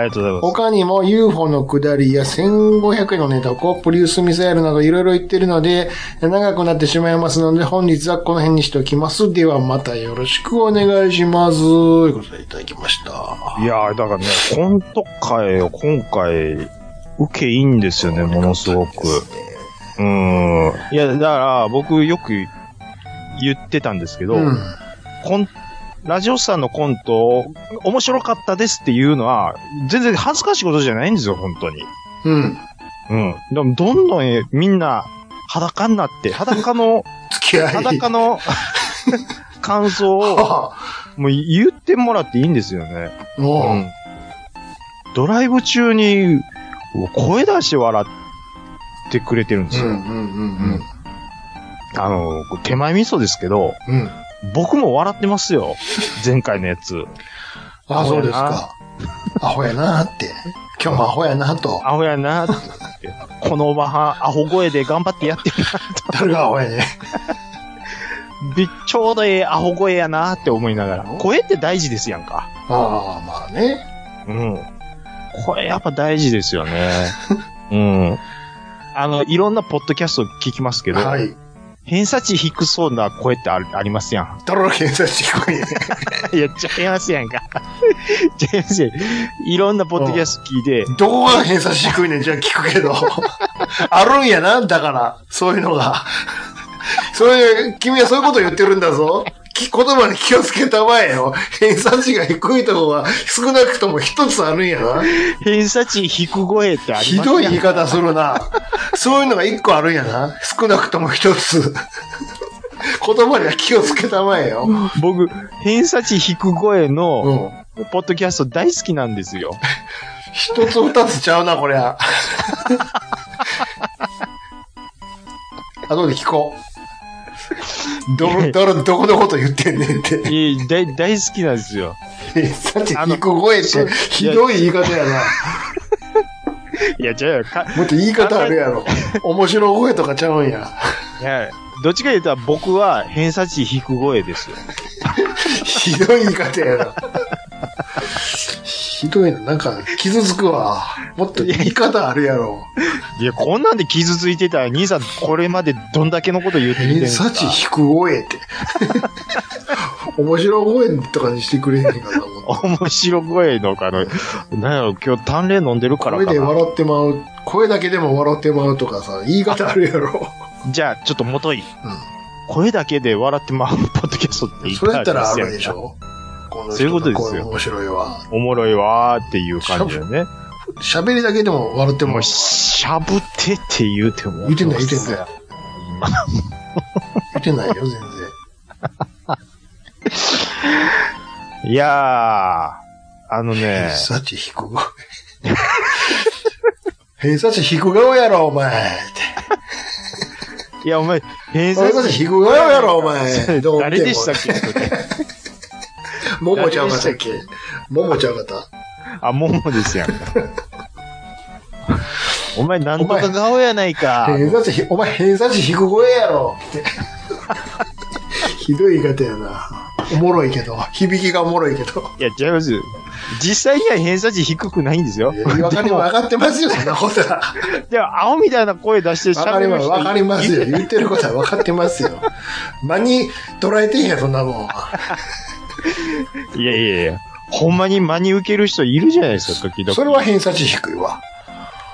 りがとうございます。
他にも UFO の下りや1500円のネタをコプリウスミサイルなどいろいろ言ってるので、長くなってしまいますので、本日はこの辺にしておきます。ではまたよろしくお願いします。ということでいただきました。
いやー、だからね、コント会を今回、受けいいんですよね、ものすごく。うーん。いや、だから、僕よく言ってたんですけど、
うん。
コン、ラジオスさんのコント、面白かったですっていうのは、全然恥ずかしいことじゃないんですよ、本当に。
うん。
うん。でも、どんどんえみんな、裸になって、裸 の、
付き合い。
裸の 感想を、
あ
もう言ってもらっていいんですよね。
あもう、
うんドライブ中に、声出して笑ってくれてるんで
う
す
ん
よ。
うんうん
あの、手前味噌ですけど、
うん。うん。
僕も笑ってます よ。前回のやつ。
あ、そうですか。アホやなって。今日もアホやなと。
アホやなってこのおばはん、アホ声で頑張ってやってる
誰がアホやね。
な。びちょうどええアホ声やなって思いながら。声って大事ですやんか。
ああ、まあね。
うん。声やっぱ大事ですよね。 うん。あの、いろんなポッドキャスト聞きますけど、
はい。
偏差値低そうな声ってあるありますやん。
だろ検査してくれ。
いや、ちゃいますやんか。 ちゃいますやん。いろんなポッドキャスト聞いて、
どこが偏差値低いねんじゃあ聞くけど。 あるんやな、だから、そういうのが。そういう、君はそういうこと言ってるんだぞ。き言葉に気をつけたまえよ。偏差値が低いとこは少なくとも一つあるんやな。
偏差値低声ってあり
ひ
ます
どい
やん
言い方するな。そういうのが一個あるんやな。少なくとも一つ。言葉には気をつけたまえよ。
僕、偏差値低声
う
の
ん。
ポッドキャスト大好きなんですよ。
一つ二つちゃうな、こりゃ。後で聞こう。どろ、どろ、どこのこと言ってんねんって。
いや大大好きなんですよ。
さて、
あの
聞く声って、ひどい言い方やな。
いや、じゃあ、か
もっと言い方あるやろ。面白い声とかちゃうんや。
いやどっちか言ったら僕は偏差値低声ですよ。
ひどい言い方やな。ひどいな。なんか、傷つくわ。もっと言い方あるやろ。
いや、こんなんで傷ついてたら兄さんこれまでどんだけのこと言ってきてん
偏
ですか
差値低く声って。面白い声とかにしてくれへんかと思って。
面白声のかの、なんやろ、今日単麗飲んでるから
声
か
で
な。
笑ってまう、声だけでも笑ってまうとかさ、言い方あるやろ。
じゃあ、ちょっともとい。声だけで笑ってまうポッドキャストっていっ
それやったらあ
ぱい
る
りますやん
でしょこの
そういう
人
こと
の
ですよ
声面白いわ。
おもろいわーっていう感じだよね。
喋りだけでも笑って
も
も
う、しゃぶってって言うても。
言うてない、言うてない。
今
言うてないよ、全然。
いやー、あのね
偏、差値低く。 偏差値低く顔やろ、お前。
いや、お前、偏
偏差値低く顔やろ、お 前。どう見ても
誰でしたっけそれ
ももちゃうかったっけももちゃうかった。
あ、ももです やんか。お前、なんとか顔やないか。
偏差値ひ、お前偏差値低く声 やろ。ひどい言い方やな。おもろいけど、響きがおもろいけど。
いや、違いますよ。実際には偏差値低く ないんですよ。
いやわかります。わかってますよ、そんなことは。
でも、青みたいな声出して
わかります。わかりますよ。
いる
言ってることはわかってますよ。間に捉えてんや、そんなもん。
いやいやいや。ほんまに真に受ける人いるじゃないですか、時々。
それは、偏差値低いわ。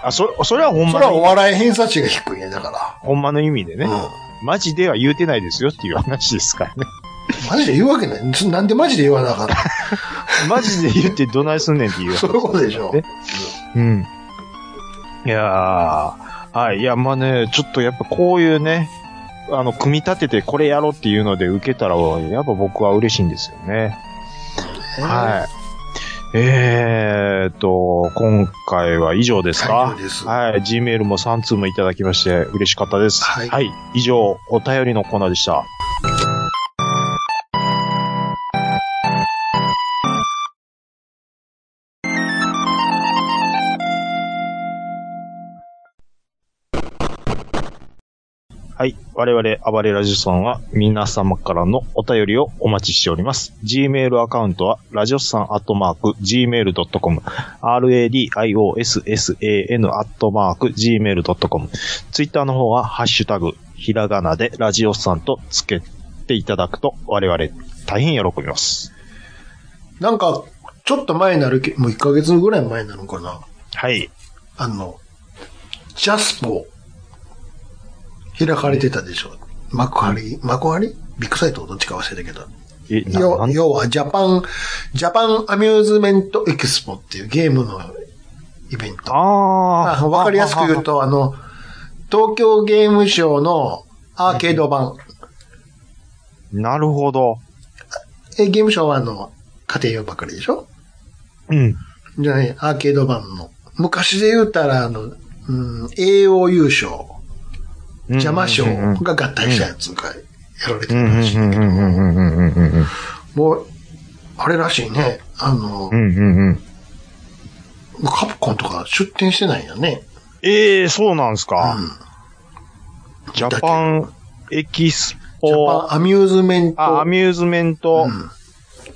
あ、そ、それはほん
そ
ま
れはお
の、
笑い偏差値が低いね、だか
ほんまの意味でね。
ら。うん。
マジでは言うてないですよっていう話ですから ね。
マジで言うわけない。そなんでマジで言わなあかった
マジで言ってどないすんねんっていう。
そういうことでしょ
ね。うん。いやー。はい。いや、まあね、ちょっとやっぱこういうね、あの、組み立ててこれやろうっていうので受けたら、やっぱ僕は嬉しいんですよね。はい。えーっと、今回は以上ですか
はい以上です
はい。Gmail も3通もいただきまして嬉しかったです。
はい
はい。以上、お便りのコーナーでした。はい。我々、暴れラジオさんは皆様からのお便りをお待ちしております。Gmail アカウントは、ラジオさんアットマーク、gmail.com、radiosan アットマーク、gmail.com。Twitter の方は、ハッシュタグ、ひらがなでラジオさんとつけていただくと、我々、大変喜びます。
なんか、ちょっと前になるけ、もう1ヶ月ぐらい前になるのかな。
はい。
あの、ジャスポ、開かれてたでしょ。幕張、幕張ビッグサイトどっちか忘れたけど。
え、なな
よ
ん
要は、ジャパン、ジャパンアミューズメントエクスポっていうゲームのイベント。
あ
あ
あ。
わかりやすく言うと、あの、東京ゲームショウのアーケード版。
なるほど。
え、ゲームショウはあの、家庭用ばかりでしょ
うん。
じゃない、アーケード版の。昔で言うたら、あの、うん、AO 優勝、邪魔賞
うんうん
が合体したやつがやられて
うん
るらしい。
うんうんうんうんうんうんうん
もう、あれらしいね。あの
う、んうんうん。
カプコンとか出展してないよね。
ええそうなんです
う
か。
ん。
ジャパンエキス
ジャ
ポ、
パンアミューズメント。
あ、アミューズメント、
うん。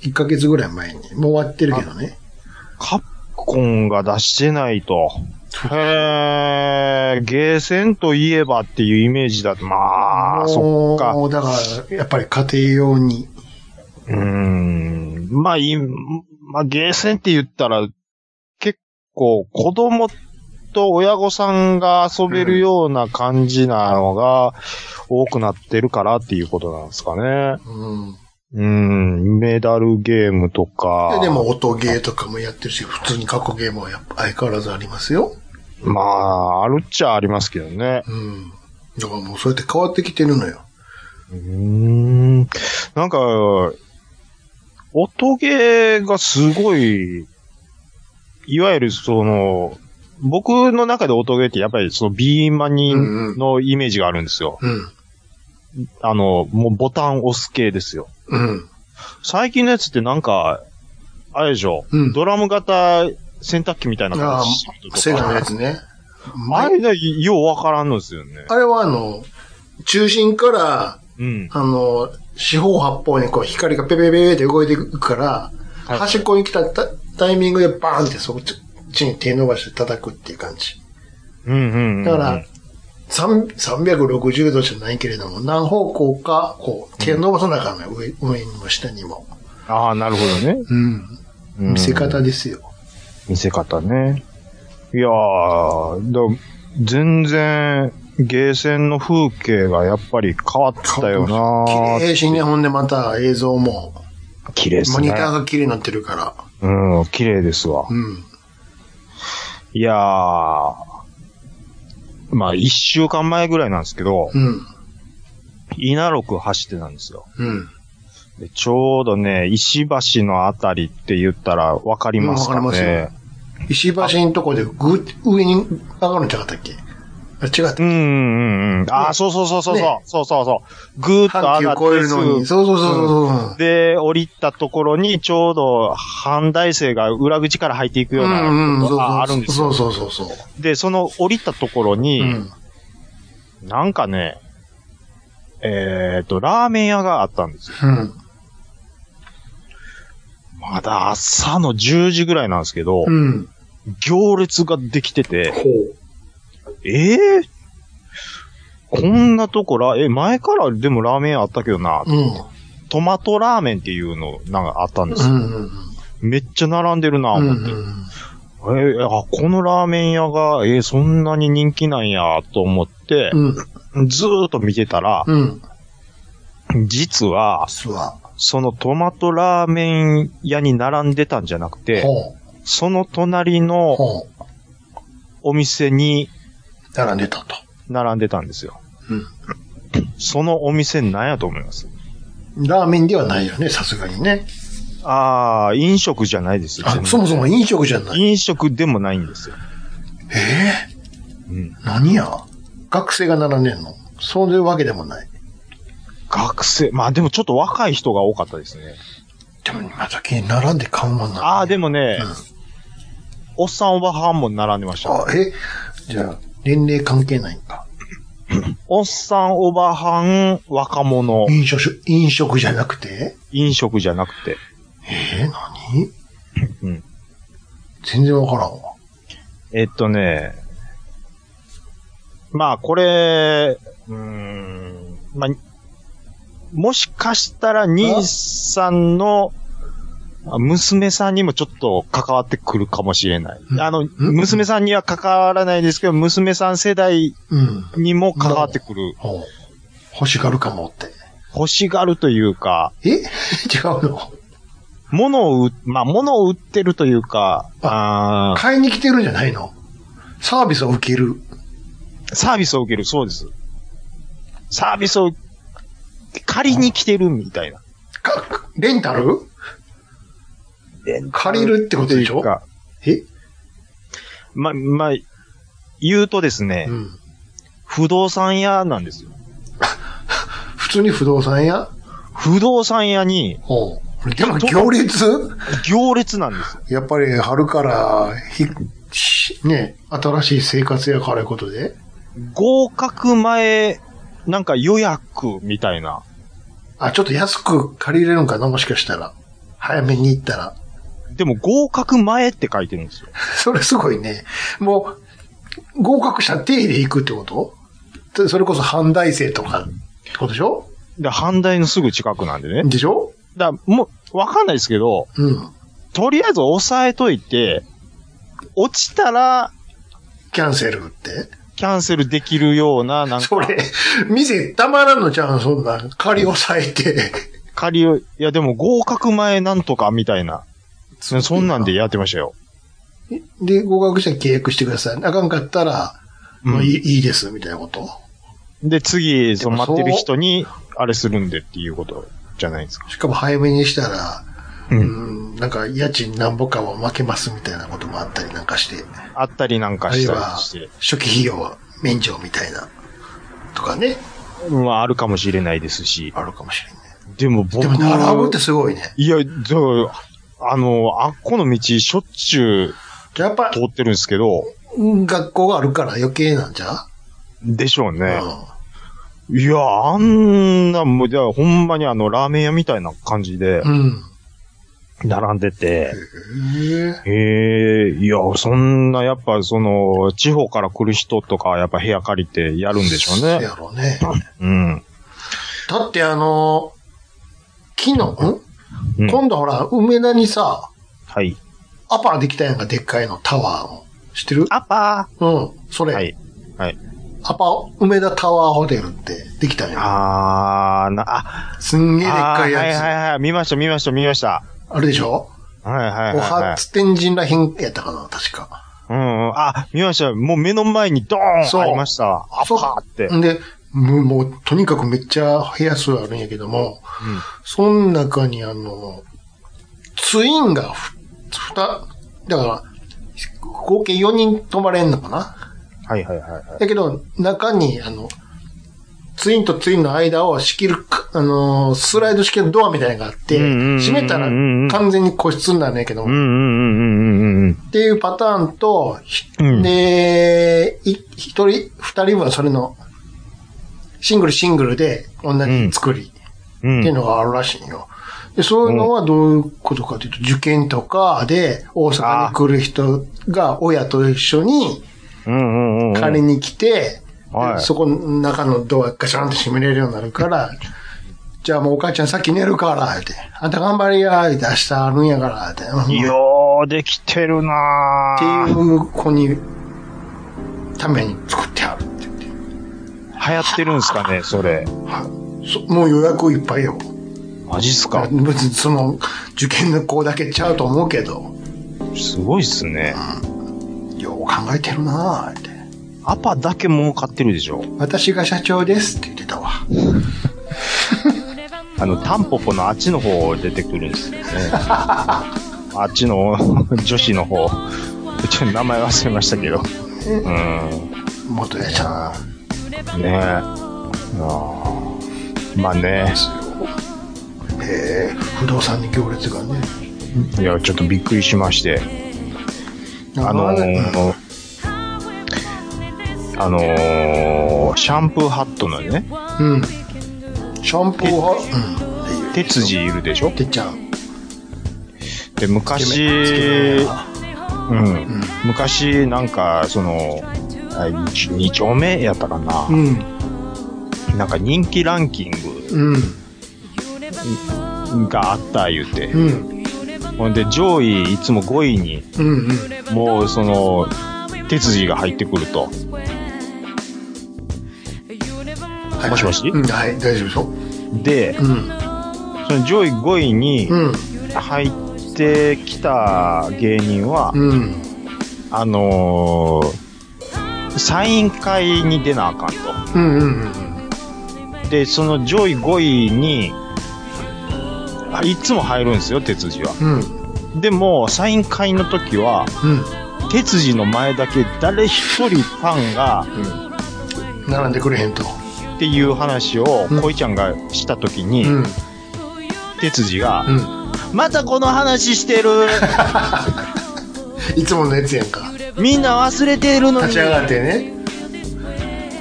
1ヶ月ぐらい前に。もう終わってるけどね。
カプコンが出してないと。へえ、ゲーセンといえばっていうイメージだと、まあ、そっか。
も
う
う、だから、やっぱり家庭用に。
ーん。まあ、いまあ、ゲーセンって言ったら、結構子供と親御さんが遊べるような感じなのが多くなってるからっていうことなんですかね。
うん。
うん、メダルゲームとか。
ででも、音ゲーとかもやってるし、普通に過去ゲームはやっぱ相変わらずありますよ。
まあ、あるっちゃありますけどね。
うん。だからもうそうやって変わってきてるのよ。
うーん。なんか、音ゲーがすごい、いわゆるその、僕の中で音ゲーってやっぱりそのビーマニ
うんうん
のイメージがあるんですよ。
うん。
あの、もうボタン押す系ですよ。
うん。
最近のやつってなんか、あれでしょ、
うん
ドラム型洗濯機みたいな感じしてるとか
セガのやつね。
あれがようわからんのですよね。
あれはあの、中心から、
うん。
あの、四方八方にこう光がペペペペって動いていくから、
はい
端っこに来たタタイミングでバーンってそっちに手伸ばして叩くっていう感じ。
うんうんうん。
だから、三360度じゃないけれども、何方向か、こう、手伸ばさなあかんのよ、上上にも下にも。
ああ、なるほどね。
うん。見せ
うん
方ですよ。
見せ方ね。いやー、だ全然、ゲーセンの風景がやっぱり変わったよな
綺麗しね、ほんでまた映像も、
綺麗です
モニ
ね
タ。ーが綺麗になってるから。
うん、綺麗ですわ。
うん。
いやー、まあ一週間前ぐらいなんですけど
う、ん。
稲六走ってたんですよ。
うん。
でちょうどね、石橋のあたりって言ったらわかりますかね。
うんわかります石橋のとこでぐっ上に上がるんちゃなかったっけあ違った
うんうんうん。ああ、そうそうそうそうそう、
ね
そうそうそう。ぐーっと上がっ
阪急超え
て
る
す
の
ぐ
に。そうそうそうそう。
で、降りたところに、ちょうど、阪大生が裏口から入っていくような、
うんうん、そうそう
ああるんですよ。
そうそうそうそう。
で、その降りたところに、
うん。
なんかね、えっ、と、ラーメン屋があったんですよ。
うん。
まだ朝の10時ぐらいなんですけど、
うん。
行列ができてて、
ほう。
えー、こんなとこら、え、前からでもラーメン屋あったけどな、
うん。
トマトラーメンっていうの、なんかあったんで
う
すよ。
んうん。
めっちゃ並んでるな、
うん
思
う
って。
ん。
えーあ、このラーメン屋が、えーそんなに人気なんや、と思って
う、ん。
ずーっと見てたら、
うん。
実は、
すわ。
そのトマトラーメン屋に並んでたんじゃなくて、
ほう。
その隣の
ほう。
お店に
並んでたと。
並んでたんですよ。
うん
そのお店なんやと思います
ラーメンではないよね、さすがにね。
ああ、飲食じゃないですよ。
あ
全、然
そもそも飲食じゃない。
飲食でもないんですよ。
ええ
うん
何や学生が並んでんのそういうわけでもない。
学生、まあでもちょっと若い人が多かったですね。
でも今時に並んで買うもんな。
ああ、でもね、おっさんおばはんも並んでました。
あ、えじゃあ、年齢関係ないんか。
おっさん、おばはん、若者、
飲食、飲食じゃなくて
飲食じゃなくて。
えー、何
うん。
全然わからんわ。
えっとね、まあこれ、うーん、まあ、もしかしたら兄さんのあ娘さんにもちょっと関わってくるかもしれない。
うん
あの、
ん
娘さんには関わらないですけど、娘さん世代
うん。
にも関わってくる。
ほう欲しがるかもって。
欲しがるというか、
え 違うの
物を売、まあ物を売ってるというか、あー
買いに来てるんじゃないのサービスを受ける。
サービスを受ける、そうです。サービスを借りに来てるみたいな。
か、レンタル借りるってことでしょ
か
え
ま、まあ、言うとですね、
うん。
不動産屋なんですよ。
普通に不動産屋
不動産屋に
ほう。でも行列
行列なんですよ。
やっぱり春から、ひ、しね、新しい生活やからいうことで。
合格前、なんか予約みたいな。
あ、ちょっと安く借りれるんかなもしかしたら。早めに行ったら。
でも合格前って書いてるんですよ。
それすごいね。もう、合格した体で行くってことそそれこそ半大生とかってことでしょ
で、阪大のすぐ近くなんでね。
でしょ
だからもう、わかんないですけど、
うん。
とりあえず押さえといて、落ちたら、
キャンセルって。
キャンセルできるような、なん
そ
か、
れ、店たまらんのじゃん、そんな。借り押さえて。
仮を、いやでも合格前なんとかみたいな。そんなんでやってましたよ。
で、合格したら契約してください。あかんかったら、
うん
もういいいいです、みたいなこと。
で、次、その
で
待
もそ
っ
う
てる人に、あれするんでっていうことじゃないですか。
しかも早めにしたら、
う
うんん、なんか家賃なんぼかは負けますみたいなこともあったりなんかして、
あったりなん
あ
か
るい
したり
は
して、
初期費用は免除みたいな、とかね、
うんまあ、あるかもしれないですし。
あるかもしれない。
でも僕
でも並ぶってすごいね。
いや、じゃあ、あの、あっこの道しょっちゅう
やっぱ
通、ってるんですけど、
うん学校があるから余計なんじゃ、
でしょうね。
う
いや、あんな、もう、じゃあ、ほんまにあの、ラーメン屋みたいな感じで、
ん。うん。
並んでて、
へえ。
へえ、いや、そんな、やっぱ、その、地方から来る人とか、やっぱ部屋借りてやるんでしょう
そう
ね
や。ろうね。
うん。
だってあの、昨日、ん
うん
今度ほら、梅田にさ、
はい。
アパーできたやんか、でっかいの、タワーを。知ってる
アパ
うん。それ、
はい。はい。
アパ、梅田タワーホテルってできたやん。
あー、な、あ、
すんげえでっ
あ
かい
ーはい
やつ。あ,、
はいはい。見ました、見ました、見ました。
れでしょ
はいはいはい、
お
はい。
初天神らへんやったかな、確か。
うんうん。あ、見ました。もう目の前にドーン
そう
ありました。ア
そう
パーって。
んで、もう、もうとにかくめっちゃ部屋数あるんやけども、その中にあの、ツインがふ、ふた、だから、合計4人泊まれんのかな
はいはいはいはい。
だけど、中に、あの、ツインとツインの間を仕切るか、あのースライド式のドアみたいなのがあって、
うんうんうんうん
閉めたら完全に個室になるんやけども、
うんうんうんうんうんうん。
っていうパターンと、ひ
うん
で、い一人、二人はそれの、シングルシングルで同じ作り
うん
っていうのがあるらしいんよ。で、そういうのはどういうことかというと、受験とかで大阪に来る人が親と一緒に
うんうんうん。
借りに来て、
はい
でそこの中のドアガシャンって閉めれるようになるから、じゃあもうお母ちゃんさっき寝るから、って。あんた頑張りや、って明日あるんやから、って。
よーできてるな
って
ー。
いう子に、ために作ってあるって言って。
流行ってるんすかね、それ。
はいそもう予約いっぱいよ。
マジっすか。
別にその、受験の子だけちゃうと思うけど、
すごいっすね。
よう考えてるなぁ、って。
アパだけ儲かってるでしょ。
私が社長ですって言ってたわ。
あの、タンポポのあっちの方出てくるんですよね。あっちの女子の方。ちょっと名前忘れましたけど。うん。
元やちゃん。
ねえ。あーまあね。
へえ、不動産に行列がね。
いや、ちょっとびっくりしまして。あの
うん
ー、あのー、と、シャンプーハットのね、
うん。シャンプーは、うん。っていう。
鉄次いるでしょ
てっちゃん。
で、昔、
つけ麺
うん。昔、なんか、その、あ二丁目やったかな、
うん。
なんか人気ランキング
うん。
があった言うて
う、ん。
ほんで、上位、いつも5位に、
うん。うん。
もう、その、鉄次が入ってくると。
はい
もしもし
うん、はい、大丈夫でしょ
で、
う
そ
ん。
の上位5位に
うん。
入ってきた芸人は、
うん。
あのーサイン会に出なあかんと。
うん。うん。
で、その上位5位に、あいつも入るんですよ、鉄次は。
うん。
でも、サイン会の時は、
うん。
鉄次の前だけ誰一人ファンが、
うん。並んでくれへんと。
っていう話を
うん、
恋ちゃんがした時
う
に、
ん。
鉄次が、
うん。
またこの話してる
いつものやつやんか。
みんな忘れてるの
立
に
ち上がってね。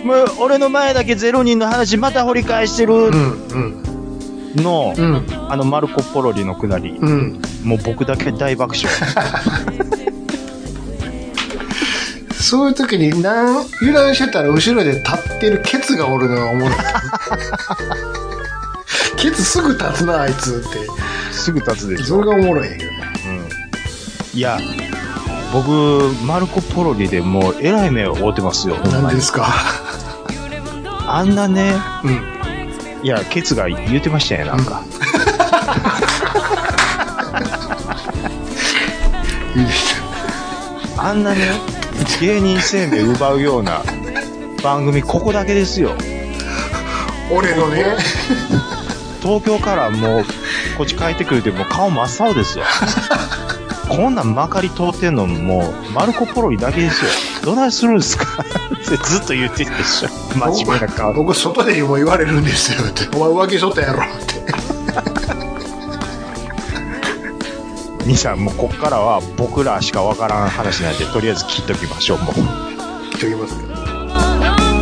もう俺の前だけゼロ人の話また掘り返してる
うん。うん。
の、
うん。
あのマルコ・ポロリのくだり、
うん。
もう僕だけ大爆笑
そういう時に、なん、油断してたら後ろで立ってるケツがおるのがおもろ い。ケツすぐ立つな、あいつっ
すぐ立つで
て。
しょ、
それがおもろいんやけどね。
うん、いや僕マルコ・ポロリでもうえらい目を負うてますよほんま
何
に
ですか。
あんなね
うん。
いやケツが言うてましたよなんか、
いいです。
あんなね芸人生命奪うような番組ここだけですよ
俺のね。
東京からもうこっち帰ってくるてもう顔真っ青ですよこんなんまかり通ってんのもうマルコ・ポロリだけですよどないするんですかってずっと言ってるでしょ真面目な顔
僕、僕外でも言われるんですよって。お前浮気しとったやろって。
兄さんもうこっからは僕らしかわからん話なんでとりあえず聞いときましょうもう
言っときますけど。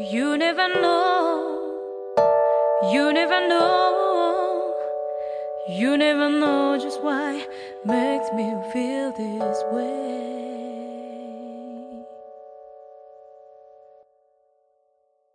You never know, you never know. You never know just why makes me feel this way.